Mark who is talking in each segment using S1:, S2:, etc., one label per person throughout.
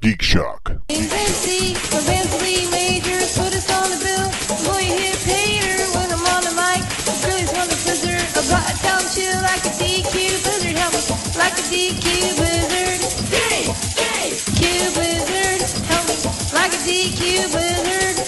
S1: Geek Shock.
S2: Bentley, a Bentley major, put us on the bill. Boy, you hit hater when I'm on the mic. Billy's on the blizzard, a black down chill like a DQ blizzard. Help me, like a DQ blizzard. Q blizzard, help me, like a DQ blizzard.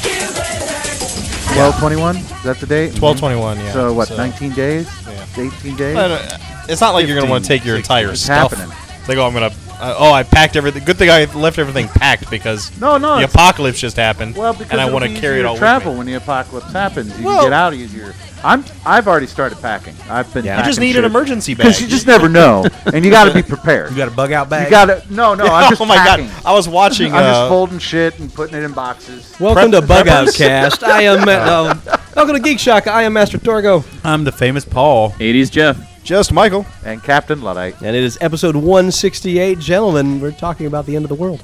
S2: Q blizzard.
S3: 1221? Is that the date?
S4: Twelve twenty one. Yeah.
S3: So, what, 19 days?
S4: Yeah.
S3: 18 days?
S4: I don't- It's not like you're gonna want to
S3: 15,
S4: take your entire
S3: It's
S4: stuff.
S3: happening.
S4: It's Like, oh, I'm gonna. Uh, oh, I packed everything. Good thing I left everything packed because
S3: No, no,
S4: the
S3: it's-
S4: apocalypse just happened.
S3: Well, because
S4: and I
S3: it'll
S4: want
S3: be
S4: to carry
S3: easier
S4: it
S3: to
S4: all
S3: travel
S4: with me.
S3: when the apocalypse happens. You
S4: Well-
S3: can get out easier. I'm I've already started packing. I've been.
S5: Yeah. You
S4: You just need an emergency bag.
S3: because you just never know, and you got to be prepared.
S5: You got a bug out bag.
S3: You got to no, no. I'm just
S4: oh my
S3: packing.
S4: god! I was watching.
S3: I'm just
S4: uh,
S3: folding shit and putting it in boxes.
S6: Welcome to
S3: Prep-
S6: Bug Out Cast. I am. Ma- uh, welcome to Geek Shock. I am Master Torgo,
S5: I'm the famous Paul.
S7: 80s Jeff.
S4: just Michael.
S3: and Captain Luddite.
S6: and it is episode 168. Gentlemen, we're talking about the end of the world.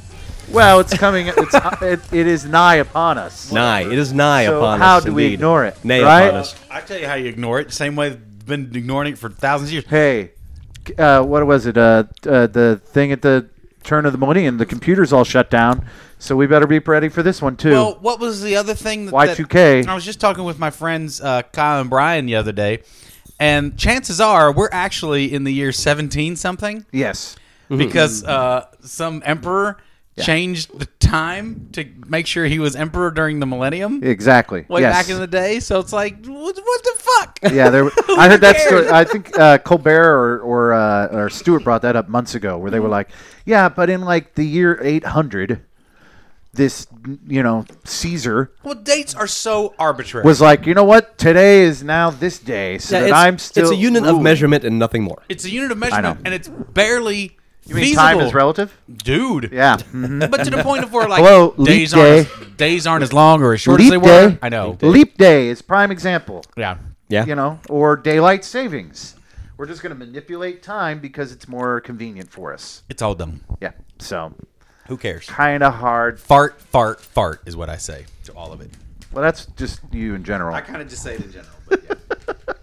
S3: Well, it's coming. It's it, it is nigh upon us.
S6: Nigh. It is nigh
S3: So
S6: upon us.
S3: how do we
S6: indeed.
S3: ignore it,
S6: Nay
S3: right?
S6: upon us.
S5: I tell you how you ignore it. Same way I've been ignoring it for thousands of years.
S3: Hey, c- uh, what was it? Uh, uh, the thing at the turn of the millennium. The computers all shut down, so we better be ready for this one too.
S5: Well, what was the other thing? That,
S3: Y2K.
S5: that- I was just talking with my friends uh, Kyle and Brian the other day, and chances are we're actually in the year seventeen something
S3: yes.
S5: because uh, some emperor changed the time to make sure he was emperor during the millennium.
S3: Exactly.
S5: Way
S3: yes.
S5: back in the day, so it's like, what, what the fuck?
S3: Yeah, there. I heard that story. I think uh, Colbert or or, uh, or Stewart brought that up months ago, where they were like, "Yeah, but in like the year 800, this you know Caesar
S5: Well, dates are so arbitrary.
S3: was like, you know what? Today is now this day, so
S6: Yeah,
S3: that
S6: it's,
S3: I'm still.
S6: it's a unit of
S3: ruling."
S6: measurement and nothing more.
S5: it's a unit of
S3: know.
S5: measurement, and it's barely
S3: You mean
S5: feasible,
S3: time is relative?
S5: dude.
S3: Yeah. mhm.
S5: but to the point of where like
S3: Hello, leap
S5: days
S3: day.
S5: aren't as, days aren't as long or as short as they
S3: Leap
S5: were.
S3: day.
S5: I know.
S3: Leap day is prime example.
S5: Yeah.
S6: Yeah.
S3: You know, or daylight savings. We're just going to manipulate time because it's more convenient for us.
S5: It's all dumb.
S3: Yeah. So
S5: Who cares?
S3: kind of hard.
S5: Fart, fart, fart is what I say to all of it.
S3: Well, that's just you in general.
S5: I kind of just say it in general. But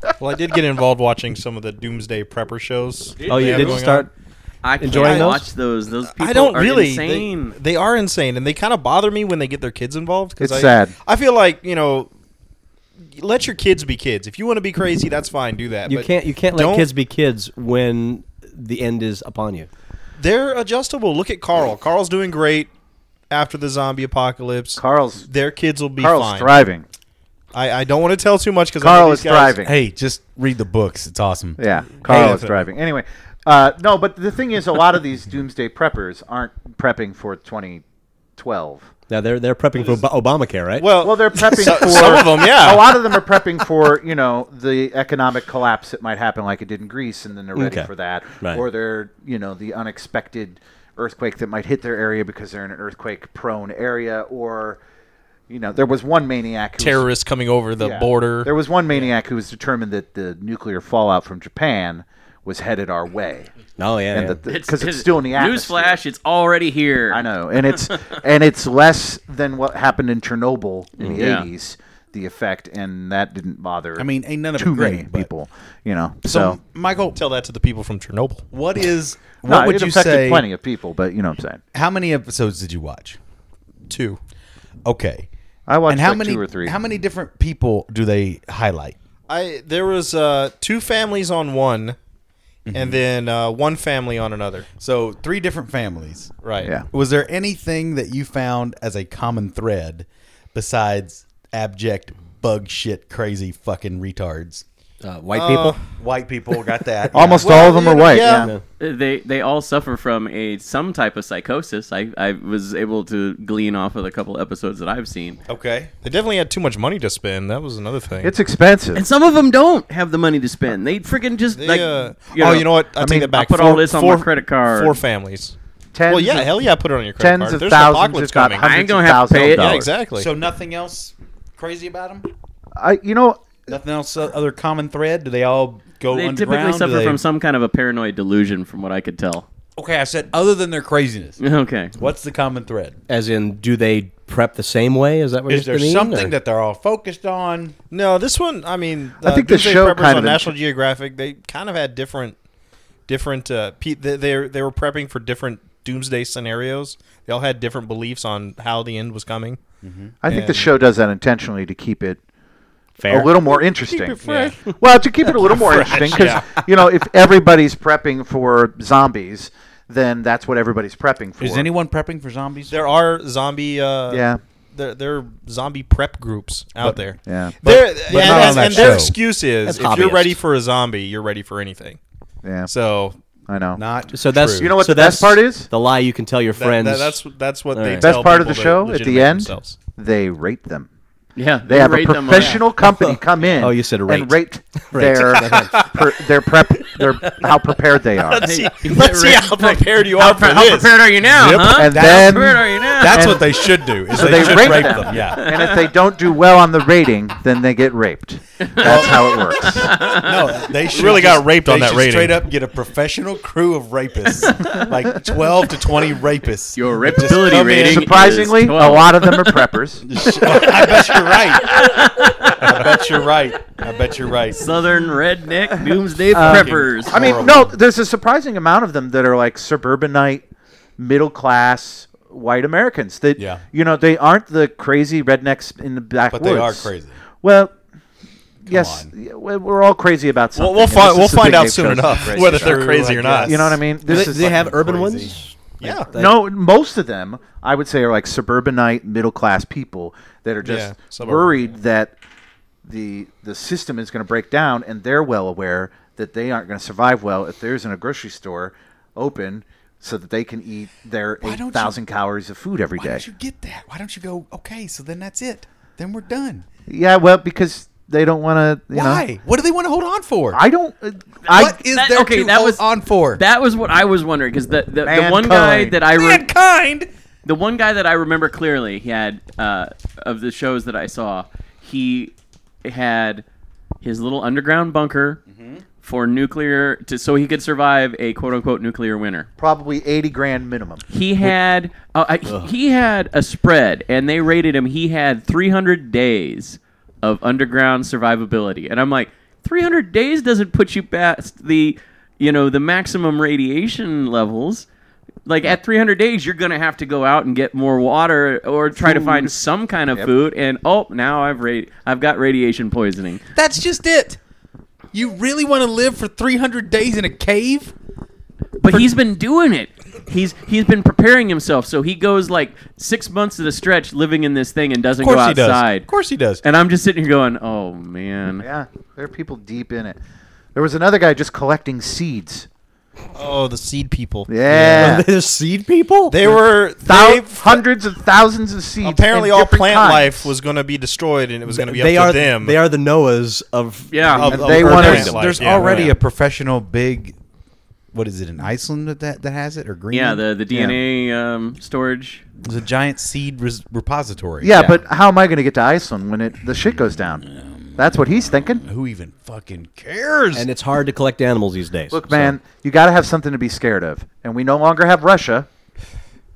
S5: yeah.
S4: Well, I did get involved watching some of the Doomsday Prepper shows.
S6: Oh,
S4: they
S6: you
S4: have
S6: did
S4: going
S6: start.
S7: I can't
S6: Enjoying those?
S7: watch those. Those people
S4: I don't
S7: are
S4: really. they-
S7: insane.
S4: They, are insane, and they kind of bother me when they get their kids involved. 'cause
S3: It's
S4: I,
S3: sad.
S4: I feel like you know, let your kids be kids. If you want to be crazy, that's fine. Do that.
S6: You
S4: but
S6: can't. You can't
S4: don't-
S6: let kids be kids when the end is upon you.
S4: They're adjustable. Look at Carl. Carl's doing great after the zombie apocalypse.
S3: Carl's
S4: their kids will be
S3: Carl's
S4: fine.
S3: thriving.
S4: I, I don't want to tell too much because
S3: Carl is thriving.
S5: hey, just read the books. It's awesome.
S3: Yeah, Carl
S4: Hey.
S3: is driving. Anyway, uh, no, but the thing is, a lot of these doomsday preppers aren't prepping for 2012.
S6: Now they're they're prepping for Ob- Obamacare, right?
S4: Well,
S3: Well, they're prepping
S4: so-
S3: for
S4: some of them,
S3: A
S4: yeah.
S3: lot of them are prepping for you know the economic collapse that might happen, like it did in Greece, and then they're ready
S6: Okay.
S3: for that,
S6: Right.
S3: or they're you know the unexpected earthquake that might hit their area because they're in an earthquake-prone area, or you know there was one maniac who was-
S4: terrorists coming over the
S3: Yeah.
S4: border.
S3: There was one maniac who was determined that the nuclear fallout from Japan was headed our way.
S6: oh yeah. yeah.
S3: and because it's, still in the atmosphere.
S7: Newsflash, it's already here.
S3: I know, and it's and it's less than what happened in Chernobyl in the
S7: Yeah.
S3: eighties. The effect, and that didn't bother.
S5: I mean, ain't none of
S3: too
S5: it great,
S3: many
S5: but-
S3: people, you know.
S5: So,
S3: So,
S5: Michael,
S4: tell that to the people from Chernobyl.
S5: what is what
S3: no,
S5: would
S3: it
S5: you
S3: affected
S5: say?
S3: plenty of people, but you know what I'm saying.
S5: How many episodes did you watch?
S4: Two.
S5: Okay.
S3: I watched
S5: and how
S3: like
S5: many,
S3: two or three.
S5: How many different people do they highlight?
S4: I there was uh, two families on one, and then uh, one family on another.
S5: So three different families.
S4: Right.
S3: Yeah.
S5: Was there anything that you found as a common thread besides abject bug shit crazy fucking retards?
S6: Uh, white people.
S5: White people got that.
S3: Almost all of them
S4: you
S3: are
S4: know,
S3: white.
S4: yeah.
S3: Yeah.
S7: Uh, They they all suffer from a some type of psychosis. I, I was able to glean off of a couple episodes that I've seen.
S4: Okay. They definitely had too much money to spend. That was another thing.
S3: it's expensive.
S7: And some of them don't have the money to spend. They freaking just
S4: They,
S7: like
S4: uh,
S7: you
S4: oh,
S7: know,
S4: you know what? I, take
S3: mean,
S4: that back.
S7: I put all this on my credit card.
S4: Four families.
S3: Tens
S4: well, yeah,
S3: of-
S4: hell yeah, put it on your credit
S3: tens
S4: card.
S3: of
S4: There's an
S3: thousands,
S4: apocalypse
S3: if not
S4: coming.
S7: I
S3: hundreds
S7: ain't gonna
S3: of
S7: have to
S3: thousands
S7: pay
S3: of
S7: it.
S3: dollars.
S4: yeah, exactly.
S5: So nothing else crazy about them?
S3: I, you know,
S5: Nothing else uh, other common thread? Do they all go
S7: they typically
S5: underground? Do
S7: suffer
S5: they-
S7: from some kind of a paranoid delusion, from what I could tell.
S5: Okay, I said other than their craziness.
S7: Okay.
S5: What's the common thread?
S6: As in, do they prep the same way? Is that what
S5: Is
S6: you're
S5: there
S6: mean,
S5: something
S6: or-
S5: that they're all focused on?
S4: no, this one. I mean,
S3: I
S4: uh,
S3: think the
S4: Doomsday
S3: show
S4: Preppers
S3: kind of
S4: on
S3: int-
S4: National Geographic. They kind of had different, different. Uh, pe- they, they they were prepping for different doomsday scenarios. They all had different beliefs on how the end was coming.
S3: I think the
S4: And-
S3: show does that intentionally to keep it
S1: Fair.
S3: a little more interesting.
S4: fresh.
S3: Well, to keep it a little more interesting, because you know, if everybody's prepping for zombies, then that's what everybody's prepping for.
S5: Is anyone prepping for zombies?
S4: There are zombie. Uh,
S3: Yeah.
S4: There, there are zombie prep groups out there.
S3: Yeah.
S4: They're-
S5: But-
S4: and
S5: but not on
S4: and,
S5: that
S4: and their
S5: show.
S4: excuse is
S5: That's
S4: if you're
S5: hobbyists.
S4: ready for a zombie, you're ready for anything.
S3: Yeah,
S4: So
S3: I know.
S5: Not
S6: So that's
S5: true.
S3: You know what
S6: so
S3: the best
S6: that's
S3: part is?
S6: the lie you can tell your
S4: that-
S6: friends.
S4: that- that's that's what they
S6: right.
S4: tell
S3: Best part of the
S4: people to
S3: show at the
S4: legitimate
S3: end,
S4: themselves.
S3: they rate them.
S7: Yeah,
S3: They have a
S7: rate them on-
S3: professional company come in.
S6: Oh, you said
S3: and rate their per, their prep their how prepared they are.
S4: Let's see, let's see how prepared you are for
S7: How
S4: this.
S7: prepared are you now?
S5: Yep.
S7: Huh?
S3: And
S7: how
S3: then-
S7: prepared are you now?
S5: That's what they should do. Is
S3: So
S5: they,
S3: they
S5: should
S3: rape
S5: rape
S3: them.
S5: them. Yeah.
S3: and if they don't do well on the rating, then they get raped. That's how it works.
S5: No, they should
S4: Really got
S5: just-
S4: raped
S5: they
S4: on that
S5: should
S4: rating.
S5: Straight up, get a professional crew of rapists, like twelve to twenty rapists.
S7: Your reputability
S5: come in.
S7: rating.
S3: Surprisingly,
S7: is
S3: a
S7: 12.
S3: lot of them are preppers.
S5: I bet you're right. I bet you're right. I bet you're right.
S7: Southern redneck doomsday preppers.
S3: I mean, no, there's a surprising amount of them that are like suburbanite, middle class white Americans. That
S5: Yeah.
S3: you know they aren't the crazy rednecks in the
S5: But
S3: backwoods.
S5: they are crazy.
S3: Well, yes, yeah, well, we're all crazy about something.
S4: We'll, we'll
S3: and
S4: find
S3: this
S4: we'll
S3: is the
S4: find
S3: big
S4: out
S3: game
S4: soon
S3: shows
S4: enough
S3: crazy
S4: whether
S3: about.
S4: they're crazy or not.
S5: guess.
S3: You know what I mean?
S6: Do
S3: This
S6: they,
S3: is
S6: do they have
S5: fucking
S6: urban
S5: crazy.
S6: ones?
S4: Yeah.
S6: Like-
S3: no, most of them I would say are like suburbanite middle class people that are
S4: Yeah,
S3: just
S4: suburban.
S3: worried that the the system is going to break down, and they're well aware that they aren't going to survive well if there isn't a grocery store open so that they can eat their
S5: don't you-
S3: eight thousand calories of food every
S5: Why
S3: day.
S5: don't you get that? Why don't you go? Okay, so then that's it. Then we're done.
S3: Yeah, well, because they don't want to. You
S5: Why?
S3: Know,
S5: What do they want to hold on for?
S3: I don't. uh, I,
S5: what is
S7: that-
S5: there
S7: okay,
S5: to
S7: that
S5: hold
S7: was-
S5: on for?
S7: That was what I was wondering because the, the, the one guy
S3: Mankind.
S7: that I re-
S5: mankind.
S7: the one guy that I remember clearly he had uh, of the shows that I saw he had his little underground bunker for nuclear to so he could survive a quote unquote nuclear winter.
S3: probably eighty grand minimum.
S7: He had uh, I, he had a spread and they rated him. He had 300 days of underground survivability, and I'm like, 300 days doesn't put you past the you know the maximum radiation levels. Like at 300 days, you're gonna have to go out and get more water or try to find some kind of food. And oh, now I've ra- I've got radiation poisoning.
S5: That's just it. You really want to live for 300 days in a cave?
S7: But he's been doing it. He's he's been preparing himself. So he goes like six months at a stretch living in this thing and doesn't
S5: Of
S7: go
S5: course he does.
S7: outside.
S5: Of course he does.
S7: And I'm just sitting here going, "Oh man,
S3: Yeah, there are people deep in it. There was another guy just collecting seeds.
S4: Oh, the seed people.
S3: Yeah.
S6: They're seed people.
S4: They were
S3: Thou-
S4: they
S3: hundrants of thousands of seeds.
S4: apparently
S3: in
S4: all
S3: different
S4: plant
S3: kinds.
S4: life was going to be destroyed and it was going to be
S6: they
S4: up
S6: are
S4: to them.
S6: They are the Noahs of
S7: yeah."
S4: Of-
S3: And
S4: of
S3: they
S4: Earth
S3: want
S4: and
S3: us-
S5: There's,
S4: life.
S5: there's
S4: Yeah,
S5: already
S4: yeah.
S5: a professional big, what is it, in Iceland that that, that has it? Or Green?
S7: yeah, the the DNA um, storage.
S5: There's a giant seed res- repository.
S3: Yeah, but how am I going to get to Iceland when it the shit goes down? That's what he's thinking.
S5: Who even fucking cares?
S6: and it's hard to collect animals these days.
S3: Look, man, you got to have something to be scared of, and we no longer have Russia.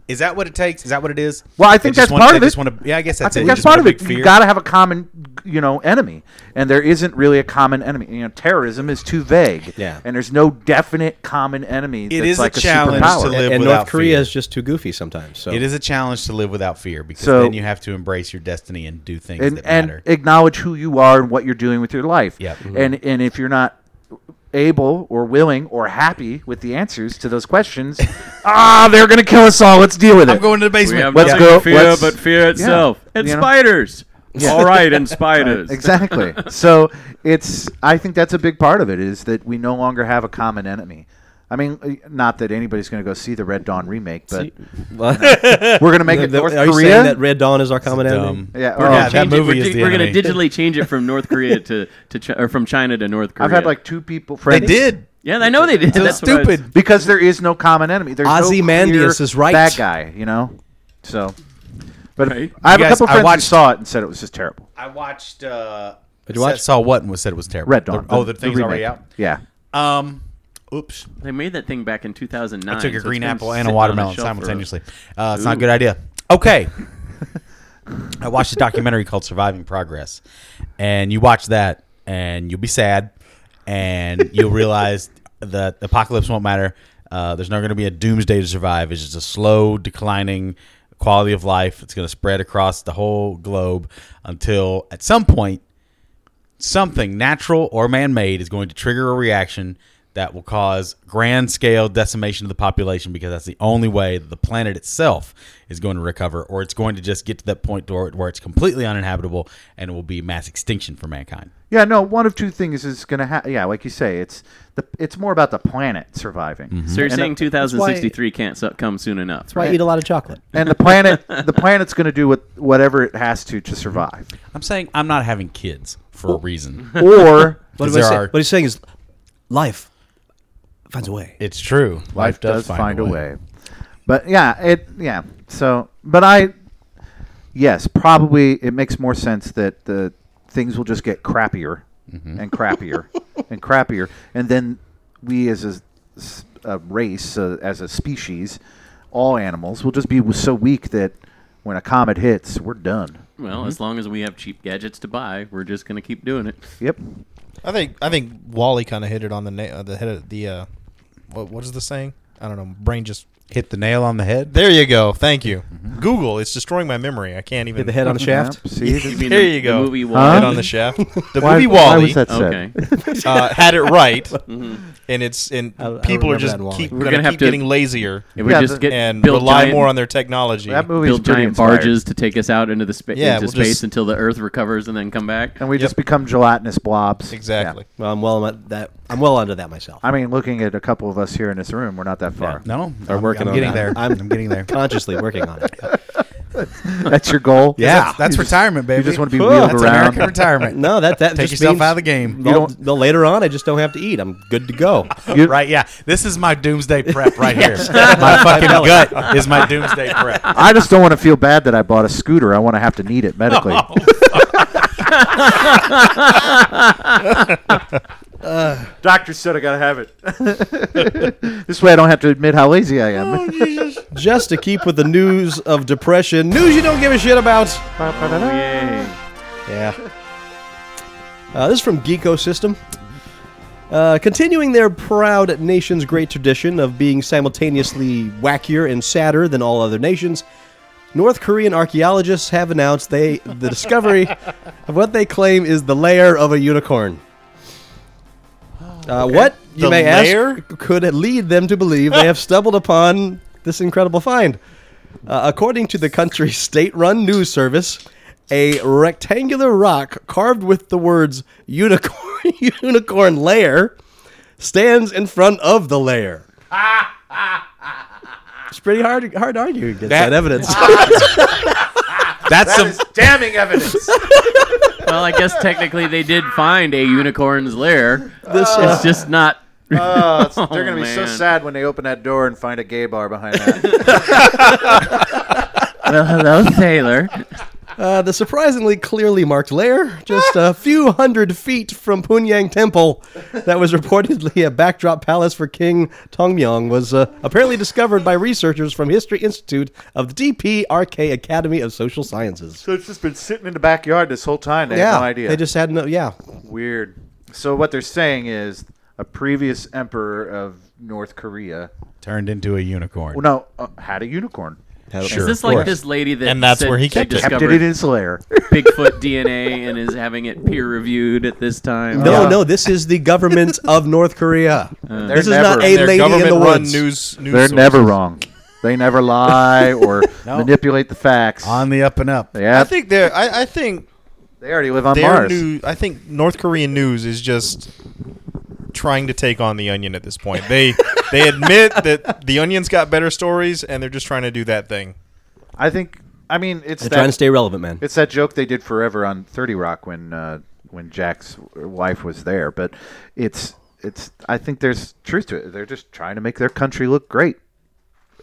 S5: is that what it takes? Is that what it is?
S3: Well, I think
S5: They just
S3: that's
S5: want-
S3: part
S5: they
S3: of it.
S5: just want to- yeah, I guess that's
S3: I think
S5: it.
S3: That's
S5: Just
S3: part
S5: want
S3: of
S5: a
S3: it.
S5: big
S3: You
S5: fear.
S3: got to have a common, you know, enemy, and there isn't really a common enemy. You know, terrorism is too vague.
S6: Yeah.
S3: and there's no definite common enemy. that's
S5: is a
S3: like
S5: challenge
S3: superpower.
S5: to live
S6: and
S5: without
S6: North Korea
S5: fear.
S6: is just too goofy sometimes. So
S5: It is a challenge to live without fear because
S3: So-
S5: then you have to embrace your destiny and do things
S3: and
S5: that
S3: and
S5: matter.
S3: acknowledge who you are and what you're doing with your life.
S5: Yep.
S6: Mm-hmm.
S5: Mhm.
S3: And and if you're not able or willing or happy with the answers to those questions, ah, they're gonna kill us all. Let's deal with it.
S5: I'm going to the
S7: We
S5: basement.
S7: have
S3: Let's
S7: nothing
S3: go-
S7: to fear
S3: let's-
S7: but fear itself and
S3: you know?
S7: spiders. All right, and spiders.
S3: exactly. so it's I think that's a big part of it is that we no longer have a common enemy. I mean, uh, not that anybody's going to go see the Red Dawn remake, but
S6: Well,
S3: we're going to make
S6: the-
S3: it
S6: the-
S3: North
S6: are you
S3: Korea.
S6: saying that Red Dawn is our common enemy?
S5: Dumb.
S3: yeah,
S7: We're
S3: oh,
S5: Yeah,
S7: gonna
S5: that
S7: change it.
S5: movie
S7: we're,
S5: is
S7: di-
S5: the
S7: we're gonna
S5: enemy.
S7: digitally change it from North Korea to to chi- or from China to North Korea.
S3: I've had like two people
S5: They
S3: friends.
S5: did.
S7: yeah, I know they did.
S5: So
S7: That's what I was-
S5: stupid.
S3: because there is no common enemy. There's no
S6: Ozymandias
S3: clear
S6: is right.
S3: Bad guy, you know. So, but
S7: Right.
S3: I have
S5: You
S3: a
S5: guys-
S3: couple
S5: I
S3: friends
S5: watched-
S3: who saw it and said it was just terrible.
S5: I watched. Uh,
S6: Did you watch?
S5: saw what and was said it was terrible.
S3: Red Dawn.
S5: The- oh, the, thing's already
S3: remake.
S5: out.
S3: Yeah,
S5: Um, oops.
S7: They made that thing back in 2009.
S5: I took a
S7: so it's
S5: green
S7: been
S5: apple and
S7: sitting
S5: a
S7: on
S5: watermelon
S7: shelf for-
S5: simultaneously. Uh, it's not a good idea. Okay. I watched a documentary called Surviving Progress, and you watch that, and you'll be sad, and you'll realize that the apocalypse won't matter. Uh, there's not going to be a doomsday to survive. It's just a slow declining quality of life. It's going to spread across the whole globe until at some point something natural or man-made is going to trigger a reaction that will cause grand scale decimation of the population because that's the only way that the planet itself is going to recover or it's going to just get to that point where, where it's completely uninhabitable and it will be mass extinction for mankind
S3: Yeah, no, one of two things is going to happen. Yeah, like you say, it's the it's more about the planet surviving.
S5: Mm-hmm.
S7: So you're
S5: uh,
S3: And
S7: saying
S3: it-
S7: 2063 can't so- come soon enough.
S1: That's why I eat a lot of chocolate.
S3: And the planet the planet's going to do what, whatever it has to to survive.
S5: i'm saying i'm not having kids for a reason
S3: Or
S6: What, am I
S5: there
S6: say-
S5: are-
S6: what he's saying is life finds a way.
S5: it's true life,
S3: life does, find, a way. But yeah, it yeah. So, but I yes, probably it makes more sense that the things will just get crappier and crappier and crappier, and then we as a, s- a race, uh, as a species, all animals will just be so weak that when a comet hits, we're done.
S7: Well, as
S5: Mm-hmm.
S7: long as we have cheap gadgets to buy, we're just going to keep doing it.
S3: Yep.
S4: I think I think Wally kind of hit it on the na- uh, the head of the uh, what what is the saying? I don't know. my Brain just
S5: hit the nail on the head
S4: there. You go. Thank you. Google. It's destroying my memory. I can't even
S6: Hit the head on a shaft.
S3: Yep. See, this-
S7: Mm-hmm. You mean
S4: There
S7: the,
S4: you
S7: the
S4: go.
S7: movie
S4: Huh?
S7: Wall-E?
S4: Hit on the shaft. The
S3: why,
S4: movie
S3: why
S4: Wally
S3: was that said?
S7: Okay.
S4: uh, had it right, and it's and
S6: Mm-hmm. I
S4: people
S6: remember
S4: are just
S6: that Wally.
S4: keep
S7: We're
S4: gonna,
S7: gonna have
S4: keep
S7: to-
S4: getting lazier
S7: If we
S3: Yeah,
S7: just
S3: the-
S7: get
S4: and
S7: build
S4: rely
S7: giant,
S4: more on their technology.
S3: That movie's
S7: build giant
S3: giant inspired.
S7: barges to take us out into the spa-
S4: Yeah,
S7: into
S4: we'll
S7: space
S4: just-
S7: until the Earth recovers and then come back.
S3: and we just become gelatinous blobs. Yeah.
S4: exactly.
S6: Well, I'm well on that. I'm well onto that myself.
S3: I mean, looking at a couple of us here in this room, we're not that far.
S5: no
S6: Are
S5: I'm,
S6: working
S5: I'm
S6: on
S5: getting
S6: that.
S5: there
S6: I'm-
S5: i'm, getting there
S6: Consciously working on it.
S3: That's your goal.
S5: that's, that's retirement baby
S3: You just want to be
S6: Cool.
S3: wheeled
S5: that's
S3: around.
S5: american retirement
S6: No, that that
S5: Take
S6: just
S5: yourself
S6: means
S5: out of the game.
S6: No,
S3: You don't-
S6: no, later on, I just don't have to eat. I'm good to go.
S3: You-
S5: right yeah this is my doomsday prep right here my fucking gut is my doomsday prep
S3: I just don't want to feel bad that I bought a scooter. I want to have to need it medically.
S5: Oh,
S3: Doctor said I gotta have it. this way, I don't have to admit how lazy I am.
S6: just to keep with the news of depression, news you don't give a shit about.
S7: Yay.
S6: Yeah. Uh, this is from Geekosystem. Uh, continuing their proud nation's great tradition of being simultaneously wackier and sadder than all other nations, North Korean archaeologists have announced they the discovery of what they claim is the lair of a unicorn. Uh, What you
S4: The
S6: may
S4: lair?
S6: ask could lead them to believe they have stumbled upon this incredible find. Uh, according to the country's state run news service, a rectangular rock carved with the words unicorn, unicorn lair stands in front of the lair. it's pretty hard, hard to argue against that,
S5: That-
S6: evidence.
S5: that's some
S3: damning evidence.
S7: well, I guess technically they did find a unicorn's lair.
S6: this,
S7: it's just not.
S3: Uh,
S5: Oh,
S3: they're gonna be so
S7: man.
S3: sad when they open that door and find a gay bar behind that.
S7: Well, hello, sailor.
S6: uh, the surprisingly clearly marked lair, just a few hundred feet from Punyang Temple, that was reportedly a backdrop palace for King Tongmyong, was uh, apparently discovered by researchers from History Institute of the DPRK Academy of Social Sciences.
S3: so it's just been sitting in the backyard this whole time. They
S6: yeah,
S3: have no idea.
S6: they just had no. Yeah,
S3: Weird. So what they're saying is a previous emperor of North Korea,
S5: turned into a unicorn.
S3: well, no, uh, had a unicorn.
S7: Is this like this lady that
S4: And that's
S7: said
S4: where he
S7: she
S4: kept it.
S3: Kept
S7: discovered
S3: it in his lair.
S7: Bigfoot DNA and is having it peer reviewed at this time?
S6: no, Oh, no. This is the government of North Korea. this is
S3: never-
S6: not a
S4: Their
S6: lady in the
S4: government-run
S6: woods.
S4: news, news
S3: They're
S4: sources.
S3: never wrong. They never lie or manipulate the facts.
S5: On the up and up.
S3: yeah,
S4: I think they're. I, I think
S3: they already live on
S4: their
S3: Mars.
S4: new. I think North Korean news is just trying to take on the Onion at this point. They they admit that the Onion's got better stories, and they're just trying to do that thing.
S3: I think. I mean, it's
S6: They're trying to
S3: that,
S6: stay relevant, man.
S3: it's that joke they did forever on Thirty Rock when uh, when Jack's wife was there. But it's it's. I think there's truth to it. They're just trying to make their country look great,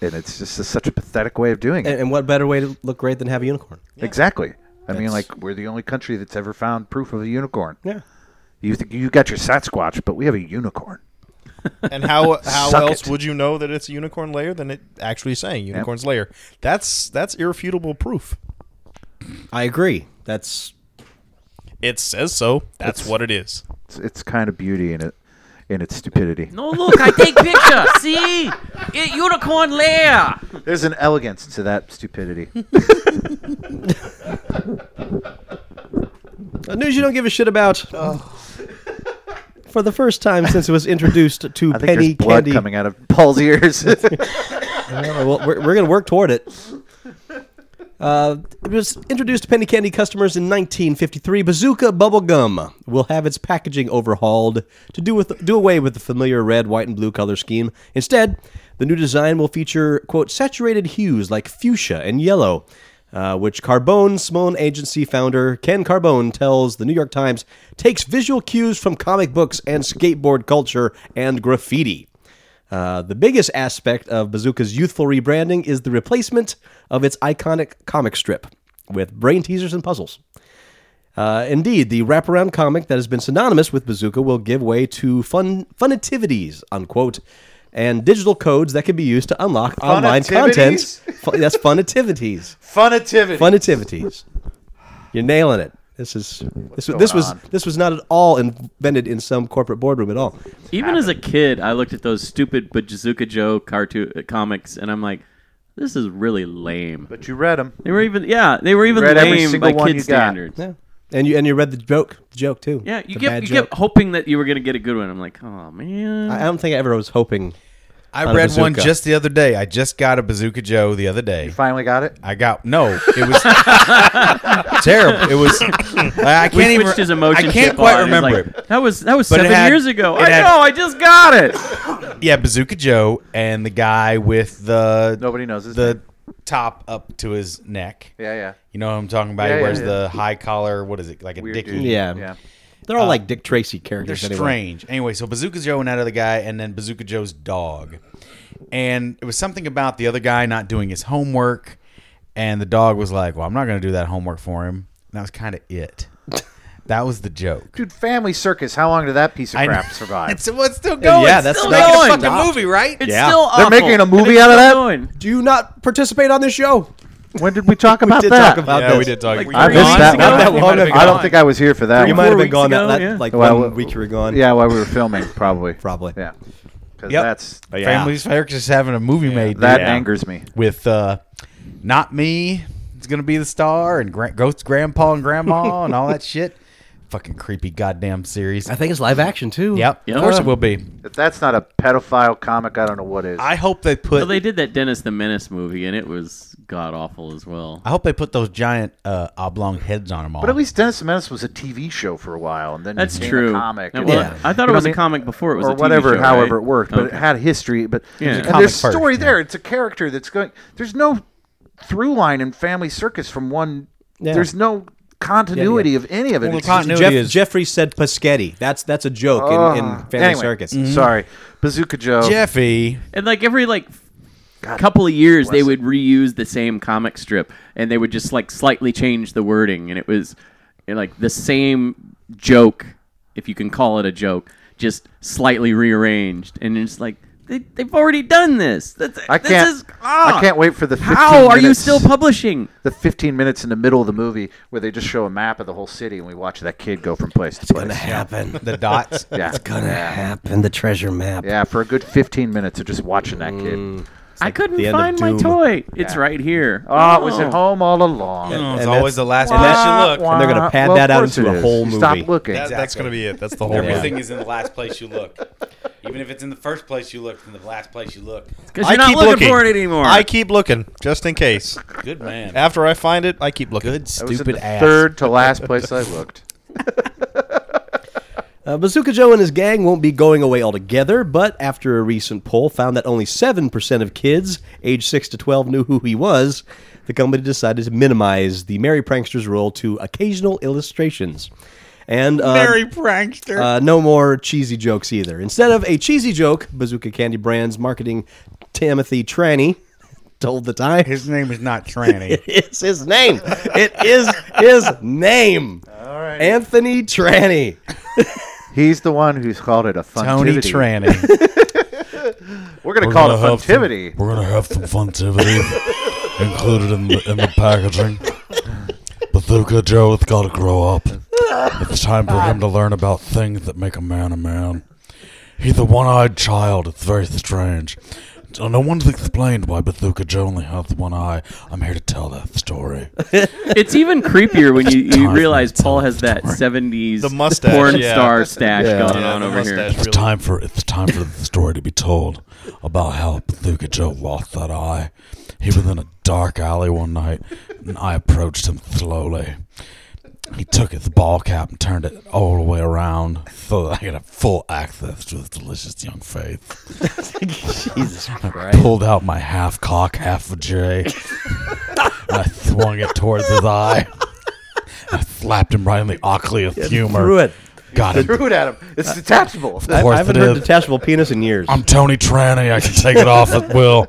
S3: and it's just a, such a pathetic way of doing it.
S6: And, and what better way to look great than have a unicorn?
S3: Exactly. I mean, like we're the only country that's ever found proof of a unicorn.
S6: Yeah.
S3: You th- you got your Sasquatch, but we have a unicorn.
S4: And how how
S3: Suck
S4: else
S3: it.
S4: would you know that it's a unicorn layer than it actually saying unicorn's layer? That's that's irrefutable proof.
S6: I agree. That's
S4: It says so. That's what it is.
S3: It's, it's kind of beauty in it. in its stupidity.
S7: No, Oh, look, I take picture. See, it, unicorn lair.
S3: There's an elegance to that stupidity.
S6: Uh, news you don't give a shit about. For the first time since it was introduced to
S3: I think
S6: penny
S3: there's blood
S6: candy,
S3: coming out of Paul's ears.
S6: Yeah, well, we're, we're going to work toward it. Uh, it was introduced to penny candy customers in 1953. Bazooka bubblegum will have its packaging overhauled to do with do away with the familiar red, white, and blue color scheme. Instead, the new design will feature quote saturated hues like fuchsia and yellow, uh, which Carbone Simone Agency founder Ken Carbone tells the New York Times takes visual cues from comic books and skateboard culture and graffiti. Uh, the biggest aspect of Bazooka's youthful rebranding is the replacement of its iconic comic strip with brain teasers and puzzles. Uh, indeed, the wraparound comic that has been synonymous with Bazooka will give way to fun funitivities, unquote, and digital codes that can be used to unlock online content. Fu- that's funitivities.
S3: Funactivity.
S6: Funitivities. You're nailing it. This is this, this was
S3: on?
S6: this was not at all invented in some corporate boardroom at all.
S7: Even as a kid, I looked at those stupid Bazooka Joe cartoon uh, comics, and I'm like, this is really lame.
S3: but you read them.
S7: They were even, yeah, they were even
S3: Read every
S7: lame
S3: single
S7: by
S3: one
S7: kid
S3: you got.
S7: standards.
S6: Yeah. And you and you read the joke, the joke too.
S7: Yeah, you
S6: The
S7: kept
S6: bad
S7: you kept
S6: joke.
S7: hoping that you were gonna get a good one. I'm like, oh man.
S6: I I don't think I ever was hoping.
S5: I
S6: Not a
S5: read one
S6: bazooka.
S5: just the other day. I just got a Bazooka Joe the other day.
S3: Finally got it.
S5: I got no. It was terrible. It was. I, I can't
S7: we
S5: even.
S7: switched his emotion.
S5: I can't
S7: chip
S5: quite
S7: on. It was
S5: remember
S7: like, That was that was
S5: But it
S7: seven
S5: had-
S7: years ago.
S5: it
S7: I
S5: had-
S7: know. I just got it.
S5: it. Yeah, Bazooka Joe and the guy with the
S3: Nobody knows his
S5: the
S3: name.
S5: top up to his neck.
S3: Yeah, yeah.
S5: You know what I'm talking about?
S3: Yeah,
S5: he
S3: yeah,
S5: wears
S3: yeah.
S5: the high collar. What is it? Like a
S3: Weird
S5: dicky.
S3: dude.
S6: Yeah.
S3: Yeah.
S6: They're all like Dick Tracy
S5: They're
S6: characters. anyway.
S5: strange. Anyway, so Bazooka Joe and that other guy, and then Bazooka Joe's dog. And it was something about the other guy not doing his homework, and the dog was like, "Well, I'm not going to do that homework for him." And that was kind of it. That was the joke.
S3: Dude, Family Circus. How long did that piece of
S5: I-
S3: crap survive?
S5: It's, well, it's still going.
S6: yeah,
S5: It's
S6: that's
S5: still
S7: not-
S5: making
S7: going.
S5: a fucking movie, right?
S7: It's
S6: Yeah.
S7: still
S3: They're
S7: awful,
S3: making a
S7: and
S3: movie
S7: it's
S3: out of
S7: still
S3: that?
S7: going.
S6: Do you not participate on this show?
S3: when did we talk about
S6: Oh, did
S3: that?
S6: talk about
S4: Yeah,
S6: this.
S4: we did talk.
S7: Like
S4: we
S7: three
S3: I
S4: did
S3: missed
S4: talk
S3: that
S4: about
S3: one.
S4: it.
S6: That
S4: We
S6: long
S4: might have
S6: ago.
S4: been
S3: I don't
S4: gone.
S3: think I was here for that
S6: You
S3: one.
S6: might have been
S7: weeks
S6: gone
S7: ago,
S6: that, that-
S7: yeah.
S6: like
S3: Well,
S6: one
S3: w-
S6: week you were gone.
S3: Yeah, while we were filming, probably.
S6: Probably.
S3: Yeah. Because
S5: Yep.
S3: that's
S6: But Oh, yeah.
S5: Family's Circus is having a movie made. dude,
S3: that
S6: Yeah.
S3: angers me.
S5: with uh, not me. It's gonna be the star and gra- Ghost Grandpa and Grandma and all that shit. Fucking creepy goddamn series.
S6: I think it's live action too.
S5: Yep.
S7: Yeah.
S5: Of course it will be.
S3: If that's not a pedophile comic, I don't know what is.
S5: I hope they put.
S7: Well, they did that Dennis the Menace movie, and it was god awful as well.
S5: I hope they put those giant uh, oblong heads on them all.
S3: but at least Dennis the Menace was a TV show for a while, and then it
S7: That's
S3: became
S7: true.
S3: a comic.
S7: It
S3: and
S7: was-
S3: then-
S7: I thought
S3: You know what
S7: it was
S3: I
S7: a
S3: mean?
S7: comic before it was
S3: or
S7: a TV
S3: whatever,
S7: show,
S3: however
S7: right?
S3: it worked, but
S7: Okay.
S3: it had history. But
S7: Yeah. It was a
S3: and there's
S5: comic first,
S3: story
S5: yeah.
S3: there. It's a character that's going. There's no through line in Family Circus from one.
S6: Yeah.
S3: There's no continuity of any of it.
S5: Well, the
S3: It's just-
S5: continuity-
S6: Jeff,
S5: is-
S6: Jeffrey said Paschetti. That's that's a joke in, in
S3: Ah.
S6: Family
S3: Anyway,
S6: Circus.
S3: Sorry, Bazooka Joe.
S5: Jeffy.
S7: And like every like couple of years, they would reuse the same comic strip, and they would just like slightly change the wording, and it was you know, like the same joke, if you can call it a joke, just slightly rearranged, and it's like they, they've already done this. That's,
S3: I
S7: this
S3: can't.
S7: is- ah!
S3: I can't wait for the. 15
S7: How are you
S3: minutes-
S7: still publishing?
S3: the 15 minutes in the middle of the movie where they just show a map of the whole city and we watch that kid go from place to place?
S6: happen.
S5: The dots.
S3: Yeah,
S6: gonna happen. The treasure map.
S3: yeah. For a good 15 minutes of just watching that
S6: Mm.
S3: kid.
S7: I couldn't
S6: the end of
S7: find my
S6: Doom.
S7: toy. It's right here.
S3: Oh, it was at
S7: Oh.
S3: home all along.
S5: Oh, it's
S6: And
S5: always
S6: that's-
S5: the last
S6: and
S5: place
S6: that's-
S5: you look.
S6: and they're gonna pad
S3: Well, of
S6: that out
S3: course
S6: into
S3: it
S6: a
S3: is.
S6: whole
S3: You Stop
S6: movie.
S3: looking.
S4: That- That's gonna be it. That's the whole.
S5: Everything
S4: movie.
S5: is in the last place you look. Even if it's in the first place you look, from the last place you look.
S7: 'Cause you're not looking, for it anymore.
S4: I keep looking just in case.
S5: Good man.
S4: After I find it, I keep looking.
S5: Good
S3: That was in
S5: stupid
S3: the
S5: ass.
S3: Third to last place I looked.
S6: Uh, Bazooka Joe and his gang won't be going away altogether, but after a recent poll found that only 7% of kids aged 6 to 12 knew who he was, the company decided to minimize the Merry Prankster's role to occasional illustrations. And uh,
S5: Merry prankster.
S6: uh, no more cheesy jokes either. Instead of a cheesy joke, Bazooka Candy Brand's marketing Timothy Tranny told the Times
S5: His name is not Tranny.
S6: it's his name. It is his name. All right. Anthony Tranny.
S3: He's the one who's called it a fun.
S5: Tony Tranny.
S3: We're gonna call it a
S1: have some-
S3: funtivity.
S1: we're gonna have some funtivity included in the in the packaging. Bazooka Joe has got to grow up. It's time for him to learn about things that make a man a man. He's a one-eyed child. It's very strange. No one's explained why Bazooka Joe only has one eye. I'm here to tell that story.
S7: It's even creepier when you, you
S1: Time
S7: realize
S1: for
S7: Paul
S1: some
S7: has that
S1: story.
S7: 70s
S4: The mustache,
S7: porn
S4: yeah.
S7: star stash going
S4: Yeah,
S7: on
S4: the
S7: over here.
S4: mustache
S1: It's
S4: really-
S1: time for it's time for the story to be told about how Bazooka Joe lost that eye. He was in a dark alley one night, and I approached him slowly. He took his ball cap and turned it all the way around so that I could have full access to his delicious young face.
S5: Jesus Christ.
S1: Pulled out my half cock, half vajay. I swung it towards his eye. I slapped him right in the oculus humor.
S6: Threw it.
S1: Got him.
S3: Threw it at him. It's detachable.
S6: I,
S1: course
S6: I haven't
S1: it
S6: heard
S1: is.
S6: detachable penis in years.
S1: I'm Tony Tranny. I can take it off at will.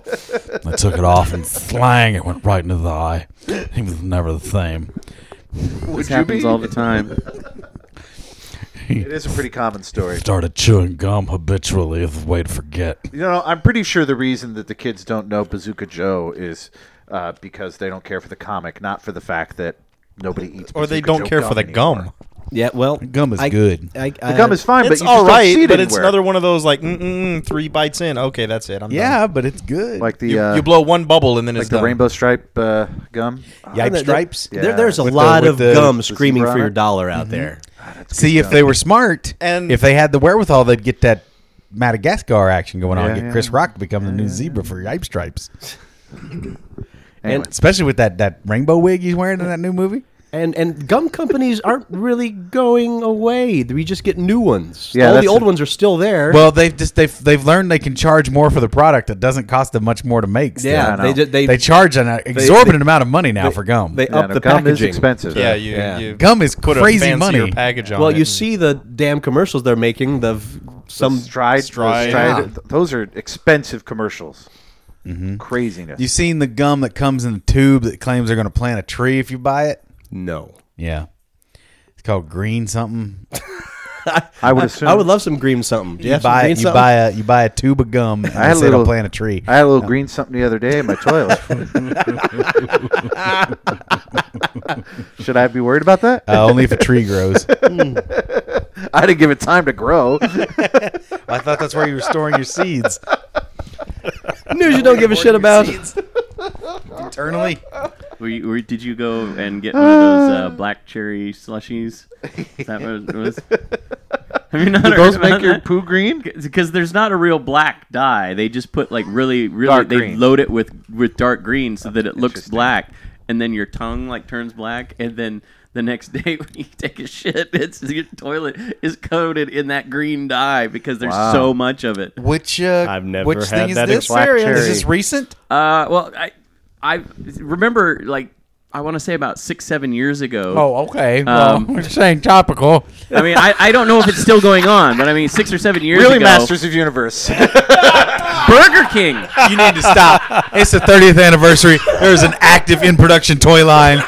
S1: I took it off and slang, it went right into the eye. He was never the same.
S3: Would
S7: This
S3: you be?
S7: happens all the time.
S3: It is a pretty common story.
S1: Started chewing gum habitually as a way to forget.
S3: You know, I'm pretty sure the reason that the kids don't know Bazooka Joe is uh, because they don't care for the comic, not for the fact that nobody eats.
S4: or they
S3: Bazooka
S4: don't
S3: Joe
S4: care for the
S3: anymore.
S4: gum.
S6: yeah, well,
S5: Gum is
S6: I-
S5: good.
S6: I, I,
S3: The gum is fine,
S4: It's
S3: but you just
S4: all
S3: don't see
S4: right,
S3: it
S4: but it's
S3: anywhere.
S4: another one of those like mm, mm, mm, three bites in. Okay, that's it. I'm done.
S5: Yeah, but it's good.
S3: like the
S4: You,
S3: uh,
S4: you blow one bubble and then
S3: like
S4: it's
S3: the
S4: done.
S3: rainbow stripe uh, gum.
S5: Yipe
S6: there-
S5: stripes.
S6: There, there's a
S5: With the-
S6: lot
S5: with
S6: of
S5: the-
S6: gum
S5: the
S6: screaming
S3: zebra
S6: for
S3: on
S6: your
S3: it?
S6: dollar out there.
S5: See, if they were smart,
S4: And-
S5: and if they had the wherewithal, they'd get that Madagascar action going on.
S3: Yeah,
S5: Get
S3: yeah.
S5: Chris Rock to become the new zebra for Yipe Stripes,
S3: Anyway.
S5: especially with that that rainbow wig he's wearing in that new movie.
S6: And and gum companies aren't really going away. We just get new ones.
S3: Yeah,
S6: All the
S3: that's
S6: old
S3: the-
S6: ones are still there.
S5: Well, they've just they've they've learned they can charge more for the product that doesn't cost them much more to make. still.
S6: yeah,
S3: I
S6: they,
S3: know.
S6: ju- they
S5: they charge an exorbitant amount of money now
S6: they-
S5: for gum.
S6: They
S3: Yeah,
S6: up
S3: no,
S6: the
S3: gum is
S6: packaging.
S3: expensive.
S4: Yeah,
S3: uh,
S4: you,
S6: Yeah.
S4: you
S5: Gum is
S4: put
S5: crazy
S4: a fancier
S5: money.
S4: package on
S6: Well,
S4: it
S6: you
S4: and-
S6: see the damn commercials they're making. The v- some
S3: stride,
S4: Stride.
S3: stride.
S4: Yeah.
S3: th- those are expensive commercials.
S6: Mm-hmm.
S3: Craziness.
S5: You've seen the gum that comes in the tube that claims they're going to plant a tree if you buy it.
S6: no.
S5: Yeah, it's called green something.
S3: I would assume.
S6: I would love some green something. Do
S5: You
S6: have some
S5: buy
S6: green
S5: it, you
S6: something?
S5: buy a you buy a tube of gum and
S3: I had
S5: they
S3: a
S5: say they'll
S3: little-
S5: plant a tree.
S3: I had a little green something the other day in my toilet. Should I be worried about that?
S5: Uh, only if a tree grows.
S3: I didn't give it time to grow.
S5: I thought that's where you were storing your seeds
S6: news you don't give a shit about.
S5: internally.
S7: Were you, were, did you go and get one of those uh, black cherry slushies? Is that what it was? Have you not heard
S3: Those
S7: about
S3: make your
S7: that?
S3: poo green.
S7: because there's not a real black dye. They just put like really, really.
S3: Dark
S7: they
S3: green.
S7: load it with with dark green so that it looks
S3: Interesting.
S7: black, and then your tongue like turns black, and then the next day when you take a shit, it's your toilet is coated in that green dye because there's
S3: Wow.
S7: so much of it.
S5: Which uh,
S8: I've never
S5: which
S8: had
S5: thing is
S8: that
S5: this?
S3: experience.
S5: Is this recent?
S7: Uh, well, I I remember like I want to say about six seven years ago.
S5: Oh, okay.
S7: Um,
S5: well, we're saying topical.
S7: I mean, I, I don't know if it's still going on, but I mean, six or seven years
S3: Really,
S7: ago,
S3: Masters of Universe.
S7: Burger King.
S5: You need to stop. It's the 30th anniversary. There is an active in production toy line.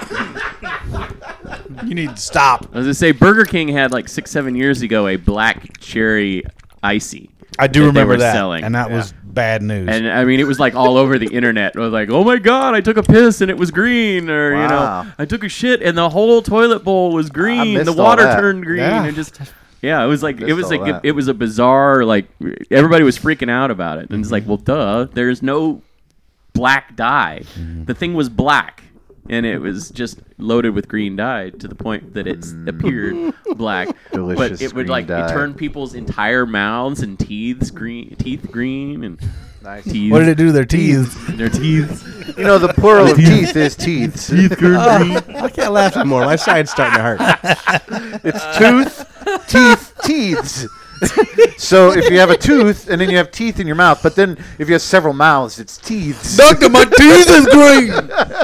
S5: You need to stop.
S7: I was gonna say Burger King had like six, seven years ago a black cherry icy.
S5: I do
S7: that
S5: remember
S7: they were
S5: that,
S7: selling.
S5: and that was bad news.
S7: And I mean, it was like all over the internet. It was like, oh my god, I took a piss and it was green, or you
S3: Wow.
S7: know, I took a shit and the whole toilet bowl was green.
S3: missed
S7: The
S3: all
S7: water
S3: that.
S7: turned green,
S5: Yeah.
S7: and just yeah, it was like it
S3: Missed
S7: was
S3: all
S7: like it,
S3: that.
S7: it was a bizarre like everybody was freaking out about it, and it's like, well, duh, there's no black dye.
S3: Mm-hmm.
S7: The thing was black. And it was just loaded with green dye to the point that it appeared black.
S3: Mm. Delicious
S7: but it
S3: green
S7: would like
S3: dye.
S7: it turned people's entire mouths and teeth green, teeth green, and
S3: Nice.
S7: teeth
S5: what did it do to their teeth?
S7: their teeth.
S3: You know, the plural of teeth is teeth.
S6: I can't laugh anymore. My side's starting to hurt.
S3: It's tooth, teeth, teeths. so if you have a tooth and then you have teeth in your mouth, but then if you have several mouths, it's teeths.
S5: Doctor, my teeth is green.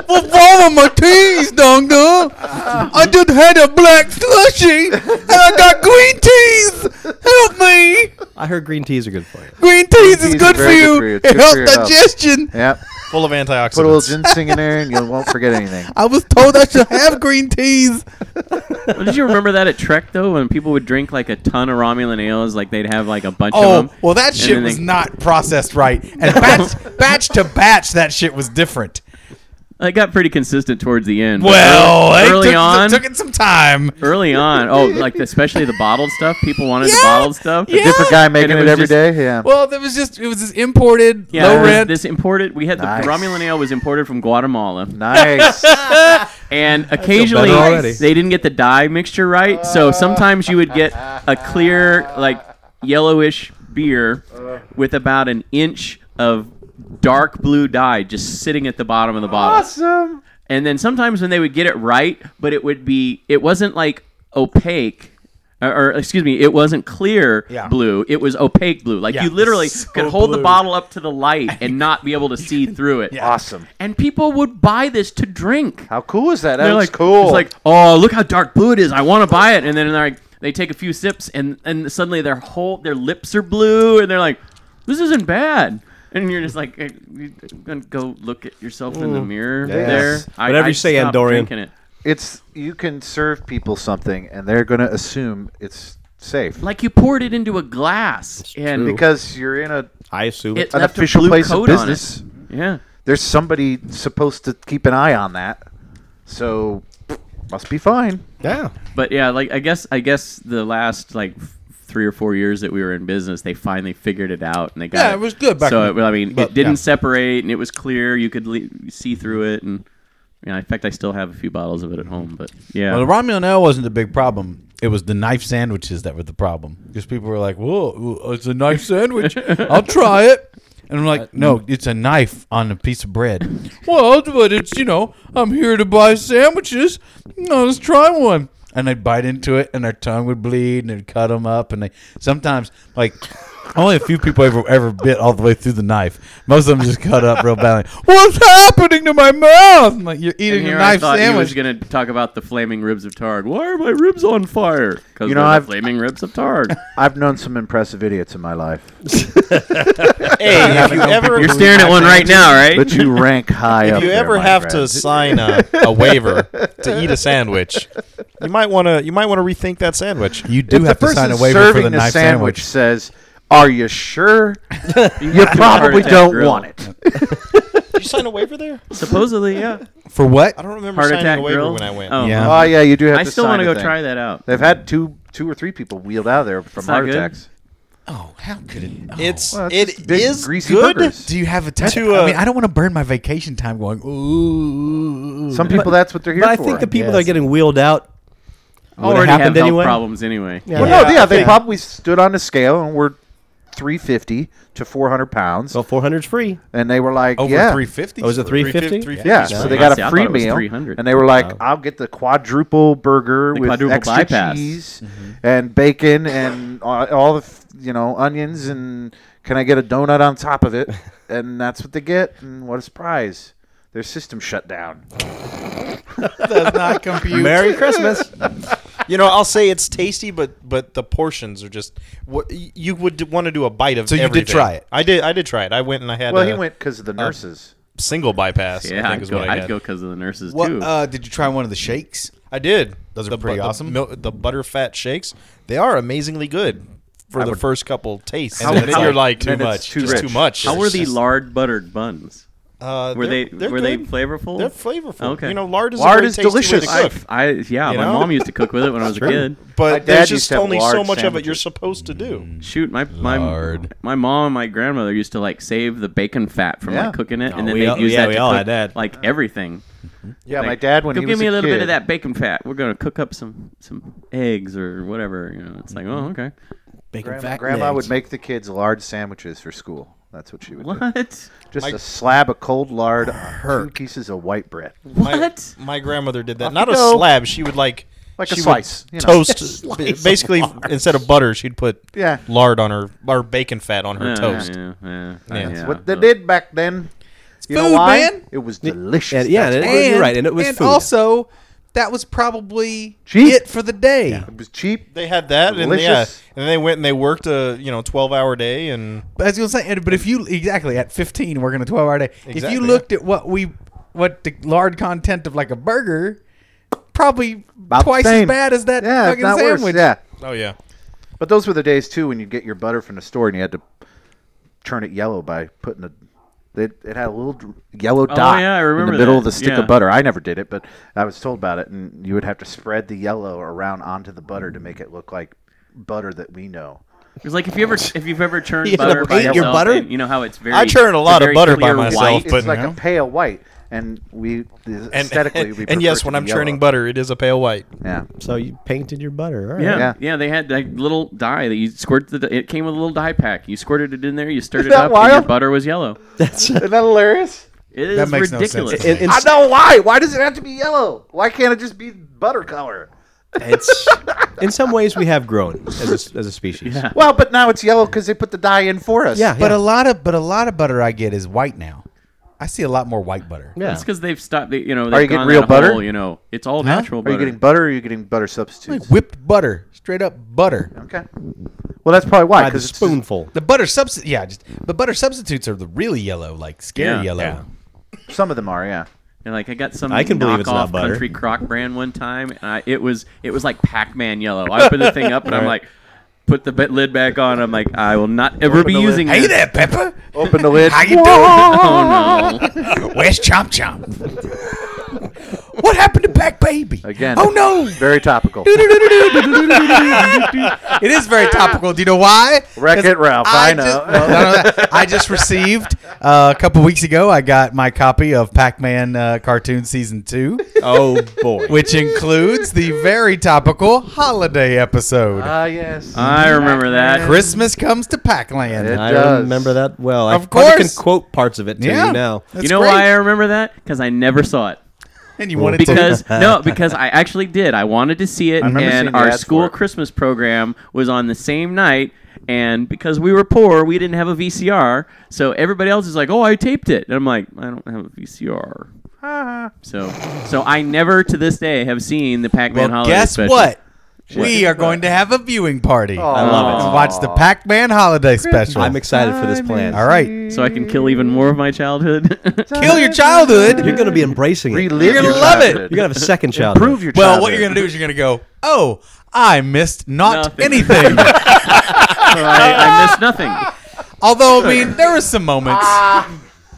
S5: What's wrong with my teeth, Doctor? I just had a black slushy, and I got green teeth. Help me.
S6: I heard green teas are good for you.
S5: Green teeth
S3: Green
S5: is
S3: teas are
S5: good for
S3: very good
S5: you.
S3: for you. It's
S5: It
S3: good for
S5: helps
S3: your health.
S5: digestion.
S3: Yep.
S4: full of antioxidants.
S3: Put a little ginseng in there and you won't forget anything.
S5: I was told I should have green teas.
S7: Well, did you remember that at Trek though, when people would drink like a ton of Romulan ales, like they'd have like a bunch of
S5: Oh,
S7: them.
S5: well, that
S7: and
S5: shit
S7: then
S5: was
S7: they-
S5: not processed right. And batch, batch to batch, that shit was different.
S7: It got pretty consistent towards the end. but
S5: Well,
S7: ear-
S5: it
S7: early
S5: took,
S7: on,
S5: took it some time.
S7: early on, oh, like especially the bottled stuff. People wanted the bottled stuff.
S5: Yeah.
S3: Different guy making it,
S7: it was
S3: every
S7: just-
S3: day. Yeah.
S5: Well, that was just it was this imported
S7: Yeah,
S5: low
S7: it was
S5: rent.
S7: this imported. We had the
S3: Nice.
S7: Romulan ale was imported from Guatemala,
S3: nice.
S7: and occasionally
S5: better already.
S7: they didn't get the dye mixture right.
S3: Uh.
S7: So sometimes you would get a clear, like yellowish beer
S3: Uh.
S7: with about an inch of dark blue dye just sitting at the bottom of the bottle.
S3: awesome.
S7: and then sometimes when they would get it right, but it would be it wasn't like opaque. Or, or, excuse me, it wasn't clear
S5: Yeah.
S7: blue. It was opaque blue. Like
S5: Yeah,
S7: you literally
S5: so
S7: could hold the
S5: blue.
S7: bottle up to the light and not be able to see through it.
S3: Awesome.
S7: And people would buy this to drink.
S3: How cool is that?
S7: They're
S3: That's
S7: like,
S3: cool.
S7: It's like, oh, look how dark blue it is. I want to buy it. And then they're like, they take a few sips, and and suddenly their whole their lips are blue, and they're like, this isn't bad. And you're just like, hey, you gonna go look at yourself in the mirror there. I-
S6: Mm. Whatever
S7: I
S6: you say,
S7: stopped
S6: Andorian.
S7: drinking it.
S3: it's you can serve people something and they're going to assume it's safe
S7: Like you poured it into a glass, and
S3: because you're in a
S6: I assume
S7: it
S3: an
S7: left a
S3: official
S7: blue
S3: place of
S7: coat on
S3: business.
S7: it. Yeah.
S3: There's somebody supposed to keep an eye on that. So must be fine.
S6: Yeah.
S7: but yeah, like I guess I guess the last like f- three or four years that we were in business, they finally figured it out and they got
S5: Yeah, it was good back
S7: so
S5: then,
S7: it- I mean,
S5: but,
S7: it didn't
S5: yeah.
S7: separate and it was clear. You could le- see through it, and yeah, in fact, I still have a few bottles of it at home. But yeah,
S5: Well, the ramen ale wasn't the big problem. It was the knife sandwiches that were the problem. Because people were like, "Whoa, ooh, it's a knife sandwich. I'll try it." And I'm
S7: Uh,
S5: like, "No, it's a knife on a piece of bread." well, but it's you know, I'm here to buy sandwiches. No, let's try one. And I'd bite into it, and their tongue would bleed, and it'd cut them up. And they sometimes like. Only a few people ever ever bit all the way through the knife. Most of them just cut up real badly. What's happening to my mouth? I'm like you're
S7: and
S5: eating a
S7: here I
S5: knife
S7: thought he was
S5: sandwich.
S7: going to talk about the flaming ribs of Targ. Why are my ribs on fire? Because
S3: You know,
S7: they're the
S3: I've-
S7: flaming ribs of Targ.
S3: I've known some impressive idiots in my life,
S4: Hey, if you ever
S7: You're staring at one right now, right?
S3: but you rank high up.
S4: if you
S3: there,
S4: ever
S3: my
S4: have
S3: friend.
S4: to sign a, a waiver to eat a sandwich, you might want to you might want to rethink that sandwich.
S5: You do
S3: if the
S5: have to
S3: person
S5: sign a waiver for
S3: serving
S5: the knife
S3: sandwich,
S5: sandwich.
S3: says, "Are you sure?
S7: You
S3: You
S7: have to heart
S3: probably
S7: attack
S3: don't
S7: grill.
S3: want it."
S4: Did you sign a waiver there?
S7: Supposedly, yeah.
S5: For
S4: I
S5: what?
S4: don't remember
S7: Heart
S4: signing
S7: attack
S4: a waiver
S7: grill.
S4: when I went.
S7: Oh.
S5: Yeah.
S3: Oh yeah, you do have
S7: I
S3: to.
S7: still
S3: want to
S7: go try that out.
S3: They've had two, two or three people wheeled out of there from
S7: not
S3: heart
S7: good.
S3: attacks.
S5: Oh, how could it? Oh.
S4: It's
S3: Well, it's
S4: it
S3: just big,
S4: is
S3: greasy
S4: good.
S3: burgers.
S5: Do you have a tattoo?
S4: To, uh,
S5: I mean, I don't want to burn my vacation time going. Ooh.
S3: Some people, that's what they're here
S6: But I
S3: for.
S6: think the people
S5: guess.
S6: that are getting wheeled out would
S7: Already
S6: have
S7: have
S6: happened
S7: health
S6: anyway.
S7: problems anyway.
S6: Yeah.
S3: Well, no,
S4: Yeah,
S3: yeah,
S4: I
S3: they
S4: think-
S3: probably stood on a scale and were 350 to 400 pounds,
S6: So 400's free.
S3: and they were like,
S5: over
S3: yeah,
S5: 350.
S6: Oh, is it 350?
S3: yeah.
S4: is
S3: So
S4: free.
S3: they got
S7: See,
S3: a
S7: I
S3: free
S7: thought it was
S3: meal,
S7: 300.
S3: and they were like,
S6: Uh,
S3: I'll get the quadruple burger
S7: The
S3: with
S7: quadruple
S3: extra
S7: bypass.
S3: cheese and bacon and all, all the f- you know onions, and can I get a donut on top of it? and that's what they get, and what a surprise! Their system shut down.
S5: Does not compute.
S6: Merry Christmas.
S4: You know, I'll say it's tasty, but but the portions are just what you would want to do a bite of.
S5: So you did
S4: everything.
S5: try it?
S4: I did. I did try it. I went and I had.
S3: Well,
S4: a
S3: he
S6: uh,
S3: went because of the nurses.
S4: single bypass.
S7: Yeah,
S4: I
S7: I'd
S4: think is
S7: go,
S4: what I
S7: I'd
S4: had.
S7: go because of the nurses
S5: What,
S7: too.
S5: uh, did you try one of the shakes?
S4: I did.
S5: Those are
S4: the, bu-
S5: pretty
S4: the
S5: awesome.
S4: mil- The, butter fat shakes, they are amazingly good for the first couple tastes.
S5: How-
S4: And then
S5: how-
S4: you're like
S3: then
S4: too
S3: it's
S4: much,
S3: too
S4: just
S3: rich.
S4: too much.
S7: How were
S4: It's
S7: the
S4: just-
S7: lard buttered buns?
S4: Uh,
S7: Were they
S4: they're- they're
S7: were they
S4: good.
S7: flavorful?
S4: They're flavorful.
S7: Okay.
S4: You know, lard is
S3: Lard
S4: a very
S3: is
S4: tasty
S3: delicious.
S4: Way to cook.
S7: I yeah,
S4: You
S7: my
S4: know?
S7: mom used to cook with it when I was a kid.
S3: My
S4: But
S3: dad
S4: there's
S3: used
S4: just
S3: to have
S4: only
S3: lard
S4: so much of it you're
S3: sandwiches.
S4: supposed to do.
S7: Shoot, my my
S5: Lard.
S7: my mom, and my grandmother used to like save the bacon fat from
S3: Yeah.
S7: like cooking it, and
S6: Oh,
S7: then
S6: we
S7: they'd
S6: all-
S7: use
S6: yeah,
S7: that
S6: we
S7: to
S6: all
S7: cook,
S6: had that.
S7: like everything.
S3: Yeah,
S7: Like,
S3: my dad when
S7: go
S3: he
S7: give
S3: was
S7: me a little bit
S3: kid-
S7: of that bacon fat. We're gonna cook up some some eggs or whatever. You know, it's like oh okay,
S6: Bacon
S3: Grandma,
S6: fat
S3: grandma
S6: legs.
S3: would make the kids lard sandwiches for school. That's what she would do.
S7: what
S3: Just a slab of cold lard, two pieces of white bread,
S7: what?
S4: My grandmother did that.
S3: Off
S4: Not
S3: you
S4: a
S3: go.
S4: slab. She would like
S3: Uh, like
S4: she
S3: a
S4: would
S3: slice. You know.
S4: toast. basically, instead of butter, she'd put
S3: Yeah.
S4: lard on her or bacon fat on her
S7: Yeah,
S4: toast.
S7: Yeah, yeah,
S4: Yeah.
S7: yeah.
S3: What they did back then. you know
S5: food,
S3: why?
S5: man.
S3: It was delicious.
S6: and- yeah,
S3: That's
S6: and
S3: why.
S6: it- You're right, and it was food.
S5: also that was probably
S3: Cheap.
S5: it for the day.
S3: it was cheap.
S4: They had that, and yeah, and
S3: Delicious.
S4: then they went and they worked a you know twelve hour day, and
S5: But as you were saying, but if you exactly at 15 working a 12 hour day, if
S4: Exactly,
S5: you
S4: yeah.
S5: looked at what we what the lard content of like a burger, probably twice as
S3: same.
S5: bad as that
S3: yeah, it's
S5: fucking
S3: not
S5: sandwich.
S3: Worse. Yeah,
S4: oh yeah,
S3: but those were the days too when you'd get your butter from the store and you had to turn it yellow by putting the It, it had a little dr- yellow
S7: Oh,
S3: dot
S7: yeah, I
S3: in
S7: remember
S3: the middle
S7: that.
S3: of the stick
S7: Yeah.
S3: of butter. I never did it, but I was told about it. And you would have to spread the yellow around onto the butter to make it look like butter that we know.
S7: It's like if you ever if you've ever churned
S6: You know,
S7: butter by
S6: hate your
S7: yourself,
S6: butter?
S7: and you know how it's very.
S4: I churn a lot
S7: it's
S4: of
S7: very
S4: butter by
S7: clear
S4: myself,
S7: white.
S3: It's
S4: but-
S3: like
S4: Yeah.
S3: a pale white, and we
S4: And,
S3: aesthetically we.
S4: and, yes, when I'm churning butter, it is a pale white.
S3: butter,
S6: So you painted your butter. All right.
S7: yeah,
S3: Yeah.
S7: yeah, They had that little dye that you squirted. The, it came with a little dye pack. You squirted it in there. You stirred
S3: Is
S7: it
S3: that
S7: up, and
S3: wild?
S7: your butter was yellow.
S6: That's
S3: yeah, isn't that hilarious?
S7: It is
S5: That makes no sense
S7: ridiculous.
S5: to me.
S6: in- in-
S3: I know why. Why does it have to be yellow? Why can't it just be butter color?
S6: it's in some ways we have grown as a, as a species. Yeah.
S3: Well, but now it's yellow because they put the dye in for us.
S6: Yeah.
S5: But a lot of but a lot of butter I get is white now. I see a lot more white butter.
S7: That's because they've stopped. they- You know, they've
S3: you getting
S7: gone
S3: real
S7: that
S3: butter?
S7: Whole, you know, it's all natural
S3: Are
S7: butter.
S3: you getting butter? or Are you getting butter
S5: Like
S3: substitutes?
S5: whipped butter, straight up butter.
S3: Okay. Well, that's probably why.
S6: By the
S3: Because
S6: spoonful.
S5: The butter substitute, yeah, just but butter substitutes are the really yellow, like scary
S7: Yeah.
S5: yellow.
S4: Yeah.
S3: Some of them are, yeah.
S7: And like I got some
S6: I can believe it's not
S7: knockoff
S6: butter.
S7: country crock brand one time, and I, it was it was like Pac-Man yellow. I opened the thing up, and I'm like, put the bit- lid back on. I'm like, I will not ever be
S3: the lid.
S7: using
S5: Hey
S7: this.
S5: there, Eh, Pepper.
S3: Open the lid.
S5: How you doing?
S7: Oh no!
S5: Where's Chomp Chomp? what happened to Black Baby?
S3: Again.
S5: Oh no.
S3: Very topical.
S5: it is very topical. Do you know why?
S3: Wreck It Ralph. I, know.
S5: Just, well, no, no, no. I just received uh, a couple weeks ago. I got my copy of Pac-Man uh, cartoon season two,
S6: Oh boy.
S5: which includes the very topical holiday episode.
S3: Ah, yes.
S7: I remember that.
S5: Christmas comes to Pac-Land.
S3: Yeah.
S6: I
S3: does.
S6: remember that well. I
S5: Of
S6: probably can
S5: course.
S6: quote parts of it to
S5: Yeah.
S6: you now.
S5: That's
S7: you know
S5: great.
S7: why I remember that? Because I never saw it.
S5: and you wanted to.
S7: Because no, because I actually did. I wanted to see it,
S3: remember seeing
S7: and
S3: the
S7: our
S3: ads for
S7: school
S3: it.
S7: Christmas program was on the same night. And because we were poor, we didn't have a VCR. So everybody else is like, "Oh, I taped it," and I'm like, "I don't have a VCR." so, so I never to this day have seen the Pac-Man
S5: Well,
S7: holiday
S5: guess
S7: special.
S5: what? We are going to have a viewing party.
S3: I
S6: love it.
S5: To watch the Pac-Man holiday special.
S6: I'm excited for this plan.
S5: All right,
S7: So I can kill even more of my childhood.
S5: kill your childhood.
S6: You're gonna be embracing it.
S3: Relive
S6: You're
S5: gonna
S3: your
S5: love it.
S3: childhood.
S6: gonna have a second child.
S3: Prove your
S5: Well, what you're
S3: childhood.
S5: gonna do is you're gonna go, oh, I missed not
S7: Nothing.
S5: anything.
S7: So I, I missed nothing.
S5: Although I mean, there were some moments. I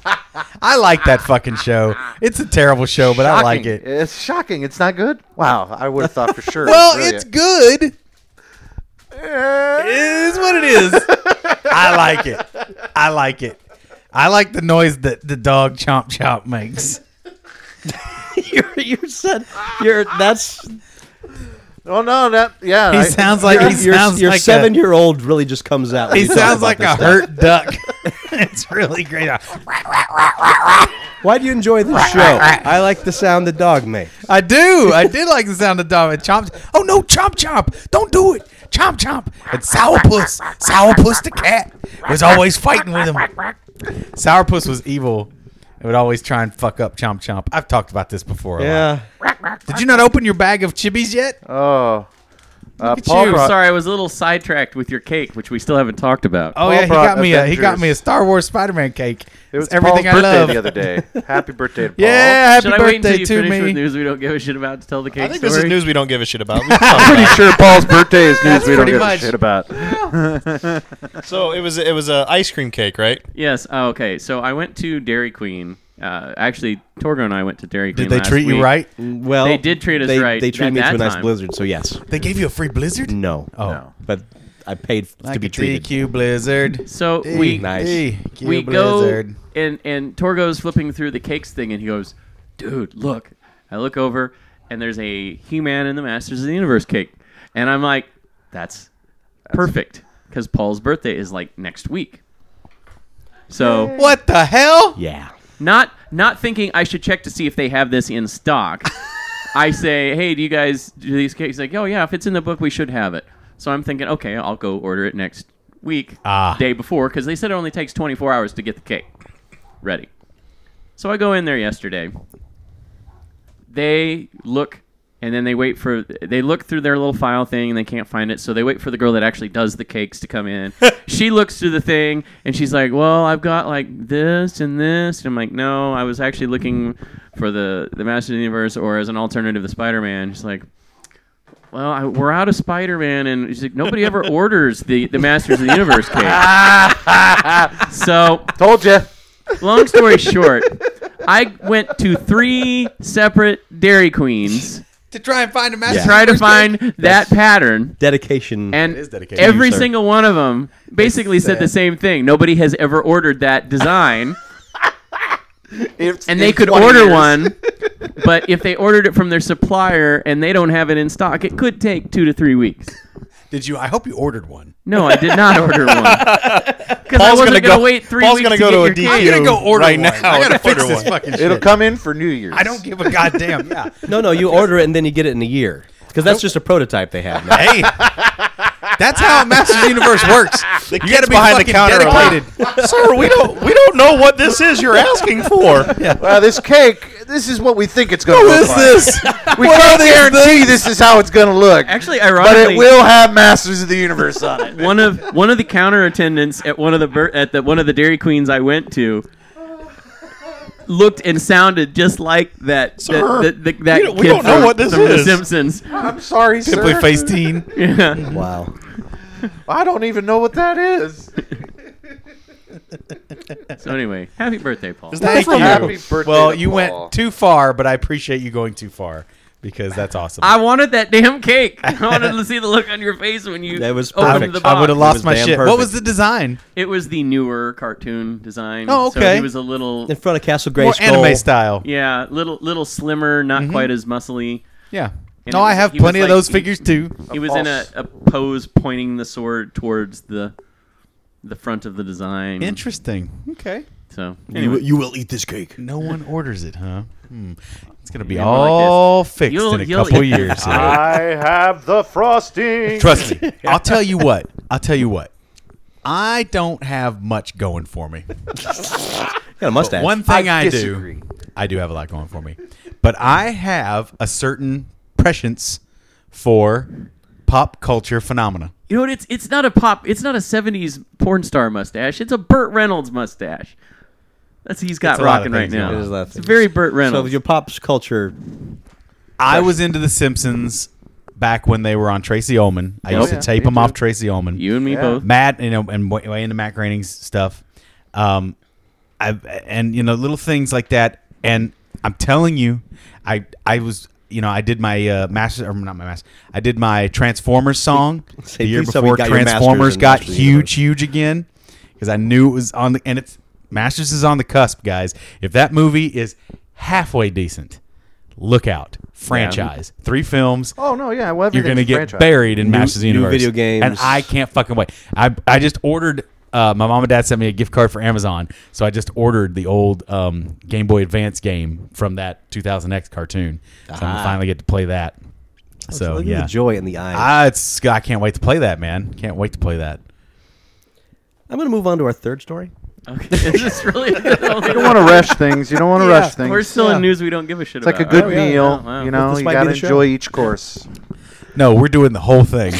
S5: Ah. like that fucking show. It's a terrible show, but I like
S3: Shocking.
S5: it.
S3: It's shocking. It's not good. Wow, I would have thought for sure.
S5: Well,
S3: Brilliant.
S5: it's good. It is what it is. I like it. I like it. I like the noise that the dog chomp chomp makes.
S6: you're, you're said you're that's
S3: Oh no, that yeah.
S5: He
S3: I-
S5: sounds like he
S6: your,
S5: sounds
S6: your
S5: like
S6: seven
S5: A,
S6: year old really just comes out. when
S5: he
S6: you talk
S5: sounds
S6: about
S5: like
S6: this
S5: a
S6: stuff.
S5: hurt duck. it's really great.
S6: Why do you enjoy this show? I like the sound the dog makes.
S5: I do. I did like the sound of dog. It chomp. Oh no, chomp chomp! Don't do it. Chomp chomp. And sourpuss. Sourpuss the cat was always fighting with him. Sourpuss was evil. It would always try and fuck up chomp chomp. I've talked about this before. a lot.
S6: Yeah.
S5: Did you not open your bag of chibis yet?
S3: oh, uh,
S5: at
S3: Paul
S5: you.
S3: brought-
S7: Sorry, I was a little sidetracked with your cake, which we still haven't talked about.
S5: oh yeah, he
S3: brought
S5: got me a he got
S3: Avengers.
S5: me a Star Wars Spider Man cake.
S3: It was
S5: everything
S3: Paul's
S5: I
S3: birthday
S5: love.
S3: the other day. Happy birthday, to Paul.
S5: yeah, happy
S7: Should I wait until
S5: birthday
S7: you
S5: to
S7: finish
S5: me.
S7: with news we don't give a shit about to tell the cake
S4: I think
S7: story?
S4: this is news we don't give a shit about.
S3: pretty sure Paul's birthday is news we don't
S5: pretty
S3: give a
S5: much.
S3: shit about.
S4: so it was it was a ice cream cake, right?
S7: Yes. Oh, okay. So I went to Dairy Queen. Uh, actually, Torgo and I went to Dairy Queen.
S5: Did they
S7: last
S5: treat you
S7: week.
S5: right?
S6: Well,
S7: They did treat us
S6: they,
S7: right
S6: They treated
S7: at
S6: me to
S7: that
S6: a nice
S7: time.
S6: blizzard, so yes.
S5: They gave you a free blizzard.
S6: No.
S5: Oh,
S3: No.
S6: But I paid
S5: like
S6: to be
S5: a
S6: treated.
S5: DQ blizzard.
S7: So
S5: D-
S7: we
S6: Nice.
S5: DQ
S7: we go
S5: blizzard.
S7: and and Torgo's flipping through the cakes thing, and he goes, "Dude, look!" I look over, and there's a He-Man and the Masters of the Universe cake, and I'm like, "That's perfect," because Paul's birthday is like next week. So
S5: What the hell?
S6: Yeah.
S7: not not thinking I should check to see if they have this in stock. I say, hey, do you guys do these cakes? Like, oh yeah, if it's in the book, we should have it. So I'm thinking, okay, I'll go order it next week,
S5: Ah.
S7: day before, because they said it only takes 24 hours to get the cake ready. So I go in there yesterday. They look, and then they wait for they look through their little file thing, and they can't find it. So they wait for the girl that actually does the cakes to come in. she looks through the thing, and she's like, "Well, I've got like this and this." And I'm like, "No, I was actually looking for the the Master of the Universe or as an alternative to Spider-Man." She's like. Well, I, we're out of Spider-Man, and she's like, nobody ever orders the, the Masters of the Universe cake. so
S3: Told you.
S7: long story short, I went to three separate Dairy Queens
S5: to try and find a master.
S7: to try to find that
S6: That's-
S7: pattern.
S6: Dedication.
S7: And
S5: is dedication.
S7: every
S6: Sir.
S7: single one of them basically said the same thing. Nobody has ever ordered that design. and they could order one, but if they ordered it from their supplier and they don't have it in stock, it could take two to three weeks.
S5: Did you? I hope you ordered one.
S7: No, I did not order one because I
S4: Paul's
S7: wasn't
S4: gonna
S7: gonna
S4: go-
S7: wait three
S4: Paul's
S7: weeks
S4: gonna
S7: to
S4: go
S7: get
S4: to a
S7: your
S4: DQ.
S7: cake.
S5: I'm gonna go order
S4: Right
S5: one.
S4: now,
S5: I
S4: I'm
S5: gotta
S4: gonna
S5: fix
S4: order
S5: this
S4: one.
S5: fucking shit.
S3: It'll come in for New Year's.
S5: I don't give a goddamn. Yeah.
S6: no, no, you order it and then you get it in a year because that's just a prototype they have. Now.
S5: Hey. That's how Masters Universe works.
S4: The
S5: You got to
S4: kid's
S5: be
S4: behind the
S5: fucking
S4: counter. are
S5: dedicated.
S4: Like, Sir, we don't we don't know what this is you're asking for.
S3: Well, this cake, this is what we think it's going to
S5: What
S3: look
S5: is
S3: like.
S5: this?
S3: We can't guarantee this is how it's going to look.
S7: Actually,
S3: but
S7: ironically,
S3: it will have Masters of the Universe on it.
S7: one of one of the counter attendants at one of the bur- at the one of the Dairy Queens I went to looked and sounded just like that
S4: Sir,
S7: that, that, that
S4: we don't- we
S7: kid
S4: don't know
S7: from-
S4: what this
S7: from
S4: is.
S7: The Simpsons.
S3: I'm sorry,
S5: Simply
S3: sir.
S5: face teen.
S7: Yeah.
S6: Wow.
S3: I don't even know what that is.
S7: So anyway, happy birthday, Paul.
S5: Thank
S3: from
S5: you.
S3: Happy Birthday
S5: well,
S3: to
S5: you
S3: Paul.
S5: went too far, but I appreciate you going too far because that's awesome.
S7: I wanted that damn cake. I wanted to see the look on your face when you
S6: That was
S7: opened
S6: perfect.
S7: the
S6: I
S7: box.
S5: would have
S6: It was
S5: lost my
S6: damn
S5: shit.
S6: perfect.
S5: What was the design?
S7: It was the newer cartoon design.
S5: Oh,
S7: So
S5: okay.
S7: he was a little,
S6: In front of Castle Gray
S5: More
S6: Skull.
S5: anime style.
S7: yeah, little little slimmer, not quite as muscly.
S5: Mm-hmm. Yeah.
S7: And
S5: no,
S7: it
S5: I
S7: was-
S5: have
S7: he was
S5: plenty
S7: like-
S5: of those
S7: he-
S5: figures too.
S7: He was in a, a pose pointing the sword towards the the front of the design.
S5: Interesting. Okay.
S7: So
S6: You,
S7: anyway,
S6: you will eat this cake.
S5: No one orders it, huh? Hmm. It's gonna be
S7: You're gonna like
S5: all fixed
S7: You'll-
S5: in a
S7: you'll
S5: couple
S7: eat
S5: years. Eric.
S7: this.
S3: I have the frosting.
S5: Trust me. I'll tell you what. I'll tell you what. I don't have much going for me.
S6: Got a mustache.
S5: One thing I,
S3: disagree.
S5: do, I do have a lot going for me, but I have a certain prescience for pop culture phenomena.
S7: you know what? It's it's not a pop. It's not a '70s porn star mustache. It's a Burt Reynolds mustache. That's he's got
S5: It's a lot of
S7: rocking right
S5: things, yeah.
S7: now.
S5: It is
S6: a lot of
S7: It's
S6: things.
S7: very Burt
S6: So
S7: Reynolds.
S6: your pop's culture.
S5: I was into The Simpsons back when they were on Tracy Ullman. I
S7: Oh,
S5: used
S7: yeah,
S5: to tape
S3: me
S5: them off
S3: too.
S5: Tracy Ullman.
S7: you and me
S3: Yeah.
S6: Uh-huh.
S7: both.
S5: Matt, you know, and way way into Matt Groening's stuff. Um, I and you know little things like that. And I'm telling you, I I was you know I did my uh, master or not my master. I did my Transformers song the
S6: Say,
S5: year
S6: please tell me
S5: before
S6: you got your Masters
S5: Transformers
S6: and
S5: got
S6: Masters
S5: huge, huge again because I knew it was on the and it's Masters is on the cusp, guys. If that movie is halfway decent, look out. Franchise, three films
S3: Oh no, yeah. Well,
S5: you're gonna
S3: everything's
S5: get
S3: franchise.
S5: buried in Masters of the
S6: new
S5: Universe.
S6: video games.
S5: and I can't fucking wait. I I just ordered. Uh, my mom and dad sent me a gift card for Amazon, so I just ordered the old um, Game Boy Advance game from that 2000X cartoon. So I'm gonna finally get to play that. So
S6: Look at
S5: yeah,
S6: the joy in the eyes.
S5: ah, it's I can't wait to play that, man. Can't wait to play that.
S6: I'm going to move on to our third story.
S7: Okay. Is this really the only
S3: You don't want to rush things. You don't want to rush things.
S7: We're still
S6: Yeah.
S7: in news we don't give a shit
S3: it's like
S7: about.
S3: a good
S7: right?
S3: meal.
S7: Oh, Yeah, wow.
S3: You know,
S6: This
S3: you
S6: might be
S3: gotta
S6: the show.
S3: enjoy each course.
S5: No, we're doing the whole thing.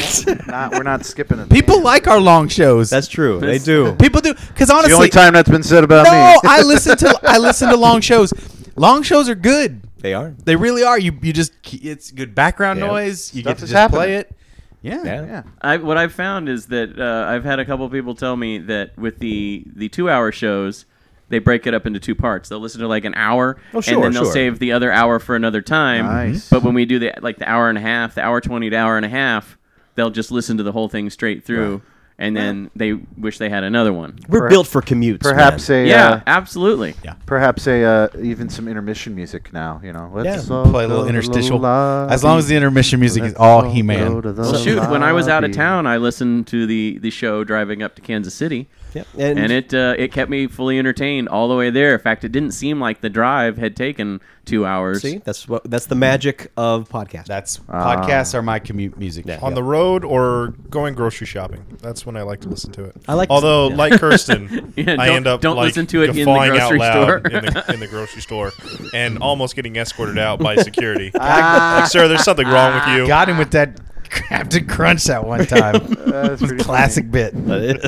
S3: Not, we're not skipping it.
S5: People like our long shows.
S6: That's true. They
S7: That's-
S6: do.
S5: people do because
S3: It's
S5: honestly,
S3: the only time that's been said about
S5: no,
S3: me.
S5: I listen to I listen to long shows. Long shows are good.
S6: They are.
S5: They really are. You you just it's good background
S6: Yeah.
S5: noise. You
S3: Stuff
S5: get to
S3: is
S5: just
S3: happening.
S5: play it. Yeah.
S3: yeah.
S7: I, what I've found is that uh, I've had a couple people tell me that with the the two hour shows, they break it up into two parts. They'll listen to like an hour,
S6: Oh, sure,
S7: and then they'll
S6: sure.
S7: save the other hour for another time.
S3: Nice.
S7: But when we do the like the hour and a half, the hour twenty to hour and a half, they'll just listen to the whole thing straight through, and then they wish they had another one.
S6: We're
S3: Perhaps-
S6: built for commutes.
S3: Perhaps
S6: man.
S3: a
S7: Yeah,
S3: uh,
S7: absolutely.
S3: perhaps a uh, even some intermission music now. You know, let's
S6: Yeah,
S3: all
S5: Play a
S3: go
S5: little
S3: to
S5: interstitial.
S3: lobby.
S5: as long as the intermission music is
S3: Let's
S5: all
S3: go
S5: He Man.
S3: to the
S7: Well, shoot, when I was out of
S3: lobby.
S7: town, I listened to the the show driving up to Kansas City.
S6: Yep.
S7: and it uh, it kept me fully entertained all the way there. In fact, it didn't seem like the drive had taken two hours.
S6: See, that's what that's the magic of podcast.
S5: That's podcasts are my commute music. Yeah.
S4: On the road or going grocery shopping. That's when I like to listen to it.
S6: I like to-
S4: although
S6: yeah.
S4: like Kirsten,
S7: Yeah,
S4: I
S7: don't-
S4: end up
S7: don't
S4: like
S7: listen to it in the
S4: guffawing
S7: grocery
S4: out loud
S7: store.
S4: in, the, in the grocery store and almost getting escorted out by security.
S7: Ah.
S4: like, sir, there's something wrong with you.
S5: got him with that Captain Crunch that one time.
S3: That's pretty
S5: Classic bit.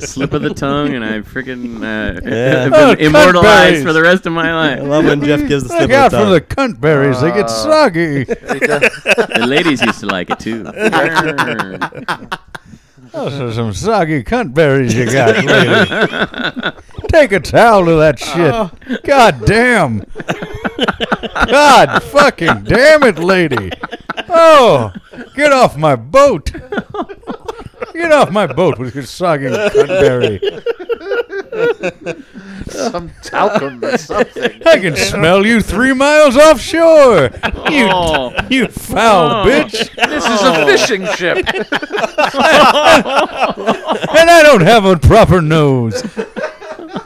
S7: Slip of the tongue, and I freaking uh,
S6: Yeah.
S7: have been
S5: Oh,
S7: immortalized
S5: cunt
S7: for the rest of my
S6: I
S7: life.
S6: love when Jeff gives the slip of the tongue.
S5: cunt berries. They get
S3: Uh,
S5: soggy.
S7: The ladies used to like it too.
S5: Those are some soggy cunt berries you got.
S1: Take a towel to that shit.
S7: Oh.
S1: God damn. God fucking damn it, lady. Oh, get off my boat. Get off my boat with your soggy cutberry.
S3: Some talcum or something.
S1: I can smell you three miles offshore. You,
S7: Oh.
S1: you foul
S7: Oh.
S1: bitch.
S3: This is a fishing ship.
S1: And I don't have a proper nose.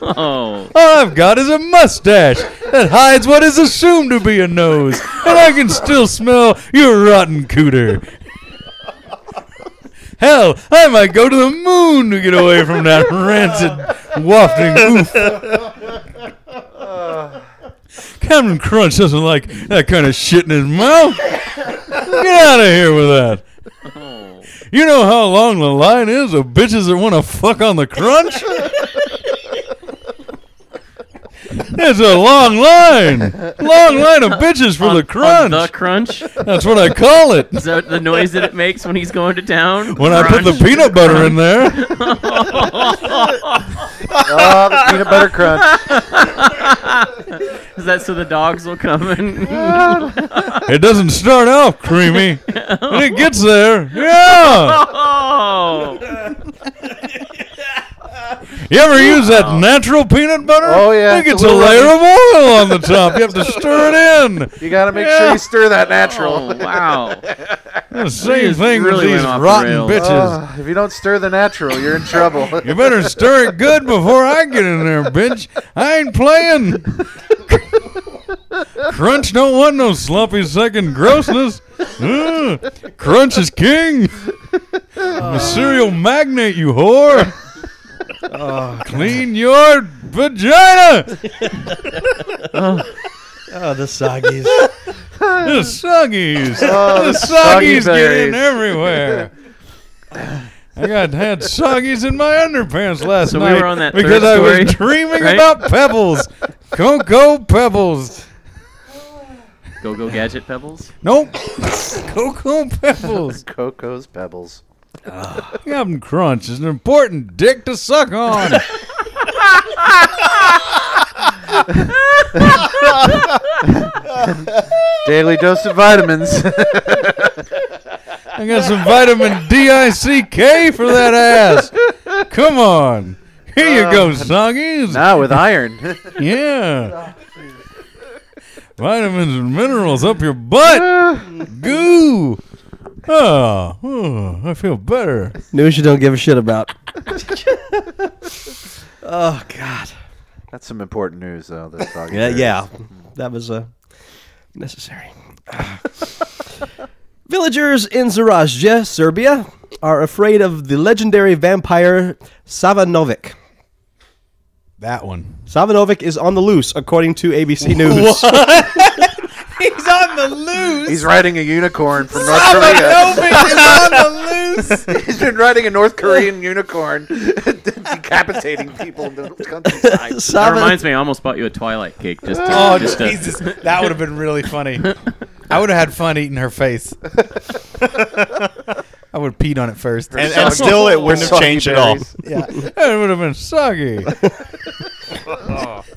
S7: Oh,
S1: All I've got is a mustache that hides what is assumed to be a nose, and I can still smell your rotten cooter. Hell, I might go to the moon to get away from that rancid, wafting oof. Captain Crunch doesn't like that kind of shit in his mouth. Get out of here with that. You know how long the line is of bitches that want to fuck on the crunch? It's a long line. Long line of bitches for
S7: On-
S1: the crunch.
S7: on the crunch. Is
S1: That's what I call it.
S7: that the noise that it makes when he's going to town?
S1: When I put the
S7: Crunch.
S1: peanut butter in there,
S3: Oh, the peanut butter crunch.
S7: Is that so the dogs will come and
S1: it doesn't start off creamy. When it gets there, yeah.
S7: oh,
S1: You ever use that natural peanut butter?
S3: Oh, yeah,
S1: It
S3: it's
S1: gets
S3: a
S1: a
S3: little
S1: layer of oil on the top. You have to stir it in.
S3: You got to make sure
S1: Yeah.
S3: you stir that natural.
S7: oh wow.
S1: The same thing
S7: really went
S1: with these
S7: off the
S1: rotten
S7: rails.
S1: bitches.
S3: Ah, if you don't stir the natural, you're in trouble.
S1: You better stir it good before I get in there, bitch. I ain't playing. Crunch don't want no sloppy second grossness. Ugh. Crunch is king. I'm a cereal magnate, you whore. Clean your vagina.
S6: Oh, the soggies.
S1: The soggies.
S3: Oh, the
S1: the
S3: soggy
S1: soggies get in
S3: berries.
S1: everywhere. I got had soggies in my underpants last
S7: So we
S1: night
S7: were on that third
S1: because I was
S7: story,
S1: dreaming
S7: right?
S1: about pebbles, cocoa pebbles.
S7: Go go gadget pebbles.
S1: Nope, cocoa pebbles.
S3: Coco's Pebbles.
S1: Captain Crunch is an important dick to suck on.
S3: Daily dose of vitamins.
S1: I got some vitamin D I C K for that ass. Come on, here you
S7: Uh,
S1: go, soggies.
S3: now Ah, with iron.
S1: Yeah. Vitamins and minerals up your
S7: Uh.
S1: butt. Goo. Oh, oh, I feel better.
S6: News you don't give a shit about. oh God.
S3: That's some important news, though. That's soggy
S6: Yeah,
S3: berries.
S6: yeah. That was uh, necessary. Villagers in Zarazje, Serbia, are afraid of the legendary vampire Savanovic.
S1: That one.
S6: Savanovic is on the loose, according to ABC News.
S5: He's on the loose.
S3: He's riding a unicorn from North Korea.
S5: He's on the loose.
S3: He's been riding a North Korean unicorn, decapitating people in the countryside.
S7: That
S6: Savan-
S7: reminds me, I almost bought you a Twilight cake just to,
S5: Oh
S7: just to-
S5: Jesus! That would have been really funny. I would have had fun eating her face. I would have peed on it first.
S4: And, and still, it wouldn't have
S3: Soggy
S4: changed at all.
S3: berries.
S5: yeah.
S1: That would have been soggy.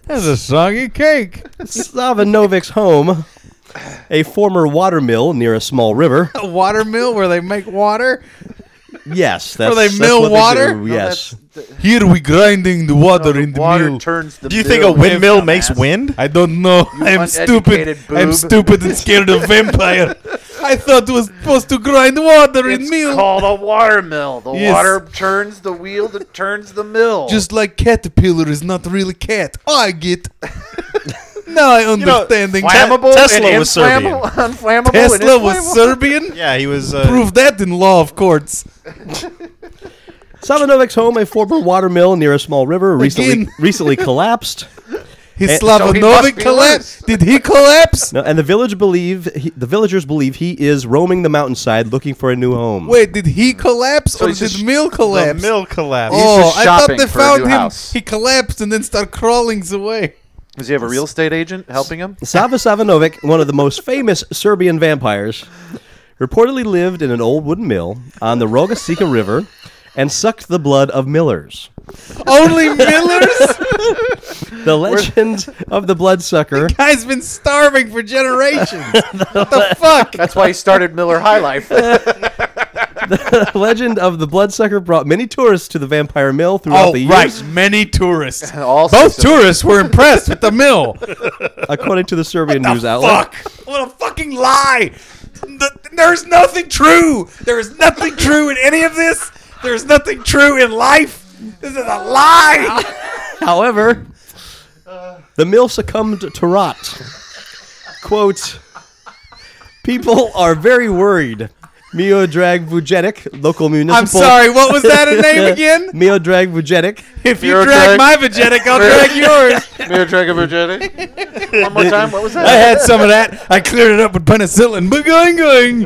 S1: That's a soggy cake.
S6: Savanovic's home, a former water mill near a small river.
S5: A water mill where they make water.
S6: Yes, that's
S5: they
S6: that's
S5: mill
S6: what
S5: water?
S6: do,
S5: No,
S3: Oh,
S6: yes,
S1: Here we grinding the water in the
S3: Water
S1: mill.
S3: turns the
S4: Do you think a
S3: mill
S4: windmill
S3: into
S4: makes
S3: mass.
S4: wind?
S1: I don't know. I'm
S3: uneducated
S1: stupid. I'm
S3: boob.
S1: stupid and scared of vampire. I thought it was supposed to grind water in
S3: It's
S1: mill.
S3: called a water mill. The
S1: Yes.
S3: water turns the wheel that turns the mill.
S1: Just like caterpillar is not really cat. I get. now I understanding.
S3: flammable
S4: Tesla
S3: and
S4: was
S3: inflammable, unflammable and
S1: Tesla was
S3: inflammable.
S1: Serbian.
S4: Yeah, he was. Uh,
S1: Prove that in law of courts.
S6: Savanovic's home, a former water mill near a small river, recently
S1: Again.
S6: recently collapsed.
S1: His
S6: And-
S3: Eh, so he must
S1: Slavanovic
S3: be
S1: collapse. Did he collapse?
S6: No, and the village believe he, the villagers believe he is roaming the mountainside looking for a new home.
S1: Wait, did he collapse or
S3: he's
S1: did
S3: just-
S1: mill
S4: the
S1: collapse?
S4: mill collapsed.
S3: He's
S1: oh,
S3: just
S1: I thought
S3: shopping
S1: they
S3: for a
S1: found
S3: new
S1: him.
S3: house.
S1: He collapsed and then started crawling away.
S3: Does he have a real estate agent helping him?
S6: Sava Savanovic, one of the most famous Serbian vampires, reportedly lived in an old wooden mill on the Rogasica River and sucked the blood of millers.
S1: Only Miller's
S6: The legend of the bloodsucker.
S1: guy's been starving for generations.
S3: That's why he started Miller High Life.
S6: The legend of the bloodsucker brought many tourists to the vampire mill throughout
S1: oh,
S6: the years.
S1: right. Many tourists.
S3: All
S1: Both
S3: systems.
S1: tourists were impressed with the mill.
S6: According to the Serbian news outlet,
S1: Fuck. What a fucking lie. Th- There's nothing true. There is nothing true in any of this. There's nothing true in life. This is a lie.
S6: However, the mill succumbed to rot. Quote People are very worried. Miodrag Vujenic, local municipal.
S1: I'm sorry. What was that a name again?
S6: Miodrag Vujenic.
S1: If you
S3: You're drag-
S1: drag my Vegeta, I'll drag yours.
S3: Mirror Dragon Virginity. One more time. What was that?
S1: I had some of that. I cleared it up with penicillin. But going, going.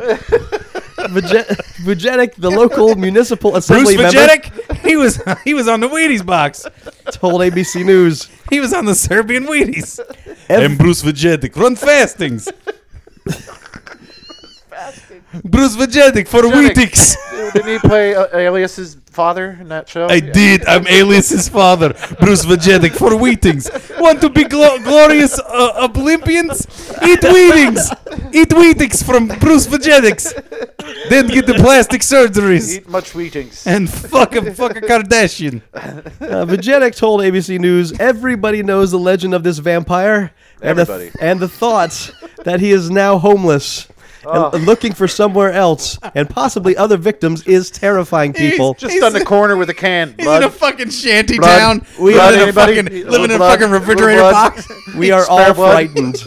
S6: Vuje- Vujenic, the local municipal
S1: Bruce
S6: assembly member,
S1: Vegeta, he was he was on the Wheaties box.
S6: told ABC News.
S1: He was on the Serbian Wheaties. and Bruce Vegetic run fastings. Bruce Vegetic for Wheatix.
S3: Didn't he play uh, Alias's father in that show?
S1: I did. I'm Alias's father, Bruce Vegetic for Wheatings. Want to be glo- glorious uh, Olympians? Eat Wheatings. Eat Wheatings from Bruce Vegetics. Then get the plastic surgeries
S3: Eat much Wheatings.
S1: and fuck a fuck a Kardashian.
S6: Uh, Vujenic told ABC News, everybody knows the legend of this vampire. And
S3: Everybody.
S6: The, and the thought that he is now homeless
S3: Oh.
S6: and- and looking for somewhere else and possibly other victims is terrifying people.
S3: Just on the corner with a can.
S1: He's
S3: bud.
S1: in a fucking shanty
S3: Blood.
S1: town.
S3: We-
S1: living
S3: Blood,
S1: in a
S3: anybody?
S1: fucking
S3: Little
S1: living in a
S3: blood.
S1: fucking
S3: Little
S1: refrigerator
S3: blood.
S1: box.
S6: we are
S3: Spare
S6: all
S3: blood.
S6: frightened.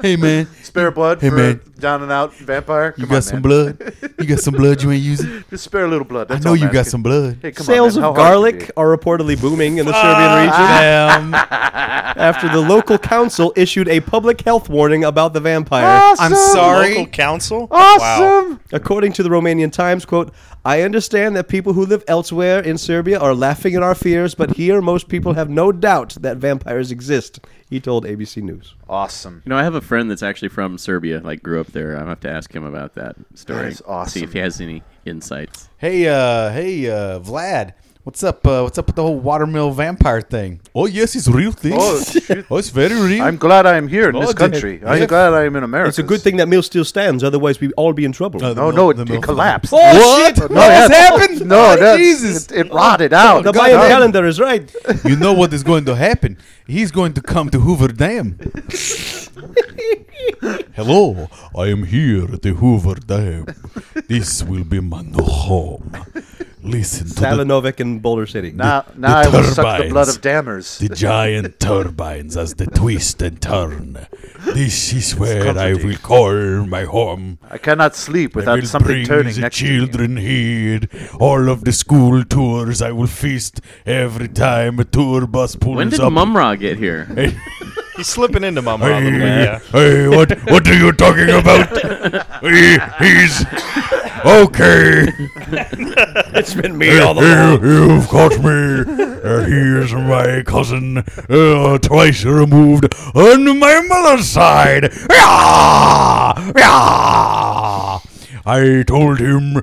S1: Hey man,
S3: Spare blood for
S1: man.
S3: a down and out vampire. Come
S1: you
S3: on,
S1: got some
S3: man.
S1: blood. You got some blood you ain't using.
S3: Just spare a little blood.
S1: I
S3: That's
S1: know
S3: all
S1: you
S3: I'm
S1: got
S3: asking.
S1: some blood.
S3: Hey, come on,
S6: Sales
S3: man. How
S6: of
S3: hard can
S6: garlic
S3: it be?
S6: are reportedly booming in the Serbian region
S1: Damn.
S6: after the local council issued a public health warning about the vampire.
S3: Ah,
S4: I'm sorry. Local council. Wow.
S3: Awesome.
S6: According to the Romanian Times, quote, I understand that people who live elsewhere in Serbia are laughing at our fears, but here most people have no doubt that vampires exist, he told ABC News.
S3: Awesome.
S7: You know, I have a friend that's actually from Serbia, like grew up there. I'll have to ask him about that story.
S3: That is awesome.
S7: See if he has any insights.
S1: Hey, uh, hey, uh, Vlad. What's up? Uh, what's up with the whole watermill vampire thing? Oh yes, it's real thing.
S3: Oh, shoot.
S1: it's very real.
S3: I'm glad I am here in
S1: Oh,
S3: this
S1: dude.
S3: country.
S1: Yeah.
S3: I'm glad I am in America.
S6: It's a good thing that mill still stands, otherwise we'd all be in trouble.
S1: Uh,
S3: No,
S1: mill-
S3: no, it,
S1: the
S3: it
S1: mill-
S3: collapsed.
S1: Oh shit!
S3: No,
S1: what has
S3: that's-
S1: happened?
S3: No,
S1: Oh,
S3: that's,
S1: Jesus! Oh,
S3: It, it rotted out.
S6: the
S1: God
S6: Mayan
S1: damn.
S6: calendar is right.
S1: you know what is going to happen? He's going to come to Hoover Dam. Hello, I am here at the Hoover Dam. This will be my new home. Listen to the
S6: Salanovic and Boulder City.
S3: now, now I will suck the
S1: turbines.
S3: blood of dammers.
S8: The giant turbines as they twist and turn. This is where I will call my home.
S3: I cannot sleep
S8: I
S3: without
S8: will
S3: something
S8: bring
S3: turning
S8: the
S3: next to me.
S8: children here. All of the school tours I will feast every time a tour bus pulls
S7: When did
S8: up.
S7: Mumra get here?
S4: He's slipping into my mom. a little bit,
S8: Hey,
S4: Yeah.
S8: hey, what what are you talking about? He- he's okay.
S6: It's been me
S8: You, have caught me. Uh, he is my cousin, uh, twice removed on my mother's side. Yah! Yah! I told him uh,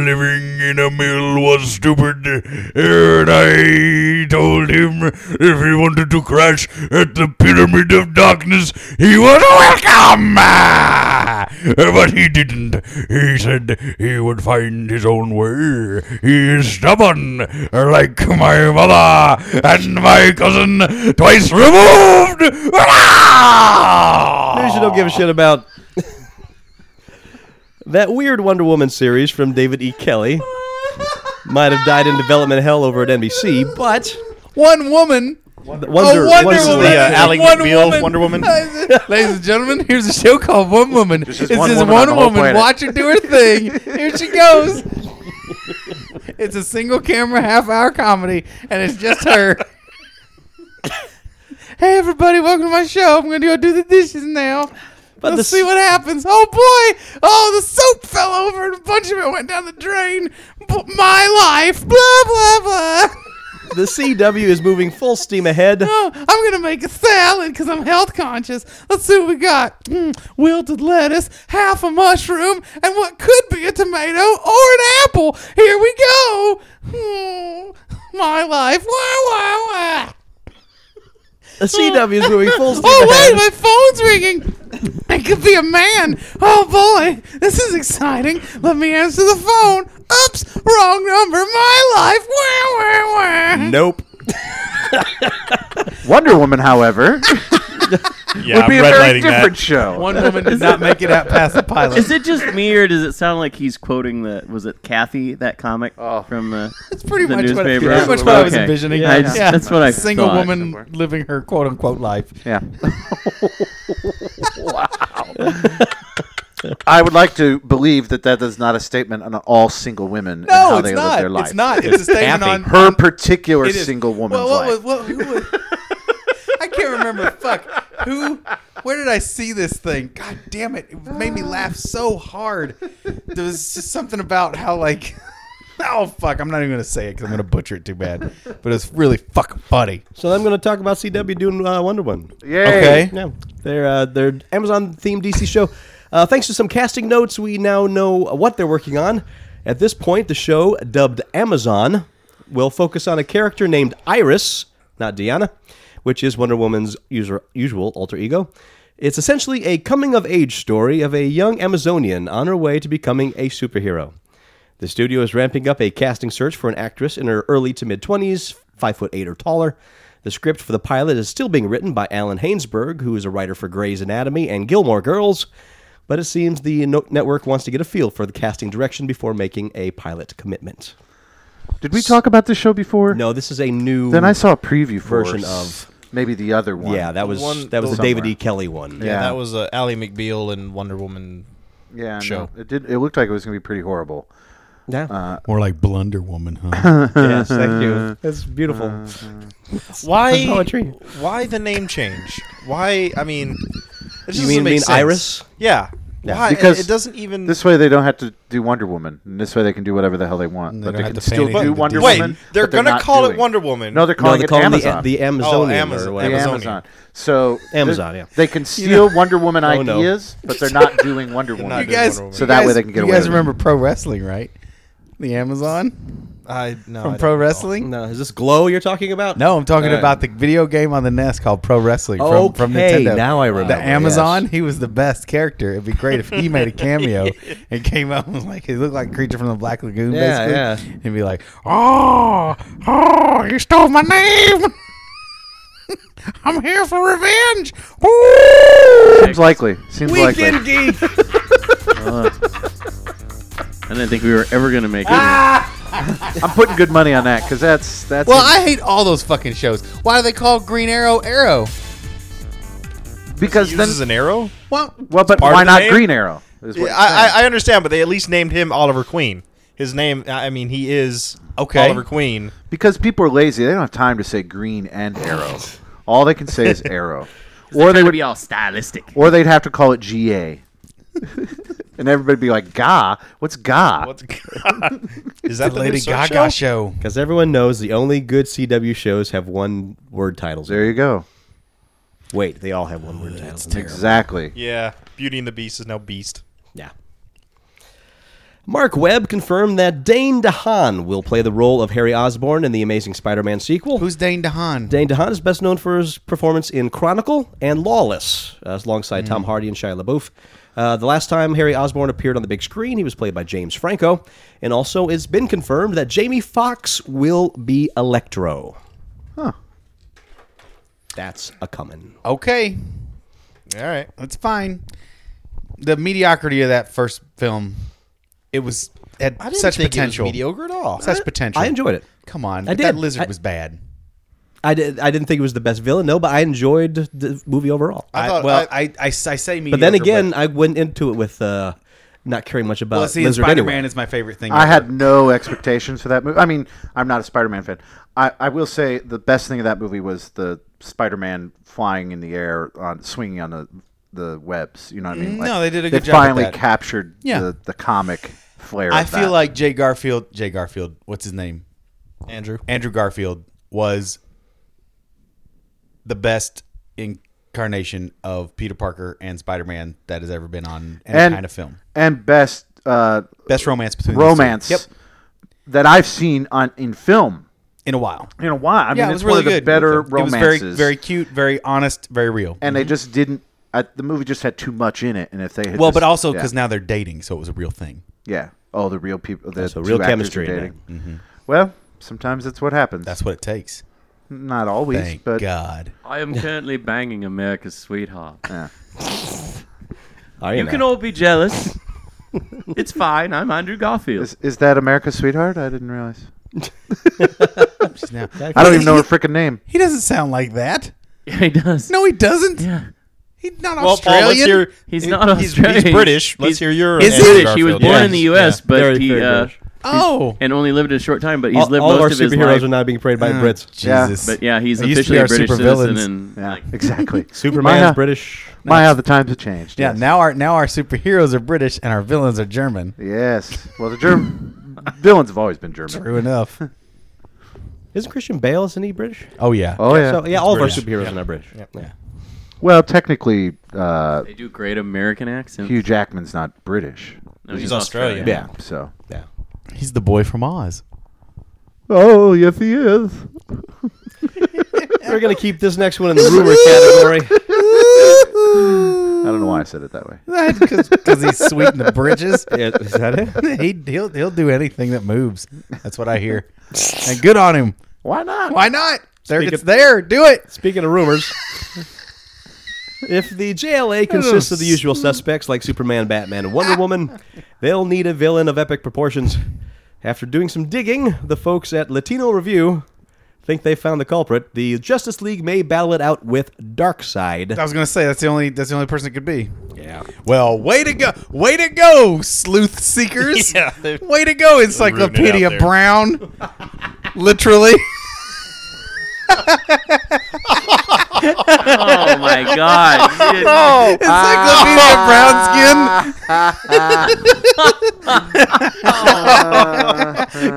S8: living in a mill was stupid, and I told him if he wanted to crash at the Pyramid of Darkness, he was welcome. Ah! But he didn't. He said he would find his own way. He is stubborn, like my mother and my cousin, twice removed. Ah!
S6: News you don't give a shit about. that weird Wonder Woman series from David E. Kelly might have died in development hell over at NBC, but
S1: One woman.
S6: Wonder,
S1: a Wonder
S6: Wonder-
S1: Woman.
S4: The, uh, Alec
S1: One
S4: McBeal,
S1: woman.
S4: Wonder Woman.
S1: Ladies and gentlemen, here's a show called One Woman. It's
S3: is
S1: just
S3: one woman
S1: one
S3: on the
S1: woman.
S3: whole planet.
S1: Watch her do her thing. Here she goes. It's a single camera half hour comedy, and it's just her. Hey everybody, welcome to my show. I'm gonna go do the dishes now.
S6: But
S1: Let's
S6: the-
S1: see what happens. Oh boy! Oh, the soap fell over and a bunch of it went down the drain. B- my life. Blah blah blah.
S6: the CW is moving full steam ahead.
S1: Oh, I'm gonna make a salad because I'm health conscious. Let's see what we got: Mm, wilted lettuce, half a mushroom, and what could be a tomato or an apple. Here we go. Hmm, my life. Wah wah wah.
S6: The CW is moving full steam
S1: Oh
S6: ahead.
S1: wait, my phone's ringing. It could be a man. Oh boy, this is exciting. Let me answer the phone. Oops, wrong number. My life. Wah wah wah.
S4: Nope.
S3: Wonder Woman, however,
S4: Yeah,
S3: be
S4: I'm
S3: a
S4: red
S3: very
S4: lighting
S3: different
S4: that.
S3: show.
S5: One woman did not make it out past the pilot.
S7: Is it just me or does it sound like he's quoting the was it Kathy that comic from uh, the? That's
S1: Oh. pretty much what-
S7: newspaper?
S1: pretty much what I was
S7: Okay.
S1: envisioning.
S7: I just-
S1: Yeah.
S7: That's what I
S1: Single
S7: thought.
S1: woman living her quote unquote life.
S3: Yeah. wow. I would like to believe that that is not a statement on all single women and how
S1: No,
S3: they
S1: it's
S3: live their
S1: not.
S3: life.
S1: It's not. It's a statement on
S3: Her particular
S1: it is-
S3: single woman's
S1: well, what
S3: life.
S1: was- what- who was- I can't remember. Fuck. Who? Where did I see this thing? God damn it! It made me laugh so hard. There was just something about how like. Oh fuck! I'm not even gonna say it because I'm gonna butcher it too bad. But it's really fucking funny.
S6: So I'm going to talk about CW doing uh, Wonder Woman.
S3: Yay.
S1: Okay.
S6: Yeah, their uh, their Amazon themed DC show. Uh, thanks to some casting notes, we now know what they're working on. At this point, the show, dubbed Amazon, will focus on a character named Iris, not Diana, which is Wonder Woman's user, usual alter ego. It's essentially a coming of age story of a young Amazonian on her way to becoming a superhero. The studio is ramping up a casting search for an actress in her early to mid 20s, 5 foot 8 or taller. The script for the pilot is still being written by Alan Hainsberg, who is a writer for Grey's Anatomy and Gilmore Girls, but it seems the no- network wants to get a feel for the casting direction before making a pilot commitment.
S3: Did we talk about this show before?
S6: No, this is a new
S3: Then I saw a preview for
S6: Version
S3: us. maybe the other one.
S6: Yeah, that was
S4: one-
S6: that was the
S4: the-
S6: David E. Kelly one.
S3: Yeah.
S4: That was uh, Ally McBeal and Wonder Woman.
S3: yeah,
S4: show.
S3: No, it did. It looked like it was gonna be pretty horrible.
S6: Yeah.
S3: Uh,
S9: More like Blunder Woman, huh?
S6: yes, thank you. That's
S3: uh,
S6: beautiful.
S4: Why?
S6: poetry.
S4: Why the name change? Why? I mean, it just
S6: You mean-
S4: doesn't make
S6: mean
S4: sense.
S6: Iris?
S4: Yeah. Why?
S3: Because
S4: Because it doesn't even.
S3: This way they don't have to do Wonder Woman. And this way they can do whatever the hell they want.
S9: they don't
S3: but they
S9: have
S3: can
S9: to pay
S3: still
S9: anything
S3: do
S9: to
S3: Wonder
S9: Disney.
S4: wait,
S3: Woman.
S4: they're
S3: but they're
S4: gonna
S3: not
S4: call
S3: doing.
S4: it Wonder Woman.
S3: No, they're
S6: No,
S3: calling
S6: they
S3: it
S6: call him
S3: Amazon.
S6: the the
S4: Oh,
S6: Amazonian.
S4: Amazon.
S6: or
S3: The
S6: whatever.
S4: Amazonian.
S3: Amazon. So
S6: Amazon,
S3: they-
S6: yeah.
S3: They can steal Wonder Woman
S6: Oh, no.
S3: ideas, but they're not doing Wonder
S4: not
S3: Woman.
S4: doing Wonder Woman.
S3: so that way they can get
S1: you
S3: away.
S1: guys
S3: with it.
S1: remember pro wrestling, right? The Amazon
S4: I no. I
S1: from
S4: don't
S1: pro
S4: know.
S1: wrestling.
S6: No, is this Glow you're talking about?
S1: No, Oh, I'm talking
S6: Uh,
S1: about the video game on the NES called Pro Wrestling from, from
S6: Okay,
S1: Nintendo.
S6: now oh, I remember,
S1: The Amazon, he was the best character. It'd be great if he made a cameo and came out and was like he looked like a creature from the Black Lagoon,
S6: Yeah,
S1: basically. And be like, Oh, oh, you stole my name. I'm here for revenge. Ooh.
S3: Seems likely. Seems likely.
S1: Geek.
S7: I didn't think we were ever gonna make it.
S1: Ah!
S3: I'm putting good money on that because that's that's.
S1: Well, I hate all those fucking shows. Why do they call Green Arrow Arrow?
S3: because
S4: He
S3: then
S4: uses an arrow.
S1: Well,
S3: well, but
S4: part of
S3: why
S4: the
S3: not
S4: name?
S3: Green Arrow? Is what
S4: I, I I understand, but they at least named him Oliver Queen. His name, I mean, he is
S5: Okay.
S4: Oliver Queen.
S3: because people are lazy. They don't have time to say Green and Arrow. All they can say is Arrow, or they
S7: Gotta
S3: would,
S7: be all stylistic.
S3: or they'd have to call it GA, and everybody'd be like, "Ga, what's Ga?"
S4: What's is that the
S5: Lady
S4: Lady
S5: Gaga
S4: Gaga? Show?
S5: show.
S6: Because everyone knows the only good CW shows have one word titles.
S3: there you go.
S6: Wait, they all have one word titles.
S3: Exactly.
S4: Yeah, Beauty and the Beast is now Beast.
S6: Yeah. Mark Webb confirmed that Dane DeHaan will play the role of Harry Osborn in the Amazing Spider-Man sequel.
S1: who's Dane DeHaan?
S6: Dane DeHaan is best known for his performance in Chronicle and Lawless, uh, alongside Tom Hardy and Shia LaBeouf. Uh, the last time Harry Osborn appeared on the big screen, he was played by James Franco. And also, it's been confirmed that Jamie Foxx will be Electro.
S3: Huh.
S6: That's a coming.
S1: Okay. All right. That's fine. The mediocrity of that first film, it was had
S4: I didn't
S1: such
S4: think it was
S1: potential.
S4: mediocre at all.
S1: Such potential.
S6: I enjoyed it.
S1: Come on.
S6: I
S1: but That
S6: did.
S1: lizard
S6: I-
S1: was bad.
S6: I, did, I didn't think it was the best villain, no, but I enjoyed the movie overall.
S4: I
S1: I-
S4: thought-
S1: well,
S4: I-
S1: I, I, I say mediocre.
S6: but then again, I went into it with uh, not caring much about
S5: Well, see,
S6: Lizard
S5: Spider Man
S6: anyway.
S5: is my favorite thing.
S3: I
S5: ever.
S3: had no expectations for that movie. I mean, I'm not a Spider-Man fan. I, I will say the best thing of that movie was the Spider-Man flying in the air on swinging on the the webs. You know what I
S5: Mm,
S3: mean?
S1: No, they did a good
S3: they
S1: job with
S3: finally
S1: that.
S3: captured
S1: Yeah.
S3: the, the comic flair.
S5: I
S3: of
S5: feel
S3: that.
S5: like Jay Garfield. Jay Garfield. What's his name?
S4: Andrew.
S5: Andrew Garfield was the best incarnation of Peter Parker and Spider Man that has ever been on any
S3: And-
S5: kind of film.
S3: and best uh,
S5: Best romance between these two.
S3: romance
S5: Yep,
S3: that I've seen on in film
S5: in a while.
S3: in a while. I
S5: yeah,
S3: mean,
S5: it
S3: it's
S5: was really
S3: one of the
S5: good.
S3: better
S5: it was
S3: romances.
S5: very, very cute, very honest, very real.
S3: and they just didn't. I, the movie just had too much in it, and if they had
S5: Mm-hmm. well,
S3: just-
S5: but also because
S3: yeah,
S5: now they're dating, so it was a real thing.
S3: yeah, oh, the real people, the
S6: So
S3: two
S6: real
S3: actors are
S6: chemistry in
S3: dating. Well, sometimes that's what happens.
S5: That's what it takes.
S3: not always,
S5: Thank
S3: but
S5: God.
S7: I am currently banging America's sweetheart.
S6: Are
S7: You can all be jealous. it's fine. I'm Andrew Garfield.
S3: is, is that America's Sweetheart? I didn't realize.
S5: Now,
S3: I don't even know her freaking name.
S8: He doesn't sound like that.
S7: he does.
S8: No, he doesn't.
S7: Yeah.
S8: He's not
S4: Well, Paul,
S8: Australian.
S4: let's hear.
S7: He's
S4: he-
S7: not
S4: he's,
S7: Australian.
S4: He's British. Let's
S7: He's-
S4: hear your.
S7: He's
S4: Andrew
S7: British. He was
S4: Garfield.
S7: born
S4: Yes.
S7: in the U.S., but
S6: Very-
S7: he
S6: very
S7: uh,
S6: British.
S4: Oh,
S7: and only lived a short time. But he's
S6: all,
S7: lived
S6: all
S7: most
S6: of our
S7: of his
S6: superheroes
S7: life.
S6: are now being played by Brits.
S3: Yeah.
S5: Jesus.
S7: But yeah, he's
S4: They used to be our
S7: officially a British citizen.
S4: supervillains.
S7: And
S3: Yeah,
S7: like,
S3: exactly.
S6: Superman's
S3: My, how-
S6: British.
S3: My, how the times have changed.
S5: Yeah,
S3: yes.
S5: now our now our superheroes are British and our villains are German.
S3: Yes. Well, the German villains have always been German.
S5: True enough.
S6: Isn't Christian Bale isn't he British?
S5: Oh yeah.
S3: Oh yeah.
S6: So yeah, all
S5: British.
S6: of our superheroes are now British. Yeah.
S3: Well, technically, uh,
S7: they do great American accents.
S3: Hugh Jackman's not British,
S7: No,
S4: He's Australian.
S6: Yeah.
S3: so.
S6: Yeah.
S5: He's the boy from Oz.
S3: Oh yes, he is.
S6: We're gonna keep this next one in the rumor category.
S3: I don't know why I said it that way.
S5: Because he's sweet in the bridges.
S6: Yeah, is that it?
S5: he, he'll, he'll do anything that moves. That's what I hear. And good on him.
S3: Why not?
S8: why not?
S5: There,
S6: Speak
S5: it's
S6: of-
S5: there. Do it.
S6: Speaking of rumors, if the JLA consists of the usual suspects like Superman, Batman, and Wonder Woman, they'll need a villain of epic proportions. After doing some digging, the folks at Latino Review think they found the culprit. The Justice League may battle it out with Darkseid.
S4: I was gonna say that's the only that's the only person it could be.
S6: Yeah.
S4: Well, way to go, way to go, sleuth seekers.
S8: Yeah, they're-
S4: way to go,
S8: rooting it out
S4: Encyclopedia
S8: there.
S4: Brown. Literally,
S7: Oh my God! You didn't-
S4: Encyclopedia Brown skin.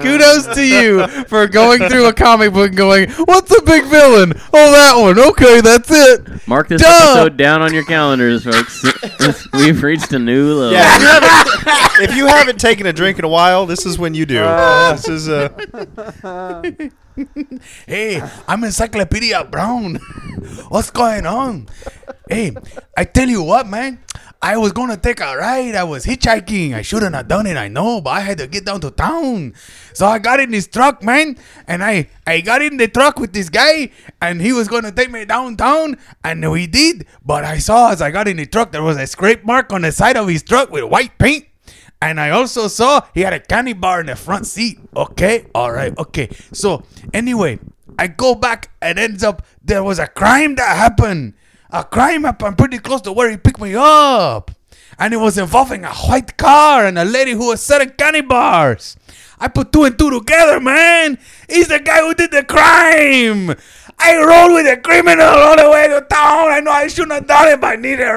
S4: Kudos to you for going through a comic book and going, "What's the big villain? Oh, that one. Okay, that's it."
S7: Mark this
S4: Duh.
S7: episode down on your calendars, folks. We've reached a new low.
S4: Yeah, if you haven't, if you haven't taken a drink in a while, this is when you do. this is uh,
S1: Hey, I'm Encyclopedia Brown. What's going on? Hey, I tell you what, man. I was gonna take a ride. I was hitchhiking. I shouldn't have done it. I know, but I had to get down to town. So I got in this truck, man, and I I got in the truck with this guy, and he was gonna take me downtown, and we did. But I saw as I got in the truck, there was a scrape mark on the side of his truck with white paint. And I also saw he had a candy bar in the front seat. Okay, all right, okay. So anyway, I go back and ends up there was a crime that happened. A crime happened pretty close to where he picked me up. And it was involving a white car and a lady who was selling candy bars. I put two and two together, man. He's the guy who did the crime. I rolled with a criminal all the way to town. I know I shouldn't have done it, but I needed a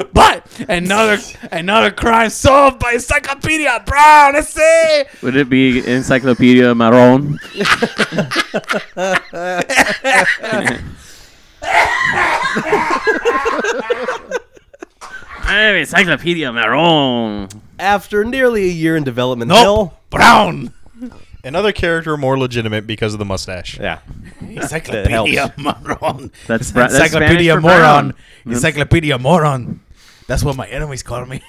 S1: ride. but another another crime solved by Encyclopedia Brown. I say
S7: Would it be Encyclopedia Marron? I'm Encyclopedia Marron.
S6: After nearly a year in development,
S4: Nope.
S6: Hill.
S4: Brown. Another character more legitimate because of the mustache.
S6: Yeah.
S1: Encyclopedia Moron.
S7: That's Bra- that's Spanish
S1: Encyclopedia
S7: for
S1: Moron.
S7: brown.
S1: Encyclopedia Moron. That's what my enemies call me.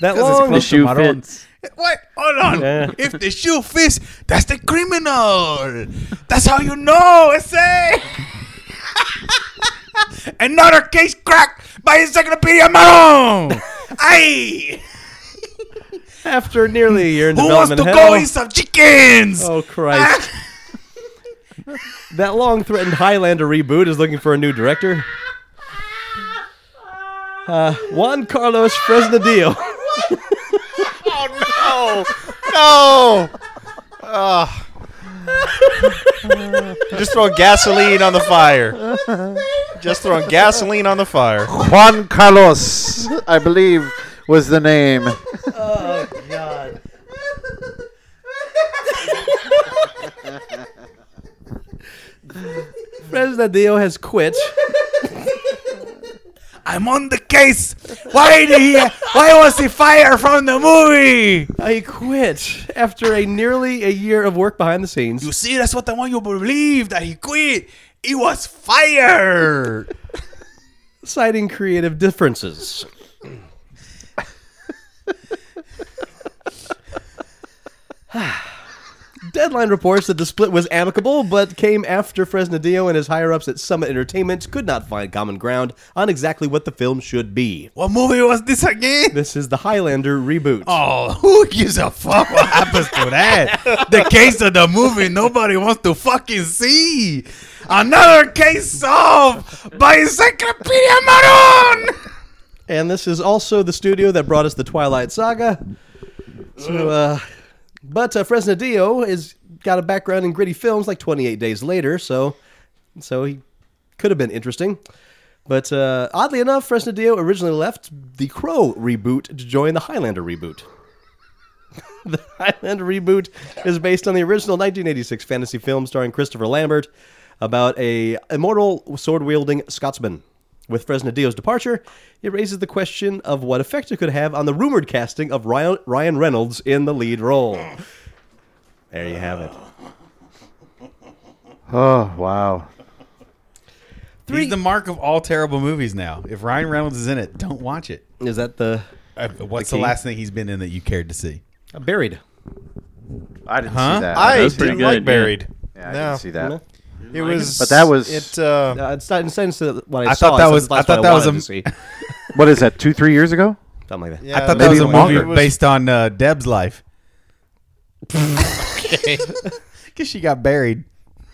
S6: That long
S7: The shoe fits.
S1: What? Hold on.
S6: Yeah.
S1: If the shoe fits, that's the criminal. That's how you know, say. Another case cracked by Encyclopedia Maron. Aye.
S6: After nearly a year in
S1: Who wants to
S6: development,
S1: go
S6: hell.
S1: eat some chickens?
S6: Oh Christ!
S1: Ah.
S6: that long-threatened Highlander reboot is looking for a new director. Uh, Juan Carlos Fresnadillo.
S4: No. Ah. Just throwing gasoline on the fire. Just throwing gasoline on the fire.
S3: Juan Carlos, I believe, was the name.
S6: Fresnadillo has quit.
S8: I'm on the case. Why did he? Why was he fired from the movie?
S6: I quit after a nearly a year of work behind the scenes.
S8: You see, that's what I want you to believe that he quit. He was fired.
S6: citing creative differences. Deadline reports that the split was amicable, but came after Fresnadillo and his higher ups at Summit Entertainment could not find common ground on exactly what the film should be.
S8: What movie was this again?
S6: This is the Highlander reboot.
S8: Oh, who gives a fuck what happens to that? The case of the movie nobody wants to fucking see. Another case solved by Encyclopedia Maroon.
S6: And this is also the studio that brought us the Twilight Saga. So, uh, but uh, Fresnadillo has got a background in gritty films like 28 Days Later, so so he could have been interesting. But uh, oddly enough, Fresnadillo originally left the Crow reboot to join the Highlander reboot. the Highlander reboot is based on the original 1986 fantasy film starring Christopher Lambert about a immortal sword wielding Scotsman. With Fresnadillo's departure, it raises the question of what effect it could have on the rumored casting of Ryan Ryan Reynolds in the lead role. There you have it.
S3: Oh wow.
S1: He's the mark of all terrible movies now. If Ryan Reynolds is in it, don't watch it.
S6: Is that the
S5: Uh,
S1: What's
S6: The
S1: the,
S6: key?
S1: last thing he's been in that you cared to see?
S6: buried?
S3: I didn't
S1: Huh?
S3: see that.
S4: I
S7: was
S4: didn't
S7: pretty
S4: like
S7: good,
S4: buried.
S3: yeah, I
S4: no.
S3: didn't see that.
S4: It was,
S3: But that was-
S4: it. Uh,
S6: Uh, it's not in the sense of what I,
S1: I
S6: saw,
S1: thought that
S6: it's
S1: was-
S6: the last
S1: I
S6: one
S1: thought that was
S6: wanted
S1: a-
S6: to see.
S3: What is that? Two, three years ago?
S6: something like that.
S4: yeah,
S1: I thought that was a
S4: one-
S1: movie
S4: it was-
S1: based on uh, Deb's life. Because she got buried.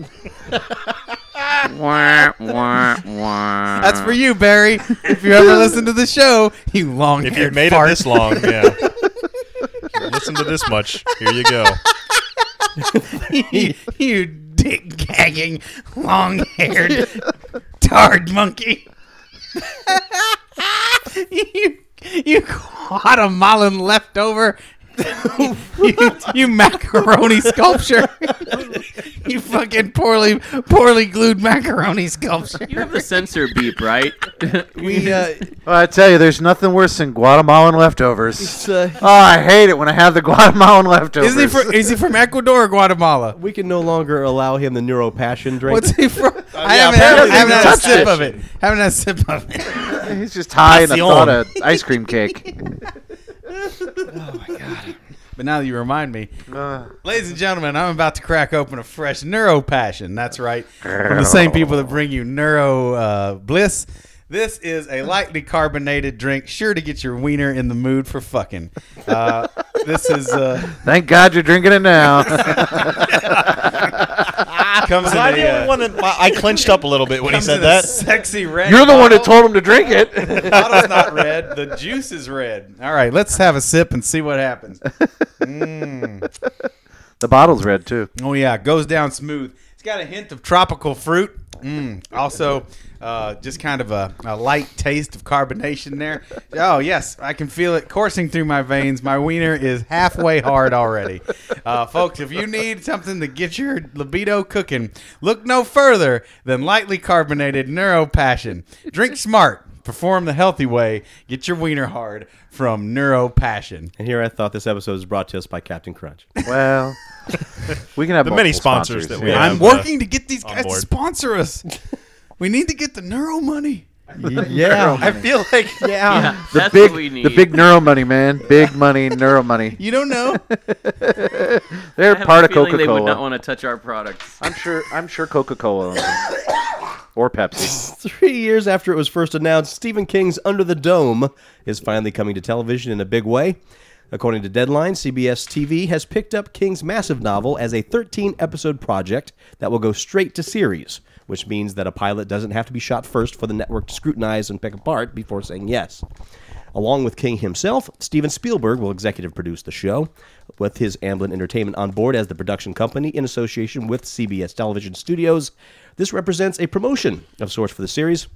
S7: wah, wah, wah.
S8: That's for you, Barry. If you ever listen to the show, you long.
S4: If you made it this long, yeah. Listen to this much. Here you go.
S8: you, you dick gagging, long haired, tarred monkey. you, you Guatemalan leftover. you, you macaroni sculpture. you fucking poorly poorly glued macaroni sculpture.
S7: You have the censor beep, right?
S6: We, uh,
S3: Well, I tell you, there's nothing worse than Guatemalan leftovers.
S6: it's, uh,
S3: Oh, I hate it when I have the Guatemalan leftovers.
S8: Is he, from, is he from Ecuador or Guatemala?
S6: we can no longer allow him the neuro passion drink.
S8: What's he from? I haven't, haven't
S3: apparently he
S8: had a
S3: touched
S8: sip
S3: it.
S8: of it. Haven't had a sip of it.
S3: He's just high and I
S4: Pasión.
S3: thought of ice cream cake.
S1: But now that you remind me,
S3: Uh,
S1: ladies and gentlemen, I'm about to crack open a fresh neuro passion. That's right. From the same people that bring you neuro uh, bliss. This is a lightly carbonated drink, sure to get your wiener in the mood for fucking. Uh, this is uh,
S3: thank God you're drinking it now.
S1: comes in
S4: I,
S1: a, uh,
S4: clenched up a little bit when he
S1: comes
S4: said
S1: in a
S4: that.
S1: sexy red.
S3: you're the one who
S1: bottle.
S3: told him to drink it.
S1: The bottle's not red. The juice is red. All right, let's have a sip and see what happens.
S3: the bottle's red too.
S1: Oh yeah, it goes down smooth. It's got a hint of tropical fruit. Mm. Also, uh, just kind of a, a light taste of carbonation there. Oh yes, I can feel it coursing through my veins. My wiener is halfway hard already, uh, folks. If you need something to get your libido cooking, look no further than lightly carbonated Neuro Passion. Drink smart. Perform the healthy way. Get your wiener hard from Neuro Passion.
S6: and here I thought this episode was brought to us by Captain Crunch.
S3: Well, we can have
S4: The many
S3: multiple
S4: sponsors that we have.
S1: I'm working to get these
S4: uh, on
S1: guys to
S4: board.
S1: sponsor us. We need to get the neuro money.
S6: yeah.
S1: I feel like yeah.
S7: yeah, that's
S3: Big,
S7: what we need.
S3: the big neuro money, man. Big money, neuro money.
S1: You don't know.
S3: They're
S7: I have
S3: part
S7: a
S3: of
S7: feeling
S3: Coca
S7: They would not
S3: Cola.
S7: want to touch our products.
S3: I'm sure. I'm sure Coca Cola or Pepsi.
S6: Three years after it was first announced, Stephen King's Under the Dome is finally coming to television in a big way. According to Deadline, CBS TV has picked up King's massive novel as a 13 episode project that will go straight to series, which means that a pilot doesn't have to be shot first for the network to scrutinize and pick apart before saying yes. Along with King himself, Steven Spielberg will executive produce the show, with his Amblin Entertainment on board as the production company in association with CBS Television Studios. This represents a promotion of sorts for the series.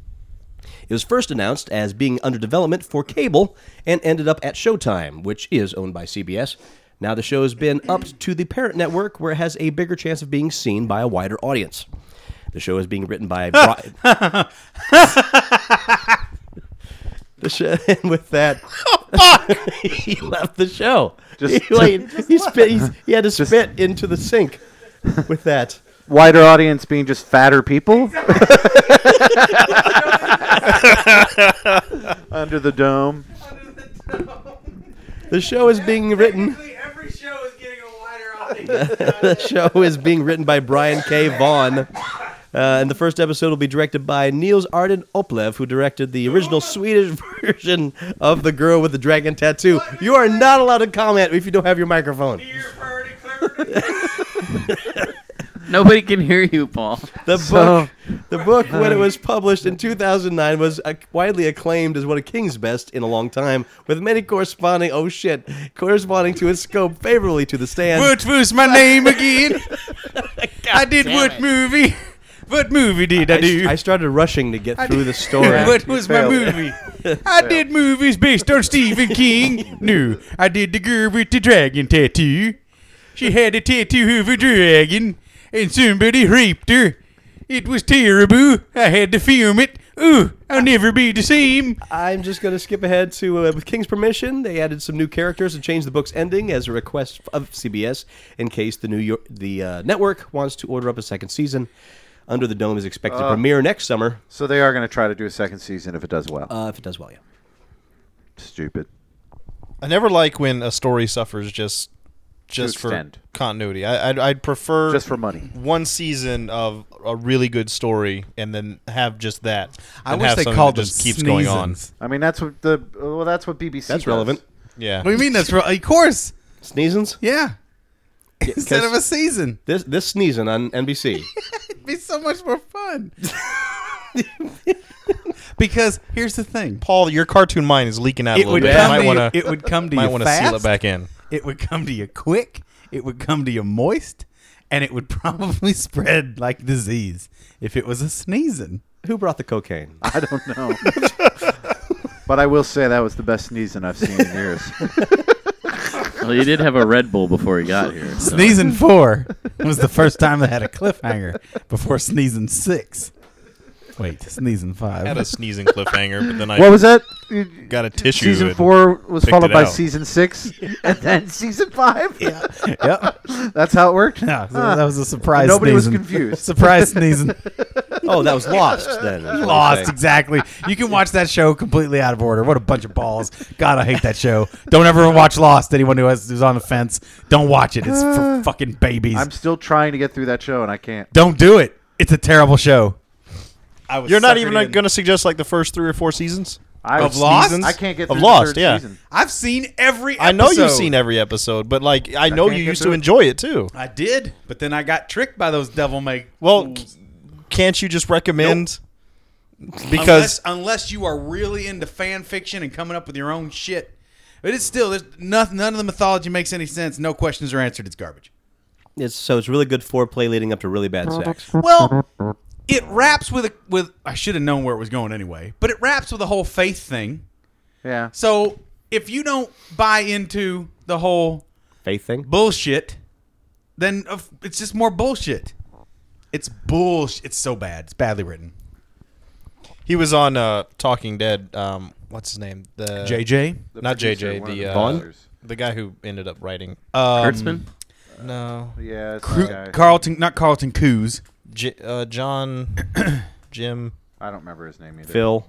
S6: It was first announced as being under development for cable and ended up at Showtime, which is owned by CBS. Now the show has been upped to the parent network where it has a bigger chance of being seen by a wider audience. The show is being written by Brian. the show, and with that, he left the show.
S3: Oh, Just-
S6: he, like, he spit. He's, he had to spit into the sink. With that,
S3: Wider audience being just fatter people. Under the dome.
S6: the show is being written.
S8: Every show is getting a wider audience.
S6: the show is being written by Brian K. Vaughan. Uh, and the first episode will be directed by Niels Arden Oplev, who directed the original Swedish version of The Girl with the Dragon Tattoo. You are not allowed to comment if you don't have your microphone.
S7: Nobody can hear you, Paul.
S6: The
S3: So-
S6: book, the book when it was published in 2009, was uh, widely acclaimed as one of King's best in a long time, with many corresponding, oh shit, corresponding to its scope favorably to the stand.
S8: What was my name again? I did what movie? What movie did I,
S6: I,
S8: do?
S6: I started rushing to get through the story.
S8: what was my movie? I did movies based on Stephen King. No, I did the girl with the dragon tattoo. She had a tattoo of a dragon, and somebody raped her. It was terrible. I had to film it. Ooh, I'll never be the same.
S6: I'm just going to skip ahead to, uh, with King's permission, they added some new characters and changed the book's ending as a request of CBS in case the New York the uh, network wants to order up a second season. Under the Dome is expected to premiere next summer
S3: So they are going to try to do a second season if it does well.
S6: uh, if it does well. Yeah,
S3: Stupid.
S4: I never like when a story suffers just just for
S3: extend.
S4: continuity. I, I'd, I'd prefer
S3: Just for money.
S4: one season of a really good story and then have just that.
S8: I
S4: than
S8: wish
S4: have
S8: they
S4: something
S8: called
S4: that
S8: them
S4: just keeps going on.
S8: sneezins.
S3: I mean, that's what the well, that's what BBC.
S6: that's
S3: does.
S6: relevant.
S4: Yeah,
S8: What do you mean that's right? Of course.
S6: Sneezins.
S8: Yeah. Instead of a season.
S6: This this sneezing on NBC.
S8: It'd be so much more fun. because here's the thing.
S4: Paul, your cartoon mind is leaking out a
S8: it
S4: little
S8: would,
S4: bit. You
S8: come
S4: might
S8: to
S4: wanna-
S8: you, it would come to
S4: might
S8: you
S4: want to
S8: fast.
S4: seal it back in.
S8: It would come to you quick. It would come to you moist, and it would probably spread like disease if it was a sneezing.
S6: Who brought the cocaine?
S3: I don't know. but I will say that was the best sneezing I've seen in years.
S7: Well, he did have a Red Bull before he got here. so-
S8: Sneezing four was the first time they had a cliffhanger before sneezing six. Wait, sneezing
S4: I had
S8: five.
S4: a sneezing cliffhanger, but then I
S3: what was that?
S4: got a tissue.
S3: Season
S4: and-
S3: four was
S4: picked
S3: followed
S4: it
S3: by
S4: out.
S3: season six, and then season five. Yeah,
S8: yep.
S3: that's how it worked.
S8: Yeah, so that was a surprise.
S3: Nobody was
S8: sneezing.
S3: confused.
S8: surprise sneezing.
S6: Oh, that was Lost then. is what I'm
S8: Lost,
S6: saying.
S8: exactly. You can watch that show completely out of order. What a bunch of balls. God, I hate that show. Don't ever watch Lost. Anyone who has, who's on the fence, don't watch it. It's for fucking babies.
S3: I'm still trying to get through that show, and I can't.
S8: don't do it. It's a terrible show. I was
S4: You're not
S8: suckered
S4: even
S8: in.
S4: going to suggest like the first three or four seasons.
S3: I
S4: Of Lost?
S3: I can't get
S4: Of
S3: through
S4: Lost,
S3: The third
S4: yeah.
S3: Season.
S8: I've seen every. Episode.
S4: I know you've seen every episode, but like I know
S3: can't
S4: you
S3: get
S4: used
S3: through
S4: to
S3: it.
S4: enjoy it too.
S8: I did, but then I got tricked by those devil may.
S4: Well, c- can't you just recommend? Because
S8: Because unless, unless you are really into fan fiction and coming up with your own shit, but it's still there's nothing. None of the mythology makes any sense. No questions are answered. It's garbage.
S6: It's, so it's really good foreplay leading up to really bad sex.
S8: Well, it wraps with a with I should have known where it was going anyway, but it wraps with the whole faith thing.
S3: Yeah.
S8: So if you don't buy into the whole
S6: Faith thing.
S8: bullshit, then of- it's just more bullshit. It's bullshit. It's so bad. It's badly written.
S4: he was on uh, Talking Dead. Um, what's his name? The
S8: JJ.
S4: not
S3: producer,
S4: JJ.
S3: one of
S4: The
S3: the
S4: uh,
S3: Vaughn?
S4: the guy who ended up writing.
S7: Kurtzman?
S4: no,
S3: Yeah. it's
S8: Cru-
S3: okay.
S8: Carlton, not Carlton Coos.
S4: J- uh, John, Jim
S3: I don't remember his name either.
S6: Phil,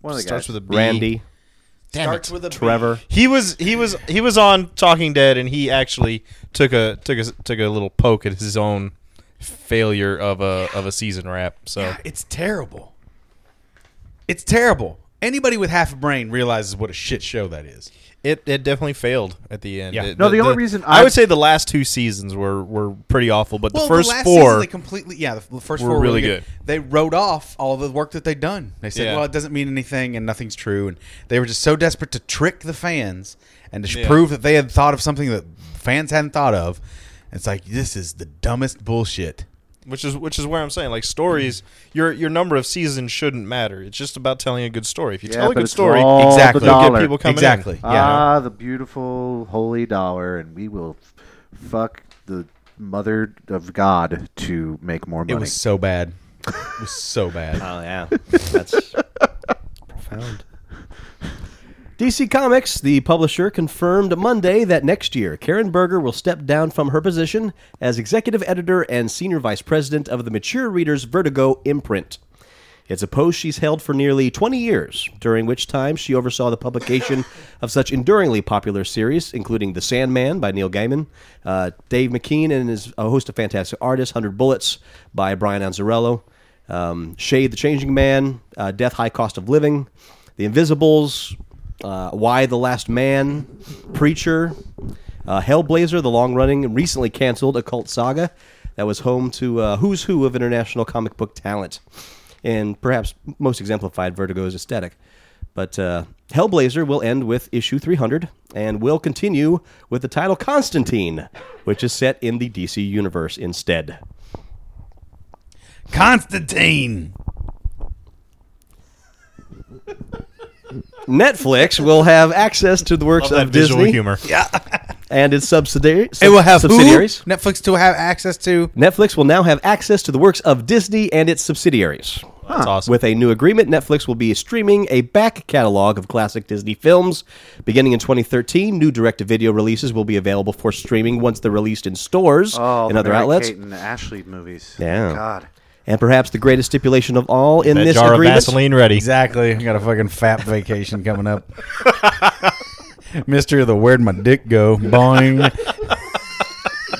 S3: One of the
S4: starts
S3: guys.
S4: with a B.
S6: Randy,
S4: Damn
S8: Starts
S4: it.
S8: with a B.
S6: Trevor.
S4: He was he was he was on Talking Dead, and he actually took a took a took a little poke at his own failure of a of a season wrap. So
S8: It's terrible. It's terrible. Anybody with half a brain realizes what a shit show that is.
S4: it, it definitely failed at the end.
S8: Yeah.
S4: It-
S3: No, the only reason
S4: I,
S3: I-
S4: would say the last two seasons were were pretty awful, but the first
S8: last
S4: four
S8: season, they completely yeah the first
S4: were
S8: four
S4: really good.
S8: They wrote off all the work that they'd done. They said,
S4: Yeah.
S8: well, it doesn't mean anything and nothing's true, and they were just so desperate to trick the fans and to sh
S4: Yeah.
S8: prove that they had thought of something that fans hadn't thought of. It's like this is the dumbest bullshit.
S4: which is which is where I'm saying like stories
S3: Mm-hmm.
S4: your your number of seasons shouldn't matter. It's just about telling a good story. If you
S3: Yeah,
S4: tell a
S3: but
S4: good
S3: it's
S4: story,
S3: all the
S8: Exactly.
S4: you'll
S3: dollar.
S4: get people coming in.
S8: exactly. Yeah.
S3: Ah, the beautiful holy dollar, and we will f- fuck the mother of God to make more money.
S5: It was so bad. It was so bad.
S6: Oh yeah, that's profound. DC Comics, the publisher, confirmed Monday that next year Karen Berger will step down from her position as executive editor and senior vice president of the Mature Readers Vertigo imprint. It's a post she's held for nearly 20 years, during which time she oversaw the publication of such enduringly popular series, including The Sandman by Neil Gaiman, uh, Dave McKean and his a host of fantastic artists, 100 Bullets by Brian Anzarello, um, Shade the Changing Man, uh, Death High Cost of Living, The Invisibles, uh, Why the Last Man, Preacher, uh, Hellblazer, the long running and recently canceled occult saga that was home to uh, who's who of international comic book talent, and perhaps most exemplified Vertigo's aesthetic. But uh, Hellblazer will end with issue 300 and will continue with the title Constantine, which is set in the DC Universe instead.
S1: Constantine.
S6: Netflix will have access to the works
S4: That
S6: of
S4: visual
S6: Disney
S4: humor.
S6: and its subsidiary,
S8: It will have who?
S6: subsidiaries.
S8: Netflix to have access to.
S6: Netflix will now have access to the works of Disney and its subsidiaries.
S5: That's awesome.
S6: With a new agreement, Netflix will be streaming a back catalog of classic Disney films. Beginning in 2013, new direct to video releases will be available for streaming once they're released in stores
S3: Oh,
S6: and
S3: the
S6: other
S3: Mary
S6: outlets.
S3: Kate and Ashley movies.
S6: Yeah.
S3: God.
S6: And perhaps the greatest stipulation of all in
S4: That
S6: this
S4: jar
S6: agreement.
S4: of Vaseline ready.
S1: Exactly. I got a fucking fat vacation coming up. Mystery of the where'd my dick go? Boing.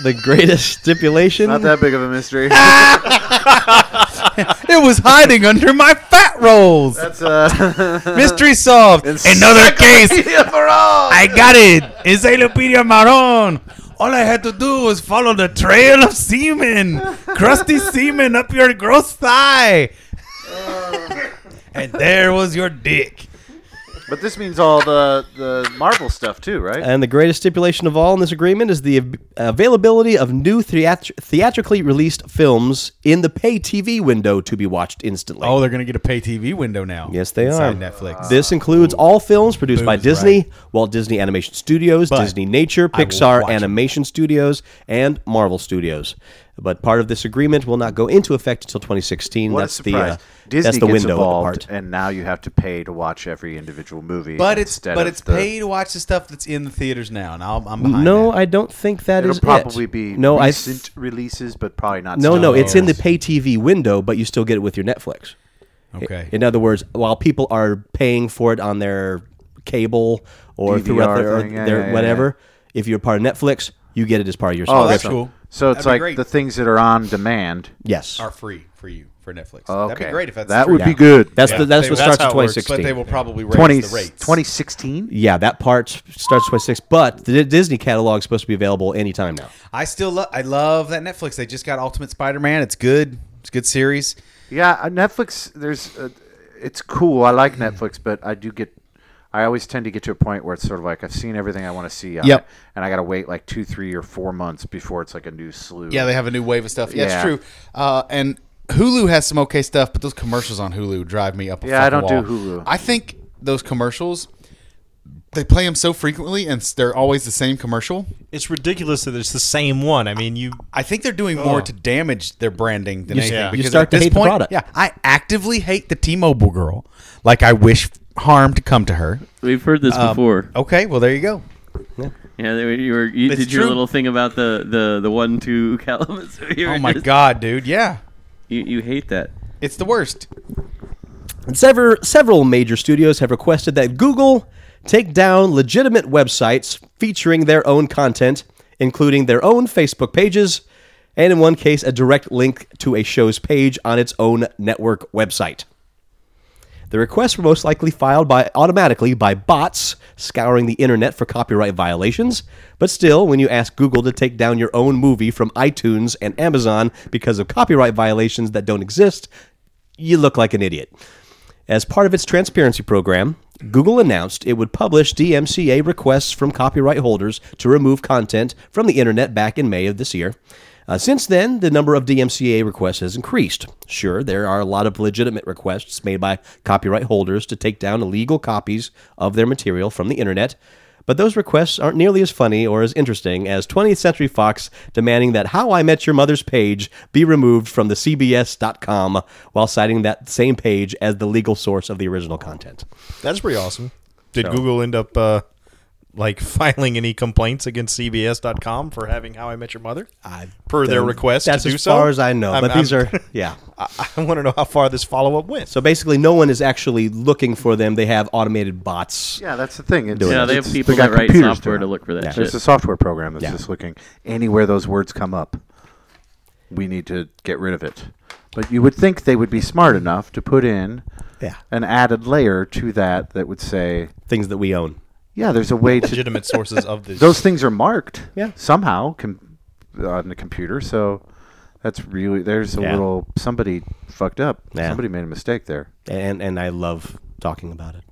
S6: The greatest stipulation.
S3: Not that big of a mystery.
S6: Ah!
S1: it was hiding under my fat rolls.
S3: That's uh,
S1: Mystery solved. Another case.
S3: for all.
S1: I got it. Encyclopedia Marron. All I had to do was follow the trail of semen, crusty semen up your gross thigh. and there was your dick.
S3: But this means all the the Marvel stuff too, right?
S6: And the greatest stipulation of all in this agreement is the av- availability of new theatr- theatrically released films in the pay TV window to be watched instantly.
S5: Oh, they're gonna get a pay TV window now.
S6: Yes, they
S5: inside
S6: are.
S5: Netflix.
S6: This includes all films produced by
S5: Booze,
S6: Disney,
S5: right.
S6: Walt Disney Animation Studios, Disney Nature,
S5: I will
S6: Pixar
S5: watch it.
S6: Animation Studios, and Marvel Studios. But part of this agreement will not go into effect until 2016.
S3: what
S6: that's
S3: a surprise!
S6: the uh,
S3: Disney
S6: that's the
S3: gets
S6: window
S3: involved,
S6: part.
S3: and now you have to pay to watch every individual movie.
S8: But it's
S3: instead
S8: but
S3: of
S8: it's
S3: the-
S8: paid to watch the stuff that's in the theaters.
S5: Theaters now, and I'll, I'm behind
S6: No,
S5: that.
S6: I don't think that
S3: It'll
S6: is
S3: probably
S6: it.
S3: be
S6: no, I
S3: recent releases, but probably not.
S6: no,
S3: still
S6: no. It's in the
S3: released.
S6: pay TV window, but you still get it with your Netflix.
S5: okay.
S6: In other words, while people are paying for it on their cable or
S3: DVR
S6: throughout their, or
S3: thing, yeah,
S6: their
S3: yeah, yeah,
S6: whatever, if you're part of Netflix, you get it as part of your
S3: Oh,
S6: subscription.
S3: that's
S5: cool.
S3: So it's
S5: That'd be
S3: like
S5: great.
S3: the things that are on demand.
S6: Yes.
S5: are free for you for Netflix.
S3: Okay,
S5: That'd be great if that's
S3: that
S5: true.
S3: would be good.
S6: That's the, that's
S5: They-
S6: what
S5: that's
S6: starts in
S5: how it works,
S6: 2016.
S5: But they will probably raise
S3: 20,
S5: the rates.
S3: 2016?
S6: yeah, that part starts 26. But the Disney catalog is supposed to be available anytime now.
S8: I still love I love that Netflix. They just got Ultimate Spider-Man. It's good. It's a good series.
S3: Yeah, uh, Netflix. There's, uh, it's cool. I like
S8: Mm.
S3: Netflix, but I do get. I always tend to get to a point where it's sort of like I've seen everything I want to see, on
S8: Yep.
S3: it, and I got to wait like two, three, or four months before it's like a new slew.
S8: Yeah, they have a new wave of stuff. Yeah,
S3: Yeah.
S8: it's true. Uh, and Hulu has some okay stuff, but those commercials on Hulu drive me up. A
S3: Yeah, I
S8: fucking
S3: don't do
S8: wall.
S3: Hulu.
S8: I think those commercials, they play them so frequently, and s- they're always the same commercial.
S4: It's ridiculous that it's the same one. I mean, you.
S8: I think they're doing more to
S5: damage their branding than anything.
S4: yeah.
S5: Because
S6: Oh. You start
S5: at
S6: to
S5: this
S6: hate the
S5: point,
S6: product.
S5: Yeah, I actively hate the T-Mobile girl. Like I wish harm to come to her.
S7: We've heard
S3: Um,
S7: this before.
S5: Okay, well there you go.
S7: Yeah, they were, you, were, you
S5: It's
S7: did your
S5: true.
S7: little thing about the the the one two Kalamazoo. You were
S5: Oh my
S7: just-
S5: god, dude. Yeah,
S7: You, you hate that.
S8: it's the worst.
S6: And sever, several major studios have requested that Google take down legitimate websites featuring their own content, including their own Facebook pages, and in one case, a direct link to a show's page on its own network website. The requests were most likely filed by automatically by bots scouring the internet for copyright violations. But still, when you ask Google to take down your own movie from iTunes and Amazon because of copyright violations that don't exist, you look like an idiot. As part of its transparency program, Google announced it would publish DMCA requests from copyright holders to remove content from the internet back in May of this year. Uh, since then, the number of DMCA requests has increased. Sure, there are a lot of legitimate requests made by copyright holders to take down illegal copies of their material from the internet, But those requests aren't nearly as funny or as interesting as 20th Century Fox demanding that How I Met Your Mother's page be removed from the CBS.com while citing that same page as the legal source of the original content.
S4: That's pretty awesome. Did Google end up uh, like filing any complaints against CBS.com for having How I Met Your Mother per their request?
S6: That's
S4: to do
S6: as far
S4: so?
S6: as I know.
S4: I'm-
S6: but these
S4: I'm-
S6: are, yeah.
S4: I, I want to know how far this follow up went.
S6: So basically, no one is actually looking for them. They have automated bots.
S3: Yeah, that's the thing. It's,
S7: Yeah, they have
S3: Oh, it's-
S7: people
S3: got
S7: that write
S3: computers doing
S7: software
S3: it.
S7: to look for that
S6: Yeah.
S3: There's a
S7: shit.
S3: software program that's
S6: Yeah.
S3: just looking anywhere those words come up. We need to get rid of it. But you would think they would be smart enough to put in
S6: Yeah.
S3: an added layer to that that would say,
S6: Things that we own.
S3: yeah, there's a way to.
S4: Legitimate sources of this.
S3: Those things are marked
S6: Yeah.
S3: somehow com- on the computer. So that's really. There's a
S6: Yeah.
S3: little. Somebody fucked up.
S6: Yeah.
S3: Somebody made a mistake there.
S6: And, and I love talking about it.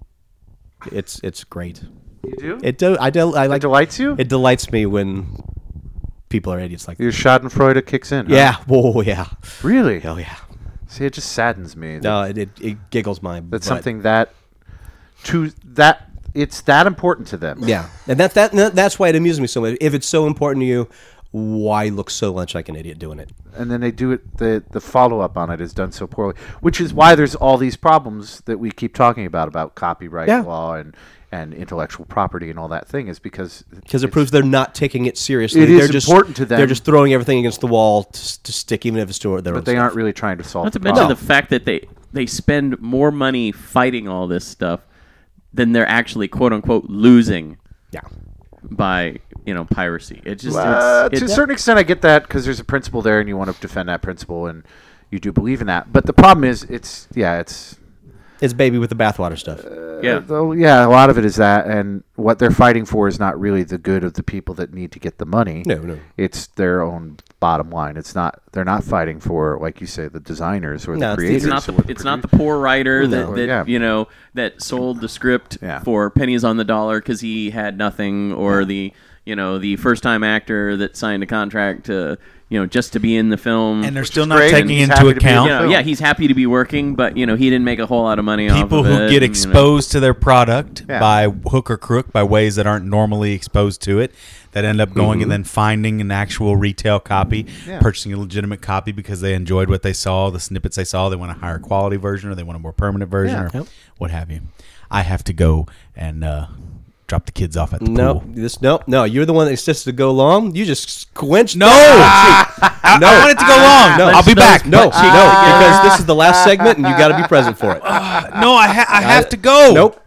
S6: It's, it's great.
S3: You do? It,
S6: It do, I do, I like
S3: delights you?
S6: It delights me when people are idiots like that.
S3: Your Schadenfreude kicks in. huh?
S6: Yeah. Whoa. Yeah.
S3: Really?
S6: Oh yeah.
S3: See, it just saddens me. that
S6: No, it, it, it giggles my.
S3: That's
S6: butt.
S3: something that to that it's that important to them.
S6: Yeah, and that's that. that- That's why it amuses me so much. If it's so important to you, why look so much like an idiot doing it?
S3: And then they do it the the follow up on it is done so poorly, which is why there's all these problems that we keep talking about about copyright
S6: Yeah.
S3: law and and intellectual property and all that thing is because
S6: Because it
S3: it's-
S6: proves they're not taking it seriously.
S3: It is
S6: they're just,
S3: important to them.
S6: They're just throwing everything against the wall to, to stick, even if it's to their own.
S3: but they aren't
S6: stuff.
S3: really trying to solve
S7: Not to
S3: the
S7: mention the
S3: problem.
S7: fact that they they spend more money fighting all this stuff than they're actually quote unquote losing by you know piracy. It just
S3: Uh,
S7: it's,
S3: to a
S7: it's-
S3: certain extent, I get that because there's a principle there, and you want to defend that principle, and you do believe in that. But the problem is, it's yeah, it's
S6: Yeah, it's baby with the bathwater stuff.
S3: Uh,
S7: yeah.
S3: Though, yeah, a lot of it is that, and what they're fighting for is not really the good of the people that need to get the money.
S6: No, no.
S3: It's their own bottom line. It's not. They're not fighting for, like you say, the designers or
S6: No,
S3: the
S6: it's the-
S3: creators.
S7: It's not
S3: or
S7: the it's not the poor writer that, that
S3: yeah.
S7: you know that sold the script
S3: Yeah.
S7: for pennies on the dollar because he had nothing, or the you know the first time actor that signed a contract to you know just to be in the film.
S5: And they're still not
S3: great, and
S5: taking
S3: he's
S5: into
S3: happy to be
S5: account
S7: you know,
S3: film.
S7: yeah, he's happy to be working, but you know he didn't make a whole lot of money off
S5: people
S7: of
S5: who
S7: it,
S5: get
S7: and, you know.
S5: exposed to their product
S3: Yeah.
S5: by hook or crook by ways that aren't normally exposed to it that end up going
S7: Mm-hmm.
S5: and then finding an actual retail copy purchasing a legitimate copy because they enjoyed what they saw the snippets they saw they want a higher quality version or they want a more permanent version or what have you i have to go and uh, drop the kids off at the
S6: No,
S5: pool
S6: this no, no. You're the one that insists to go long. You just quench.
S5: no
S6: no.
S5: i want it to go long
S6: No,
S5: i'll be back
S6: No, no,
S5: But-
S6: because this is the last segment, and you got to be present for it.
S5: no i, ha- I have to go
S6: Nope.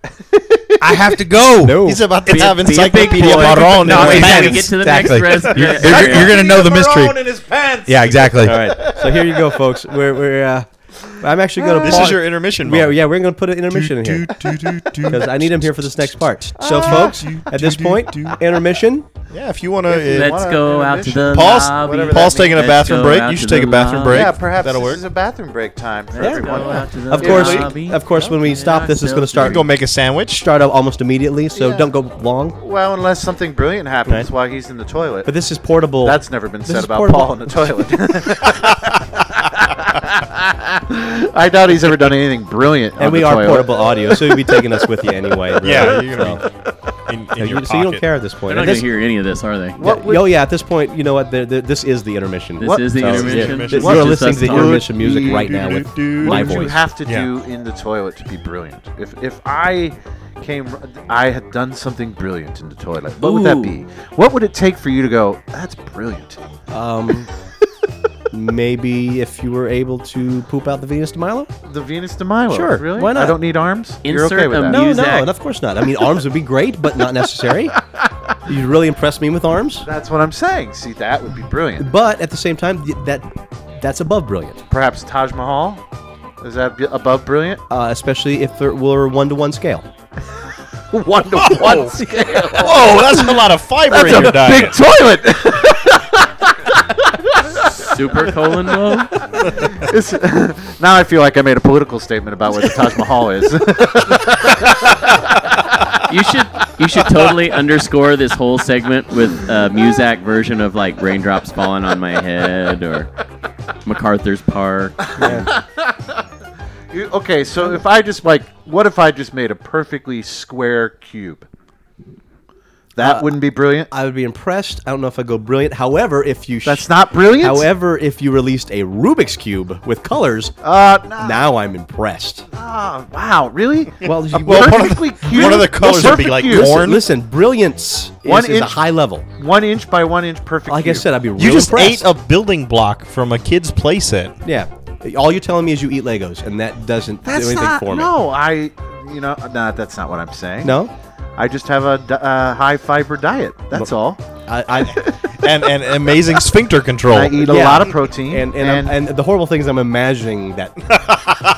S5: i have to go
S6: No.
S4: He's about to have encyclopedia
S7: boy.
S4: Maron.
S5: No,
S4: in
S5: I
S4: his
S5: mean,
S4: hands.
S7: to get to the next
S5: Exactly.
S7: res-
S5: You're,
S7: yeah,
S5: you're-
S7: yeah.
S5: you're gonna know the mystery. Yeah, exactly.
S6: All right. So here you go, folks. We're, we're uh, I'm actually going to.
S4: This is your intermission.
S6: Yeah,
S4: moment.
S6: yeah. We're going to put an intermission in here because I need him here for this next part. So,
S4: Ah.
S6: folks, at this point, intermission.
S4: Yeah, if you uh, want to,
S7: Let's go out to the
S4: Paul's-
S7: lobby.
S4: Paul's taking a
S7: Let's
S4: bathroom
S7: go
S4: break.
S7: out
S4: You
S7: to
S4: should
S7: the
S4: take a bathroom
S7: lobby.
S4: break.
S3: yeah, perhaps
S4: That'll
S3: this
S4: work.
S3: is a bathroom break time for
S7: Let's go
S3: everyone.
S7: out to the
S6: Of course,
S7: lobby.
S6: of course. When we stop this, it's going to
S4: you
S6: start
S4: go make a sandwich.
S6: start up almost immediately. So don't go long.
S3: Well, unless something brilliant happens
S6: Right.
S3: while he's in the toilet.
S6: But this is portable.
S3: that's never been
S6: is
S3: said about
S6: portable.
S3: Paul in the toilet. I doubt he's ever done anything brilliant. on
S6: and we
S3: the
S6: are
S3: toilet.
S6: portable audio, so you'll be taking us with you anyway. really.
S4: Yeah, you're gonna be in, in
S6: So- so
S4: your
S6: you, so you don't
S4: pocket.
S6: care at this point.
S7: They're not
S6: At
S7: going
S6: this-
S7: to hear any of this, are they?
S3: What would
S6: Oh yeah, at this point, you know what? The, the, this is the intermission.
S7: This
S3: What?
S7: is the
S6: So,
S7: intermission.
S6: yeah,
S7: This is
S6: you are
S7: just
S6: listening
S7: us
S6: to the
S7: talking.
S6: intermission music
S3: Dude,
S6: right now
S4: dude,
S6: with
S4: dude,
S6: my
S3: What did you
S6: voice.
S3: have to
S4: Yeah.
S3: do in the toilet to be brilliant? If if I came, I had done something brilliant in the toilet. What would that
S7: Ooh.
S3: be? What would it take for you to go? That's brilliant.
S6: Um, maybe if you were able to poop out the Venus de Milo?
S3: The Venus de Milo.
S6: Sure,
S3: Really?
S6: why not?
S3: I don't need arms. You're
S7: Insert
S3: okay with
S7: a
S3: that?
S7: mu-
S6: No,
S7: Use
S6: no,
S7: that.
S6: and of course not. I mean, arms would be great, but not necessary. you really impressed me with arms,
S3: That's what I'm saying. See, that would be brilliant.
S6: but at the same time, th- that that's above brilliant,
S3: Perhaps Taj Mahal. Is that b- above brilliant?
S6: uh, especially if there were one to one scale.
S3: One to one scale.
S4: Whoa, that's a lot of fiber in your diet.
S3: Big toilet.
S7: Super colon blow.
S3: It's- now I feel like I made a political statement about where the Taj Mahal is.
S7: You should you should totally underscore this whole segment with a Muzak version of like raindrops falling on my head or MacArthur's Park.
S3: You- okay, so if I just like, what if I just made a perfectly square cube? That wouldn't be brilliant.
S6: Uh, I would be impressed. I don't know if I go brilliant. However, if you sh-
S3: That's not brilliant.
S6: However, if you released a Rubik's cube with colors,
S3: uh, no.
S6: now I'm impressed.
S3: Ah, wow, really?
S6: Well,
S3: a
S6: you-
S4: Well, one of
S3: perfectly
S4: the-
S3: cute,
S4: one of the colors would be
S3: perfect
S4: like
S3: cube.
S4: corn.
S6: Listen, brilliance is,
S3: One
S6: is a
S3: inch-
S6: high level.
S3: One inch by one inch, perfect.
S6: Like I
S3: cube.
S6: said, I'd be real
S4: You just
S6: impressed.
S4: ate a building block from a kid's playset.
S6: yeah. All you're telling me is you eat Legos, and that doesn't
S3: that's
S6: do anything
S3: not.
S6: for me.
S3: No, I. You know, nah, that's not what I'm saying.
S6: No?
S3: I just have a di- uh, high fiber diet. That's all.
S6: I, I,
S4: and and amazing sphincter control.
S3: I eat a
S6: yeah.
S3: lot of protein.
S6: and, and, I'm- and the horrible thing is I'm imagining that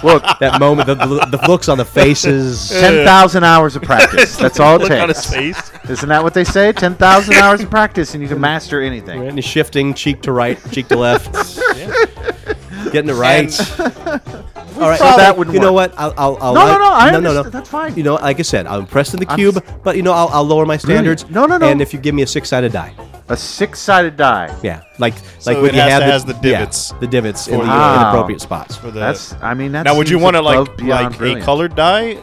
S3: look,
S6: that moment, the, the, the looks on the faces.
S3: ten thousand hours of practice. That's all it
S4: Look on his
S3: takes.
S4: face.
S3: Isn't that what they say? Ten thousand hours of practice, and you can master anything.
S6: Right, and shifting cheek to right, cheek to left, getting it right. All right,
S3: probably- that wouldn't
S6: you know
S3: work.
S6: what? I'll, I'll, I'll
S3: No, no,
S6: like-
S3: no, I understand. That's fine.
S6: You know, like I said, I'm impressed in the
S3: I'm
S6: cube,
S3: s-
S6: but you know, I'll, I'll lower my standards.
S3: No, no, no.
S6: And if you give me a six-sided die,
S3: A six-sided die.
S6: yeah, like
S4: So
S6: like when
S4: it
S6: you
S4: has
S6: have
S4: to has the
S6: yeah,
S4: divots
S6: the divots in the
S3: Wow.
S6: inappropriate spots.
S4: for the-
S3: That's. I mean, that's.
S4: now, would you want to like like a colored dye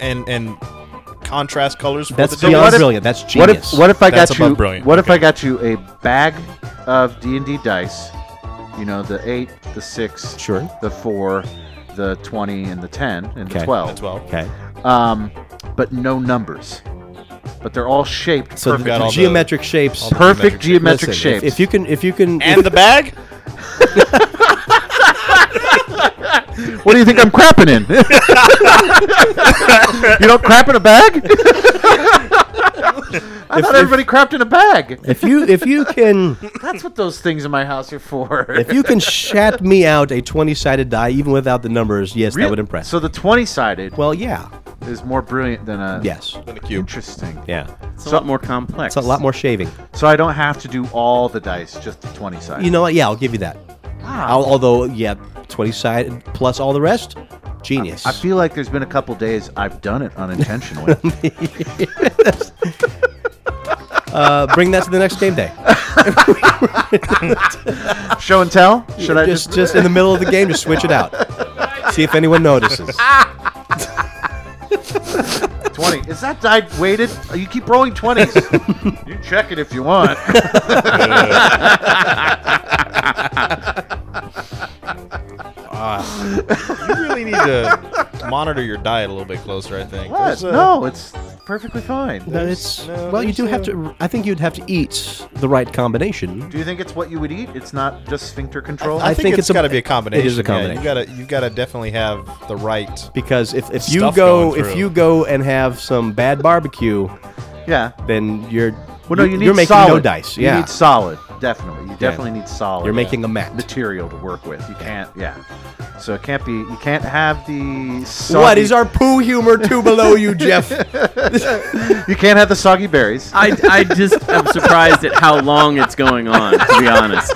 S4: and and contrast colors for
S6: That's
S4: the
S6: beyond
S3: what if-
S6: brilliant. That's
S3: What if
S6: genius.
S3: what if I
S4: That's
S3: got
S4: above
S3: you?
S4: brilliant.
S3: What if I got you a bag of D and D dice? You know, the eight, the six,
S6: Sure.
S3: the four, the twenty, and the ten, and the
S6: Okay.
S3: twelve.
S4: divots? Well,
S6: Okay.
S3: Um, but no numbers. But they're all shaped
S6: So
S4: Got
S6: the, the
S4: all
S3: perfect,
S4: the-
S6: geometric shapes.
S3: perfect
S6: Listen,
S3: geometric
S6: if-
S3: shapes.
S6: If, you can, if you can,
S4: and the bag.
S3: What do you think I'm crapping in? you don't crap in a bag? I thought everybody crapped in a bag.
S6: if you, if you can.
S3: That's what those things in my house are for.
S6: if you can shat me out a 20 sided die, even without the numbers, yes,
S3: Really?
S6: that would impress.
S3: So the 20 sided
S6: well, yeah.
S3: is more brilliant than a.
S6: Yes.
S4: Than a cube.
S3: Interesting.
S6: Yeah.
S7: It's a lot more complex.
S6: It's a lot more shaving.
S3: So I don't have to do all the dice, just the 20 sided.
S6: You know what? Yeah, I'll give you that. I'll, although, yeah, 20 sided plus all the rest, genius.
S3: I feel like there's been a couple days I've done it unintentionally.
S6: uh, bring that to the next game day.
S3: Show and tell? Should I
S6: just, just in the middle of the game, just switch it out. See if anyone notices.
S3: 20. Is that die weighted? Oh, You keep rolling 20s. you check it if you want.
S4: You really need to monitor your diet a little bit closer. I think.
S3: What?
S4: There's, uh,
S3: no, it's perfectly fine.
S6: No, it's,
S4: no,
S6: well, you
S4: there's,
S6: do have
S4: uh,
S6: to. I think you'd have to eat the right combination.
S3: Do you think it's what you would eat? It's not just sphincter control.
S4: I,
S6: I
S4: think,
S6: think
S4: it's
S6: it's a-
S4: got to be
S6: it
S4: a
S6: is a
S4: combination. Yeah,
S6: combination.
S4: you gotta you gotta definitely have the right.
S6: Because if, if you
S4: Stuff
S6: go
S4: going
S6: if
S4: through.
S6: you go and have some bad barbecue,
S3: yeah.
S6: then you're
S3: Well, no, you
S6: you're
S3: need
S6: making
S3: solid.
S6: no dice.
S3: You
S6: Yeah,
S3: need solid. Definitely. You definitely need solid.
S6: you're making a mat.
S3: material to work with. You can't. Yeah. So it can't be. You can't have the. Soggy,
S6: What is our poo humor too below you, Jeff?
S3: You can't have the soggy berries.
S6: Ah,
S7: I, I just am surprised at how long it's going on, to be honest.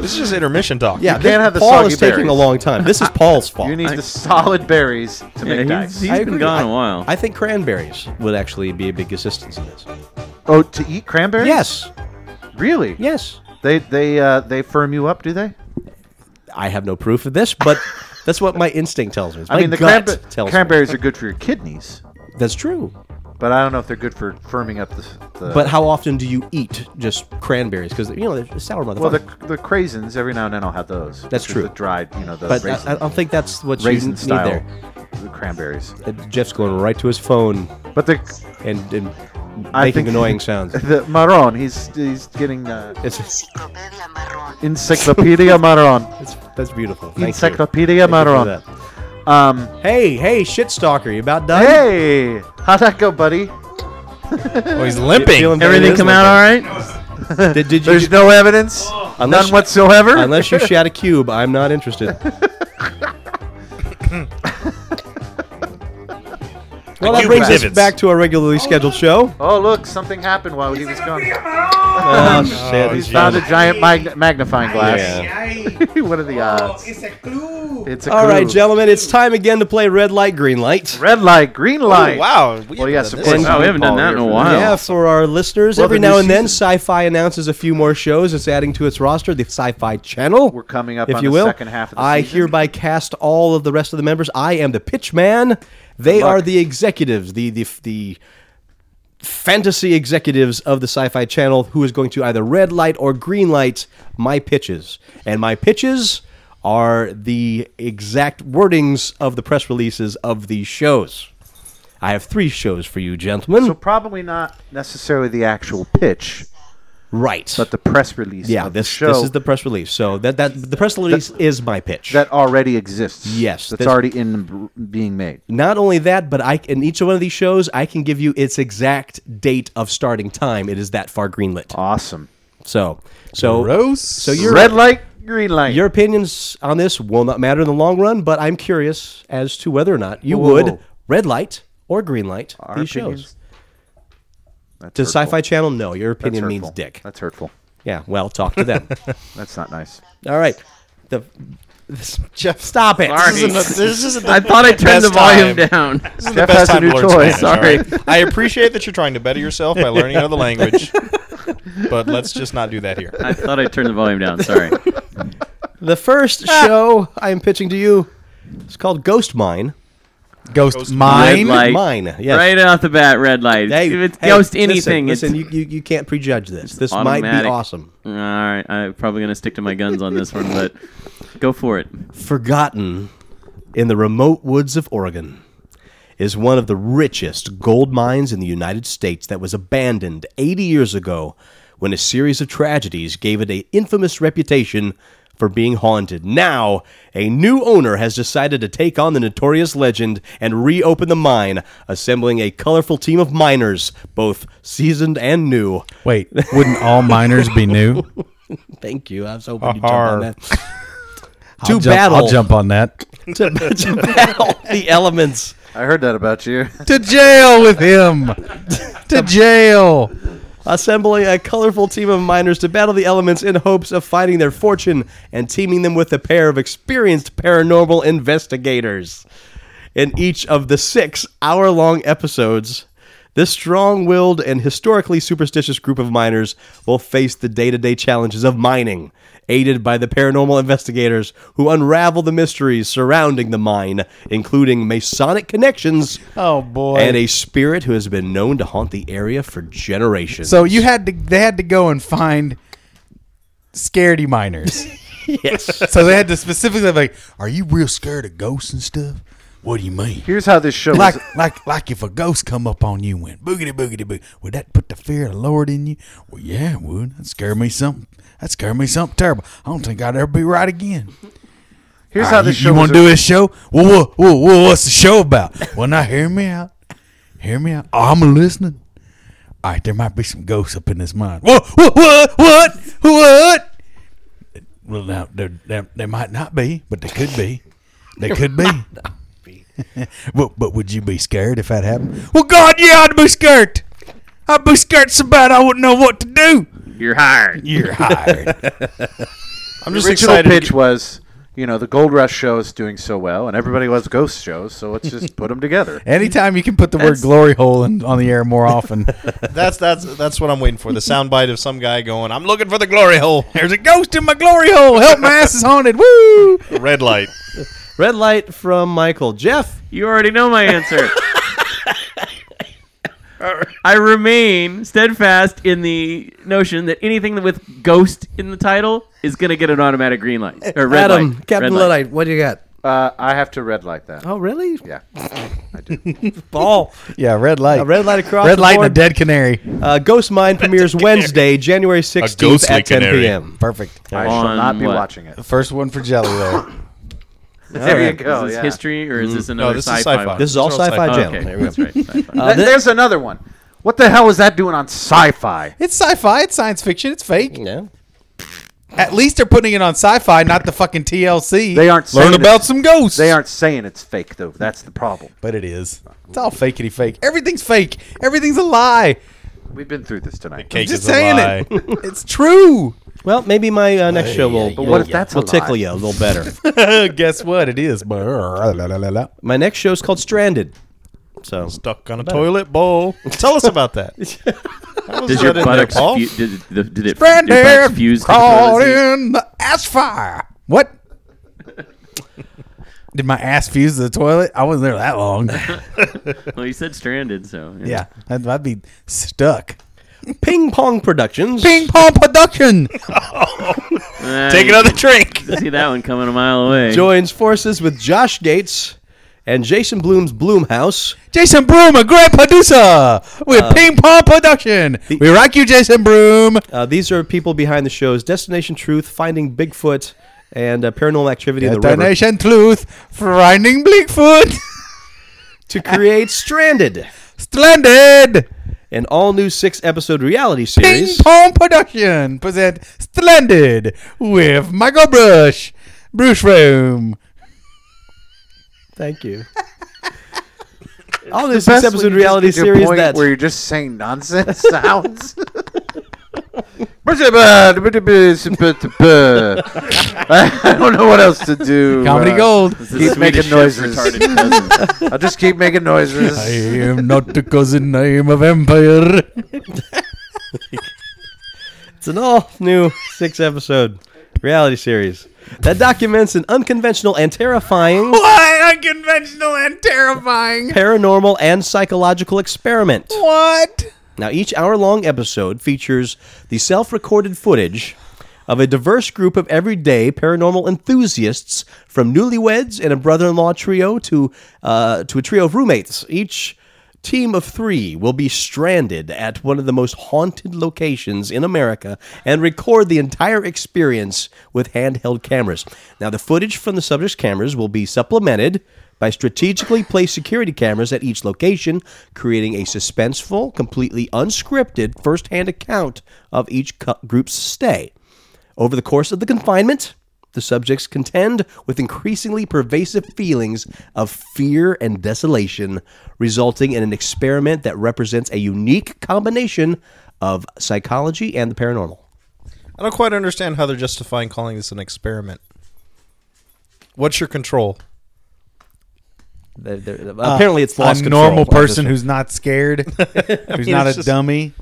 S4: This is just intermission talk.
S6: Yeah,
S3: You can't
S6: this-
S3: have the
S6: Paul is
S3: soggy
S6: taking
S3: berries.
S6: a long time. This is Paul's fault.
S3: You need
S7: I-
S3: the solid berries to
S7: Yeah,
S3: make
S7: he's,
S3: dice.
S7: he's been gone a while.
S6: I think cranberries would actually be a big assistance in this.
S3: oh, to eat cranberries?
S6: Yes,
S3: Really?
S6: yes.
S3: They they uh, they firm you up, do they?
S6: I have no proof of this, but that's what my instinct tells me. It's
S3: I
S6: my
S3: mean, the
S6: gut
S3: cranbe-
S6: tells
S3: cranberries are good for your kidneys,
S6: me. That's true.
S3: but I don't know if they're good for firming up the. the
S6: But how often do you eat just cranberries? Because you know they're sour motherfuckers.
S3: Well, the, the craisins, every now and then I'll have those.
S6: That's
S3: Just
S6: true.
S3: The dried, you know, the
S6: but
S3: raisin,
S6: I, I don't think that's what you
S3: raisin
S6: need
S3: style
S6: there.
S3: cranberries.
S6: Uh, Jeff's going right to his phone
S3: But the
S6: and, and
S3: I
S6: making
S3: think-
S6: annoying sounds.
S3: the marron, he's he's getting uh,
S6: It's,
S3: encyclopedia marron,
S6: it's that's beautiful. Thank you.
S3: encyclopedia
S6: Thank you for
S3: marron. Um,
S6: that. Hey, hey, shit stalker, you about done?
S3: hey, how'd that go, buddy?
S4: Oh, he's limping.
S6: Feeling better
S7: Everything
S6: than
S7: come
S6: this
S7: out
S6: one?
S7: all right?
S6: Did, did you?
S3: There's no evidence,
S6: Unless
S3: none
S6: you-
S3: whatsoever.
S6: unless you shot a cube, I'm not interested. well, that
S4: cube
S6: brings us
S4: divots.
S6: back to our regularly scheduled show.
S3: oh, look, something happened while he was gone.
S6: Oh, shit.
S3: He's found
S6: Uh,
S3: a giant mag- magnifying glass.
S6: Yeah.
S3: what are the odds?
S8: Oh, It's a clue.
S3: It's a
S6: All right,
S3: clue.
S6: gentlemen, it's time again to play red light, green light.
S3: Red light, green light.
S4: Oh, wow.
S3: Well,
S4: We haven't
S3: yes,
S4: done
S3: of
S4: this.
S3: course.
S7: Oh, we haven't done that in a while.
S6: Yeah, for our listeners,
S3: Well,
S6: every
S3: the new
S6: now and then,
S3: season.
S6: Sci-Fi announces a few more shows. It's adding to its roster. The Sci-Fi Channel.
S3: We're coming up
S6: if
S3: on
S6: you
S3: the
S6: will.
S3: second half of the
S6: I
S3: season.
S6: hereby cast all of the rest of the members. I am the pitch man. They
S3: luck.
S6: are the executives. The the the fantasy executives of the Sci-Fi Channel who is going to either red light or green light my pitches, and my pitches are the exact wordings of the press releases of these shows. I have three shows for you, gentlemen.
S3: So probably not necessarily the actual pitch,
S6: right.
S3: but the press release.
S6: yeah,
S3: of the
S6: this
S3: show
S6: this is the press release. So that that the press release is my pitch.
S3: that already exists.
S6: Yes,
S3: that's
S6: that's-
S3: already in being made.
S6: Not only that, but I in each one of these shows, I can give you its exact date of starting time. It is that far greenlit.
S3: Awesome.
S6: So, so
S4: Gross.
S6: So your
S3: Red light, green light.
S6: your opinions on this will not matter in the long run. But I'm curious as to whether or not you
S3: Whoa.
S6: would red light or green light these shows.
S3: That's
S6: To
S3: hurtful.
S6: Sci-Fi Channel, no, your
S3: That's
S6: opinion means
S3: hurtful.
S6: dick.
S3: That's hurtful.
S6: Yeah, well, talk to them.
S3: That's not nice.
S6: All right, the this, Jeff, stop it.
S7: Sorry.
S4: This isn't the- this isn't the
S7: I thought I turned the
S4: best
S7: volume
S4: time.
S7: down.
S4: This
S3: Jeff
S4: is the best
S3: has a
S4: time
S3: new
S4: to learn
S3: toy.
S4: Spanish,
S7: Sorry.
S4: all right? I appreciate that you're trying to better yourself by learning another language, but let's just not do that here.
S7: I thought I turned the volume down. Sorry.
S6: The first
S3: Ah.
S6: show I am pitching to you is called Ghost Mine.
S5: Ghost,
S7: Red
S5: mine.
S7: light.
S6: Mine, yes.
S7: Right off the bat, red light.
S6: Hey,
S7: if it's
S6: hey,
S7: ghost
S6: listen,
S7: anything,
S6: Listen,
S7: it's.
S6: you, you, you can't prejudge this. This might be
S7: automatic.
S6: awesome.
S7: All right, I'm probably gonna stick to my guns on this one, but go for it.
S6: Forgotten in the remote woods of Oregon is one of the richest gold mines in the United States that was abandoned 80 years ago when a series of tragedies gave it an infamous reputation for being haunted. Now, a new owner has decided to take on the notorious legend and reopen the mine, assembling a colorful team of miners, both seasoned and new.
S5: Wait, wouldn't all miners be new?
S6: Thank you. I was hoping you'd jump on that. to
S5: I'll jump,
S6: battle,
S5: I'll jump on that.
S6: to, to battle the elements.
S3: I heard that about you.
S5: to jail with him. to jail.
S6: assembling a colorful team of miners to battle the elements in hopes of finding their fortune and teaming them with a pair of experienced paranormal investigators. In each of the six hour long episodes, this strong willed and historically superstitious group of miners will face the day to day challenges of mining, aided by the paranormal investigators who unravel the mysteries surrounding the mine, including Masonic connections
S5: Oh, boy.
S6: and a spirit who has been known to haunt the area for generations.
S5: So you had to they had to go and find scaredy miners.
S6: yes.
S8: So they had to specifically like, are you real scared of ghosts and stuff? What do you mean?
S3: Here's how this show
S8: Like,
S3: was.
S8: like, like if a ghost come up on you and went boogity boogity boo, would that put the fear of the Lord in you? Well, yeah, it would. That scared me something. That scared me something terrible. I don't think I'd ever be right again.
S3: Here's
S8: All
S3: how
S8: right,
S3: this
S8: you
S3: show was.
S8: want to do this show? Well, wha- wha- wha- what's the show about? well, now hear me out. Hear me out. I'm listening. All right, there might be some ghosts up in this mine. What? What? What? What? What? Well, now there, there, there might not be, but there could be. There could be. well, but would you be scared if that happened? Well, God, yeah, I'd be scared. I'd be scared so bad I wouldn't know what to do.
S7: You're hired.
S8: You're hired.
S4: I'm
S3: the
S4: just
S3: original
S4: excited.
S3: pitch was, you know, the Gold Rush show is doing so well, and everybody loves ghost shows, so let's just put them together.
S5: Anytime you can put the word glory hole in, on the air more often.
S4: That's that's that's what I'm waiting for. The soundbite of some guy going, "I'm looking for the glory hole. There's a ghost in my glory hole. Help, my ass is haunted." Woo! Red light.
S6: Red light from Michael. Jeff.
S7: You already know my answer. I remain steadfast in the notion that anything with ghost in the title is gonna get an automatic green light or red
S6: Adam.
S7: light.
S6: Captain
S7: red light.
S6: Luddite. What do you got?
S3: Uh, I have to red light that.
S6: Oh, really?
S3: Yeah, I do.
S6: Ball.
S5: yeah, red light.
S6: A red light across
S5: Red
S6: the
S5: light and a
S6: board.
S5: dead canary.
S6: Uh, Ghost Mine premieres Wednesday, January 16th
S4: ghostly
S6: at 10
S4: canary.
S6: p.m.
S5: Perfect.
S3: I shall
S7: On
S3: not be
S7: what?
S3: watching it.
S5: First one for Jelly there.
S3: There you
S7: Is
S3: go.
S7: this
S3: yeah.
S7: history or is
S1: Mm-hmm.
S7: this another
S4: No, this is
S7: sci-fi?
S4: sci-fi.
S7: one?
S6: This is all
S4: It's all
S6: sci fi
S4: sci-fi.
S6: channel.
S7: okay,
S6: There we go.
S7: that's right. sci-fi.
S6: Uh,
S3: Th-
S6: thi-
S3: there's another one. What the hell is that doing on sci-fi?
S8: it's sci-fi. It's science fiction. It's fake.
S6: yeah.
S8: At least they're putting it on sci-fi, not the fucking TLC.
S3: They aren't saying
S4: Learn about
S3: it's-
S4: some ghosts.
S3: They aren't saying it's fake though. That's the problem.
S5: But it is.
S8: It's all fakety fake. Everything's fake. Everything's a lie.
S3: We've been through this tonight.
S4: Cake
S8: Just
S4: is a
S8: saying
S4: lie.
S8: it. It's true.
S6: Well, maybe my uh, next show will,
S3: But what if that's a
S6: will tickle
S3: lie?
S6: you a little better.
S5: Guess what? It is.
S6: my next show is called Stranded. So,
S4: Stuck on a toilet bowl. Tell us about that.
S7: Does your buttocks
S4: Paul?
S7: fu- did, did, did it did your buttocks
S8: Brandon
S7: fuse to the
S8: crawled
S7: toilet seat?
S8: in the ass fire. What?
S1: Did my ass fuse to the toilet? I wasn't there that long.
S7: Well, you said stranded, so
S1: yeah, I'd, I'd be stuck.
S6: Ping Pong Productions.
S1: Ping Pong Production.
S7: Ah,
S4: Take
S7: you
S4: another drink.
S7: can See that one coming a mile away.
S6: joins forces with Josh Gates and Jason Bloom's Bloomhouse.
S1: Jason Broom, a great producer with Ping Pong Production. we rock you, Jason Broom.
S6: Uh, these are people behind the shows Destination Truth, Finding Bigfoot, and uh, Paranormal Activity in the River
S1: Destination Truth, Finding Bigfoot,
S6: to create Stranded,
S1: Splendid.
S6: an all new six episode reality
S1: Ping
S6: series.
S1: Pong Production present Splendid with Michael Brush, Bruce Room.
S6: Thank you. All this six
S3: Best when you
S6: episode
S3: just
S6: reality
S3: get to a
S6: series
S3: point
S6: that's
S3: where you're just saying nonsense sounds. I don't know what else to do.
S1: Comedy
S3: Uh,
S1: Gold.
S3: Keep making noises. I'll just keep making
S1: I
S3: noises.
S1: am not a cousin, I am a vampire.
S6: It's an all new six episode reality series that documents an unconventional and terrifying
S1: Why unconventional and terrifying?
S6: paranormal and psychological experiment.
S1: What?
S6: Now, each hour long episode features the self recorded footage of a diverse group of everyday paranormal enthusiasts from newlyweds and a brother in law trio to, uh, to a trio of roommates. Each team of three will be stranded at one of the most haunted locations in America and record the entire experience with handheld cameras. Now, the footage from the subject's cameras will be supplemented by strategically placed security cameras at each location, creating a suspenseful, completely unscripted first-hand account of each cu- group's stay. Over the course of the confinement, the subjects contend with increasingly pervasive feelings of fear and desolation, resulting in an experiment that represents a unique combination of psychology and the paranormal.
S4: I don't quite understand how they're justifying calling this an experiment. What's your control?
S6: They're- they're- apparently, it's lost
S1: Uh, a
S6: control
S1: normal
S6: at this
S1: person who's not scared, who's
S4: mean,
S1: not
S4: it's
S1: a
S4: just-
S1: dummy.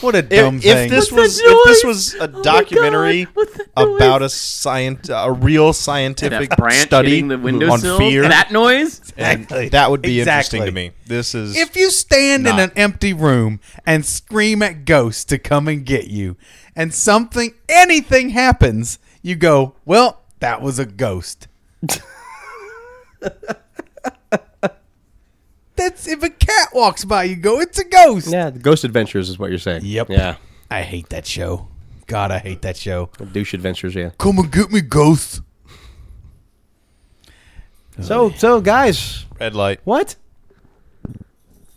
S1: What a
S4: If,
S1: dumb
S4: if
S1: thing!
S4: this
S7: What's
S4: was
S7: that
S4: if this
S7: noise?
S4: was a
S7: Oh my
S4: documentary
S7: God, what's that noise?
S4: about a scient a real scientific
S7: that branch
S4: study
S7: hitting the
S4: on
S7: windowsill.
S4: fear,
S7: That noise.
S1: Exactly.
S4: that would be interesting
S1: Exactly.
S4: to me. This is
S1: If you stand
S4: Not.
S1: in an empty room and scream at ghosts to come and get you, and something, anything happens, you go, "Well, that was a ghost." That's if a cat walks by, you go, "It's a ghost."
S6: Yeah, the Ghost Adventures is what you're saying.
S1: Yep.
S6: Yeah,
S1: I hate that show. God, I hate that show.
S6: douche adventures. Yeah.
S1: Come and get me, ghost.
S6: So, so guys,
S4: red light.
S6: what?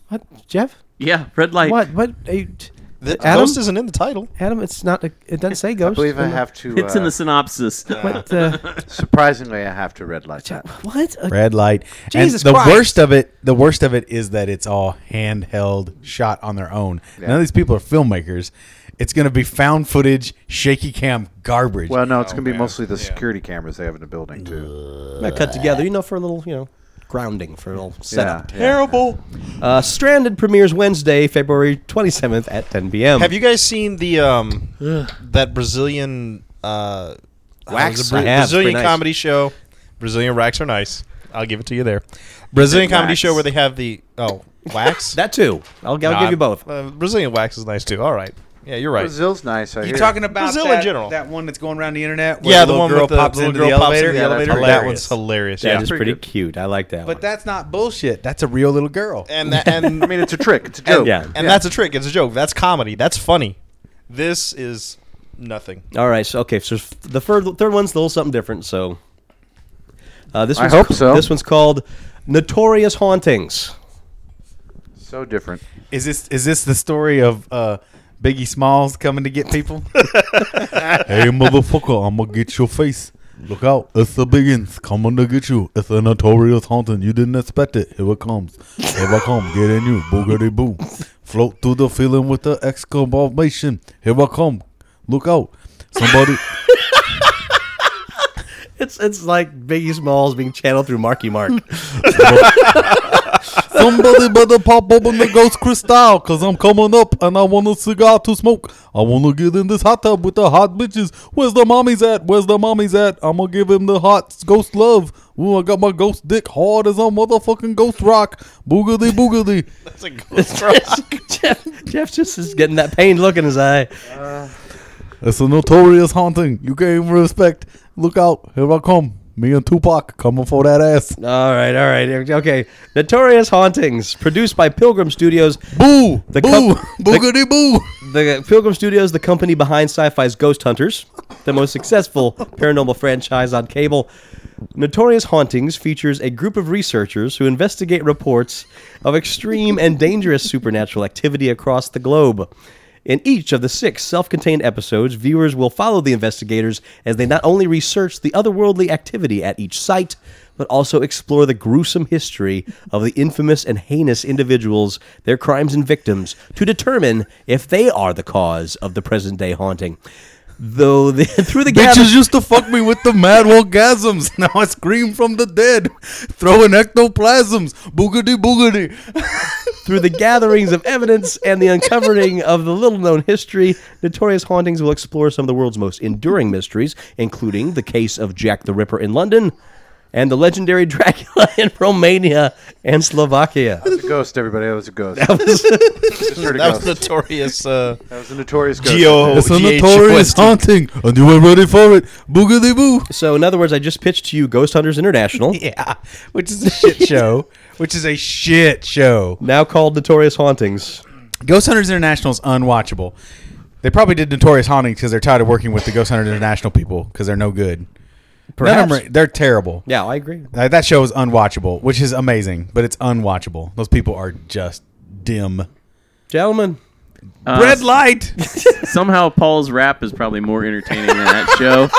S6: What, Jeff?
S7: Yeah, red light.
S6: What? What? are you- t-
S4: The
S6: Adam?
S4: ghost isn't in the title.
S6: Adam, it's not. A, it doesn't say ghost.
S3: I believe I
S6: I'm
S3: have to.
S7: It's in
S3: uh,
S7: the synopsis.
S6: not- What? Uh,
S3: Surprisingly, I have to red light. that.
S6: what? A-
S5: Red light.
S6: Jesus
S5: and the
S6: Christ.
S5: worst of it, the worst of it is that it's all handheld shot on their own. None of these people are filmmakers. It's going to be found footage, shaky cam garbage.
S3: Well, no, it's going to be mostly the security cameras they have in the building too.
S6: They're cut together, you know, for a little, you know, grounding for a little setup.
S3: Yeah, yeah.
S6: Uh, Stranded premieres Wednesday, February 27th at 10 p.m.
S4: Have you guys seen the um that Brazilian uh
S6: Wax?
S4: it was a Bra-
S6: I have. It's
S4: Brazilian
S6: pretty nice.
S4: comedy show? Brazilian racks are nice. I'll give it to you there. Brazilian comedy
S7: wax.
S4: show where they have the oh wax.
S6: that too? I'll, I'll
S4: No,
S6: give you
S4: I'm-
S6: both.
S4: Uh, Brazilian wax is nice too. All right. Yeah, you're right.
S3: Brazil's nice. I
S1: You
S3: hear.
S1: talking about
S4: Brazil in
S1: that,
S4: general.
S1: that one that's going around the internet?
S4: yeah, the,
S1: little
S4: one
S1: girl
S4: with the
S1: pops
S4: little
S1: into
S4: girl
S1: the
S4: pops
S1: elevator.
S4: into the
S3: Yeah, that's
S4: elevator.
S3: hilarious.
S4: that one's hilarious.
S6: That
S4: yeah,
S6: is
S3: pretty
S6: pretty
S3: good.
S6: cute. I like that
S1: But
S6: one.
S1: that's not bullshit. That's a real little girl.
S4: and that, and
S3: I mean, it's a trick. It's a joke.
S6: yeah.
S4: and that's a trick. It's a joke. That's comedy. That's funny. This is nothing.
S6: All right. So okay. So f- the third third one's a little something different. So uh, this
S3: I
S6: one's
S3: hope
S6: ca-
S3: so.
S6: This one's called Notorious Hauntings.
S3: so different.
S1: Is this is this the story of uh, Biggie Smalls coming to get people?
S5: hey, motherfucker, I'm going to get your face. Look out. It's the biggins coming to get you. It's a notorious haunting. You didn't expect it. Here it comes. Here I come. Get in you. Boogity boo. Float through the feeling with the exclamation. Here I come. Look out. Somebody.
S6: It's it's like Biggie Smalls being channeled through Marky Mark.
S1: Somebody better pop open the ghost crystal, cause I'm coming up and I want a cigar to smoke. I wanna get in this hot tub with the hot bitches. Where's the mommies at? Where's the mommies at? I'ma give him the hot ghost love. Ooh, I got my ghost dick hard as a motherfucking ghost rock. Boogity boogity.
S6: Jeff, Jeff just is getting that pain look in his eye.
S1: It's a notorious haunting. You can't respect. Look out, here I come. Me and Tupac coming for that ass.
S6: All right, all right. Okay. Notorious Hauntings, produced by Pilgrim Studios.
S1: Boo!
S6: The
S1: boo!
S6: cup- the-
S1: Boogity boo!
S6: The Pilgrim Studios, the company behind sci-fi's Ghost Hunters, the most successful paranormal franchise on cable. Notorious Hauntings features a group of researchers who investigate reports of extreme and dangerous supernatural activity across the globe. In each of the six self contained episodes, viewers will follow the investigators as they not only research the otherworldly activity at each site, but also explore the gruesome history of the infamous and heinous individuals, their crimes and victims, to determine if they are the cause of the present day haunting. Though the, through the
S1: Bitches
S6: gathering,
S1: used to fuck me with the mad orgasms. Now I scream from the dead, throwing ectoplasms. Boogity boogity.
S6: Through the gatherings of evidence and the uncovering of the little known history, Notorious Hauntings will explore some of the world's most enduring mysteries, including the case of Jack the Ripper in London and the legendary Dracula in Romania and Slovakia.
S3: It was a ghost, everybody. That was a ghost. That was, Just heard a
S4: That
S3: ghost.
S4: was notorious. Uh,
S3: that was a notorious ghost.
S4: Geo.
S1: It's a
S4: GH
S1: notorious
S4: Weston.
S1: haunting, and you were ready for it. Boogity boo.
S6: So, in other words, I just pitched to you Ghost Hunters International,
S4: Yeah, which is a shit show. which is a shit show.
S6: now called Notorious Hauntings.
S5: Ghost Hunters International is unwatchable. They probably did Notorious Hauntings because they're tired of working with the Ghost Hunters International people because they're no good. None of them
S6: Perhaps.
S5: are- they're terrible.
S6: Yeah, I agree.
S5: Uh, that show is unwatchable, which is amazing, but it's unwatchable. Those people are just dim.
S6: Gentlemen,
S7: Uh,
S5: Red light.
S7: somehow Paul's rap is probably more entertaining than that show.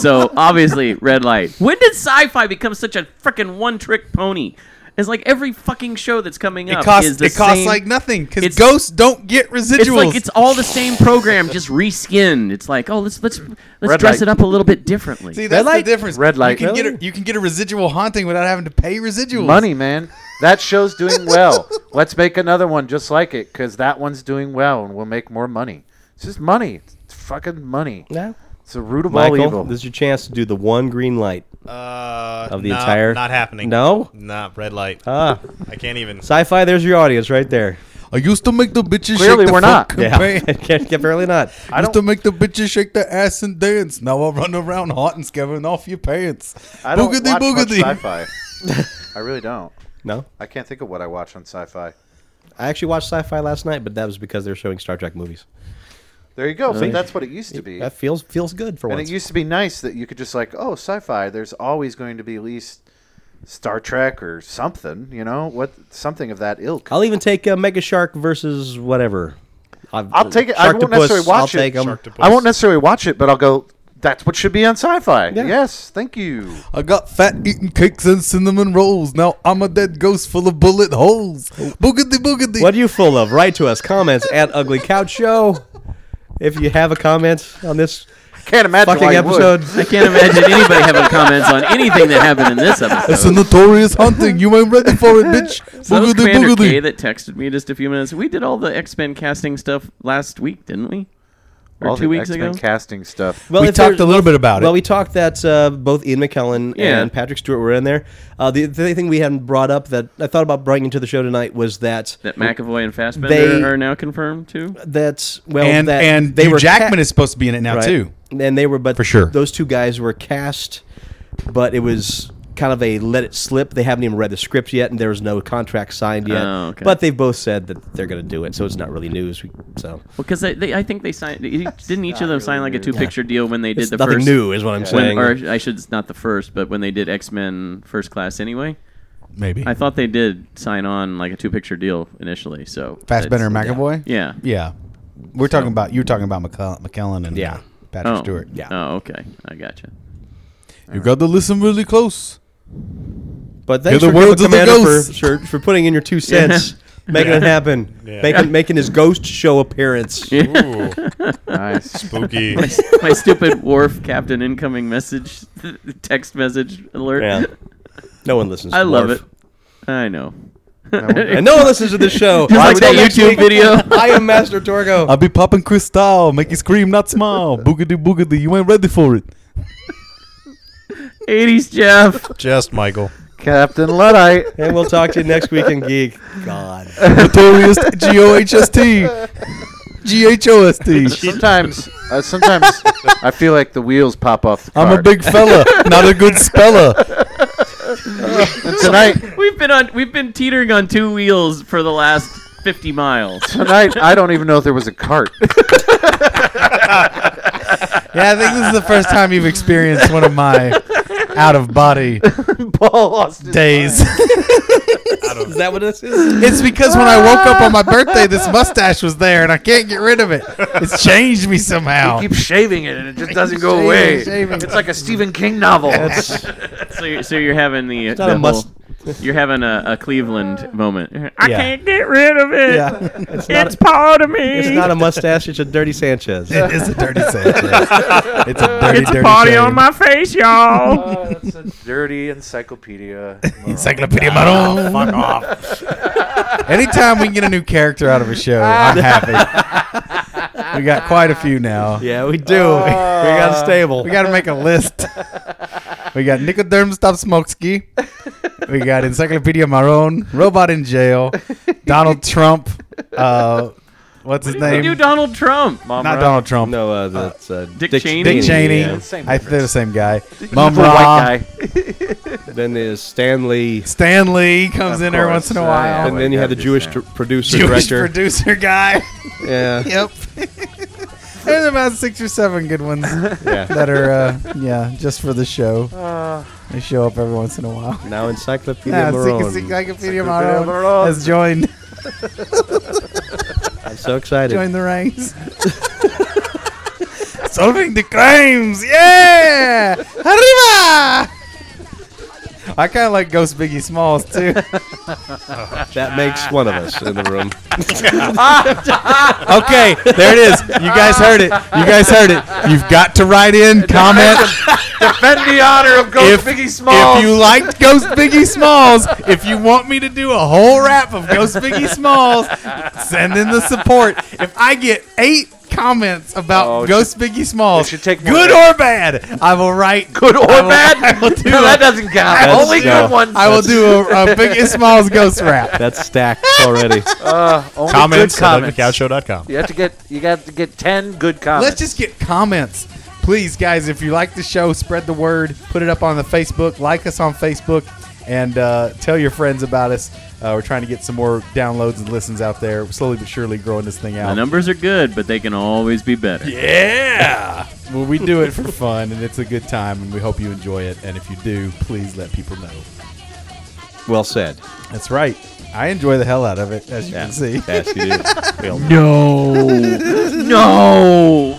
S7: So obviously, red light. When did sci-fi become such a freaking one-trick pony? It's like every fucking show that's coming up
S4: It costs.
S7: is the
S4: It costs
S7: same-
S4: like nothing because
S7: it's-
S4: ghosts don't get residuals.
S7: It's like it's all the same program, just reskinned. It's like, oh, let's let's let's
S3: Red
S7: dress
S3: light.
S7: it up a little bit differently.
S4: See, that's
S6: light?
S4: the difference.
S3: Red light.
S4: You can,
S6: Really?
S4: get a, you can get a residual haunting without having to pay residuals.
S3: Money, man. That show's doing well. Let's make another one just like it because that one's doing well and we'll make more money. It's just money. It's fucking money.
S6: yeah.
S3: It's the root of all
S6: Michael,
S3: evil.
S6: this is your chance to do the one green light
S4: Uh,
S6: of the
S4: nah,
S6: entire.
S4: Not happening.
S6: No?
S4: Nah, red light.
S6: Ah,
S4: I can't even.
S6: sci fi, there's your audience right there.
S1: I used to make the bitches
S3: Clearly
S1: shake the
S3: we're not.
S1: fucking
S6: Yeah,
S1: pan.
S6: Can't- can't- apparently not.
S1: I used to make the bitches shake their ass and dance. Now I run around hot and scaring off your pants.
S3: I don't
S1: boogity
S3: watch much
S1: boogity.
S3: sci-fi. I really don't.
S6: No,
S3: I can't think of what I watch on sci-fi.
S6: I actually watched sci-fi last night, but that was because they were showing Star Trek movies.
S3: There you go. But that's what it used to be.
S6: That feels feels good for
S3: And
S6: once.
S3: it used to be nice that you could just like, oh, sci-fi. There's always going to be at least Star Trek or something, you know, what something of that ilk.
S6: I'll even take uh, Mega Shark versus whatever. i
S3: I'll take it. I won't necessarily watch
S6: I'll
S3: it.
S6: Take 'em.
S3: I won't necessarily watch it, but I'll go. That's what should be on sci-fi. Yes, thank you.
S1: I got fat eating cakes and cinnamon rolls. Now I'm a dead ghost full of bullet holes. Boogity boogity.
S6: What are you full of? Write to us. Comments at Ugly Couch Show. If you have a comment on this
S3: Can't imagine
S6: fucking
S3: why
S6: episode,
S3: you would.
S7: I can't imagine anybody having comments on anything that happened in this
S1: It's a
S7: episode.
S1: notorious haunting. You ain't ready for it, bitch.
S7: So that was
S1: Boogity
S7: Commander K
S1: boogity.
S7: that texted me just a few minutes. We did all the X Men casting stuff last week, didn't we? Or
S3: All
S7: two
S3: the
S7: weeks
S3: X-Men
S7: ago.
S3: casting stuff.
S6: well,
S5: we
S6: if
S5: talked
S6: there's-
S5: a little bit about
S6: Well,
S5: it.
S6: we talked that uh, both Ian McKellen
S7: Yeah.
S6: and Patrick Stewart were in there. Uh, the, the thing we hadn't brought up that I thought about bringing to the show tonight was that
S7: that McAvoy and Fassbender
S6: They-
S7: are now confirmed too.
S6: that well
S5: and
S6: that
S5: and
S6: they
S5: Hugh
S6: were
S5: Jackman
S6: ca-
S5: is supposed to be in it now
S6: right?
S5: too.
S6: And they were, but
S5: For sure.
S6: those two guys were cast, but it was kind of a let it slip. They haven't even read the script yet, and there was no contract signed yet.
S7: Oh, okay.
S6: But they've both said that they're going to do it, so it's not really news. We, so
S7: Well, because they, they, I think they signed. Didn't each of them sign like a two-picture deal when they did
S6: it's
S7: the
S6: nothing
S7: first?
S6: new, is what I'm
S7: When,
S6: saying.
S7: or I should not the first, but when they did X Men First Class anyway.
S5: Maybe.
S7: I thought they did sign on like a two-picture deal initially. So
S5: Fassbender and
S7: that's-
S5: McAvoy.
S7: Yeah.
S5: Yeah. We're talking about you were talking about McCall- McKellen and
S6: Yeah.
S5: uh, Patrick
S7: oh.
S5: Stewart.
S6: Yeah.
S7: Oh, okay. I gotcha.
S1: You got to listen really close.
S6: but thanks
S1: Hear
S6: for
S1: the words
S6: Ghost
S1: of the
S6: Commander for,
S1: ghost.
S6: for, for putting in your two cents, making it happen, making making his ghost show appearance.
S3: Nice.
S4: Spooky.
S7: My stupid wharf captain incoming message, text message alert.
S6: No one listens.
S7: I
S6: to
S7: love
S6: Worf.
S7: it. I know.
S6: and no one listens to this show.
S7: Just like
S6: Until
S7: that
S6: next
S7: YouTube video.
S6: I am Master Torgo.
S1: I'll be popping crystal, make you scream, not smile. Boogity boogity, you ain't ready for it.
S7: 80s Jeff.
S4: Just Michael.
S3: Captain Luddite.
S6: and we'll talk to you next week in Geek. God.
S1: Notorious G O H S T. G H O S T.
S3: Sometimes, uh, sometimes I feel like the wheels pop off the car.
S1: I'm a big fella, not a good speller.
S3: And tonight,
S7: We've been on we've been teetering on two wheels for the last 50 miles.
S3: tonight I don't even know if there was a cart.
S1: Yeah, I think this is the first time you've experienced one of my out of body
S3: Paul lost his
S1: days.
S6: Is that what this is?
S8: It's because when I woke up on my birthday, this mustache was there, and I can't get rid of it.
S1: It's changed me somehow.
S3: Keep shaving it, and it just doesn't go away. It's like a Stephen King novel.
S6: That's
S7: So you're, so you're having the,
S6: not
S7: the
S6: a must-
S7: whole- you're having a, a Cleveland moment. I
S1: Yeah.
S7: can't get rid of it.
S6: yeah. It's not,
S7: It's
S6: a,
S7: part of me.
S6: it's not a mustache. It's a dirty Sanchez.
S1: It is a dirty Sanchez. It's a dirty,
S7: It's a
S1: dirty
S7: party
S1: shame.
S7: on my face, y'all.
S3: it's Uh, a dirty encyclopedia.
S1: Encyclopedia Maron. Fuck off. Anytime we can get a new character out of a show, I'm happy. We got quite a few now.
S6: Yeah, we do. we got a stable.
S1: We got to make a list. We got Nicoderm Stop Smokeski. We got Encyclopedia Maron, Robot in Jail, Donald Trump. Uh, what's his
S7: They
S1: name?
S7: do Donald Trump. Mom
S1: Not Donald Trump.
S6: no, uh, that's uh,
S7: Dick Cheney.
S1: Dick Cheney.
S6: yeah.
S3: Same
S1: I think they're the same guy.
S3: Evil
S1: Mum Ra.
S3: white guy.
S6: Then there's
S1: Oh
S6: Stanley.
S1: Stan Lee comes in every once in a
S3: course.
S1: while.
S3: Oh
S6: and
S3: my
S6: then you
S3: God,
S6: had the
S3: this
S6: Jewish
S3: man.
S6: tr- producer
S1: Jewish
S6: director.
S1: producer guy.
S6: yeah.
S1: yep. There's about six or seven good ones
S6: yeah.
S1: that are, uh, yeah, just for the show.
S3: Uh,
S1: They show up every once in a while.
S6: Now Encyclopedia
S1: Yeah,
S6: Maron.
S1: Encycl- Encyclopedia Maron has joined
S6: I'm so excited.
S1: joined the ranks. Solving the crimes, yeah! Arriba! I kind of like Ghost Biggie Smalls too.
S6: That makes one of us in the room.
S1: Okay, there it is. You guys heard it. You guys heard it. You've got to write in, comment.
S3: Defend the honor of Ghost Biggie Smalls.
S1: If you liked Ghost Biggie Smalls, if you want me to do a whole rap of Ghost Biggie Smalls, send in the support. If I get eight comments about
S3: Oh, it
S1: Ghost Biggie Smalls,
S3: it should take more
S1: good
S3: than-
S1: or bad, I will write.
S3: good or
S1: I will-
S3: bad,
S1: I will do.
S3: no, that
S1: a-
S3: doesn't count.
S1: I will
S3: Only
S1: do-
S3: good ones.
S1: I will do a, a Biggie Smalls ghost rap.
S6: That's stacked already.
S3: Uh, only
S4: Comments
S3: good
S4: at
S3: comments.
S4: uglycowshow.com.
S3: You have to get. You got to get ten good comments.
S1: Let's just get comments. Please, guys, if you like the show, spread the word. Put it up on the Facebook. Like us on Facebook. And uh, tell your friends about us. Uh, we're trying to get some more downloads and listens out there. We're slowly but surely growing this thing
S7: The
S1: out.
S7: numbers are good, but they can always be better.
S1: Yeah! well, we do it for fun, and it's a good time, and we hope you enjoy it. And if you do, please let people know.
S6: Well said.
S1: That's right. I enjoy the hell out of it, as you
S6: Yeah.
S1: can see.
S6: Yes, you do. Well,
S1: No!
S7: No.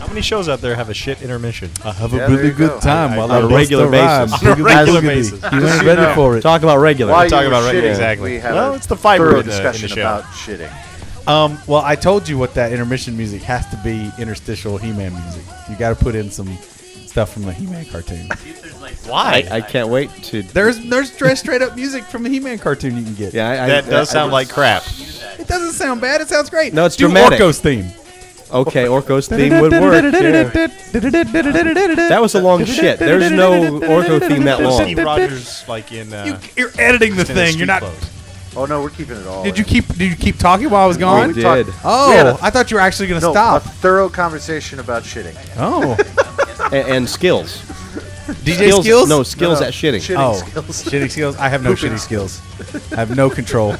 S4: How many shows out there have a shit intermission?
S1: I have
S3: Yeah,
S1: a
S3: there
S1: really
S3: you go.
S1: good time while
S6: I-
S1: I
S6: on a
S1: bust
S6: regular
S1: the rhymes.
S6: basis.
S1: Boogity,
S4: regular
S1: boogity.
S4: basis.
S1: You
S3: Just
S1: ain't
S3: so you
S1: ready
S3: know.
S1: for it.
S6: Talk about regular.
S3: While you
S4: talking
S3: were
S4: about right-
S3: shitting,
S4: yeah, exactly.
S3: We had
S4: Well,
S3: a
S4: it's the fiber
S3: thorough
S4: in the- in the
S3: discussion
S4: show.
S3: about shitting.
S1: Um, well, I told you what that intermission music has to be interstitial He-Man music. You got to put in some stuff from the He-Man cartoon.
S6: Why? I, I can't wait to.
S1: there's there's straight, straight up music from the He-Man cartoon you can get.
S6: Yeah, I,
S4: That
S6: I,
S4: does
S6: I-
S4: sound like crap.
S1: It doesn't sound bad. It sounds great.
S6: No, it's
S1: Do
S6: dramatic.
S1: Orko's theme.
S6: Okay, Orko's theme would work. Yeah. That was a long shit. There's no Orko theme that long.
S4: Steve Rogers, like in. Uh,
S1: You, you're editing the thing. You're not.
S3: Oh no, we're keeping it all.
S1: Did
S3: in.
S1: you keep? Did you keep talking while I was gone?
S6: We did.
S3: We had
S1: Oh,
S3: a-
S1: I thought you were actually gonna
S3: no,
S1: stop.
S4: uh,
S3: a thorough conversation about shitting.
S1: Oh,
S6: A- and skills.
S1: DJ skills?
S6: No, skills
S3: No,
S6: at shitting.
S3: Shitting
S1: Oh,
S3: skills.
S1: shitty skills. I have no shitty skills. I have no control.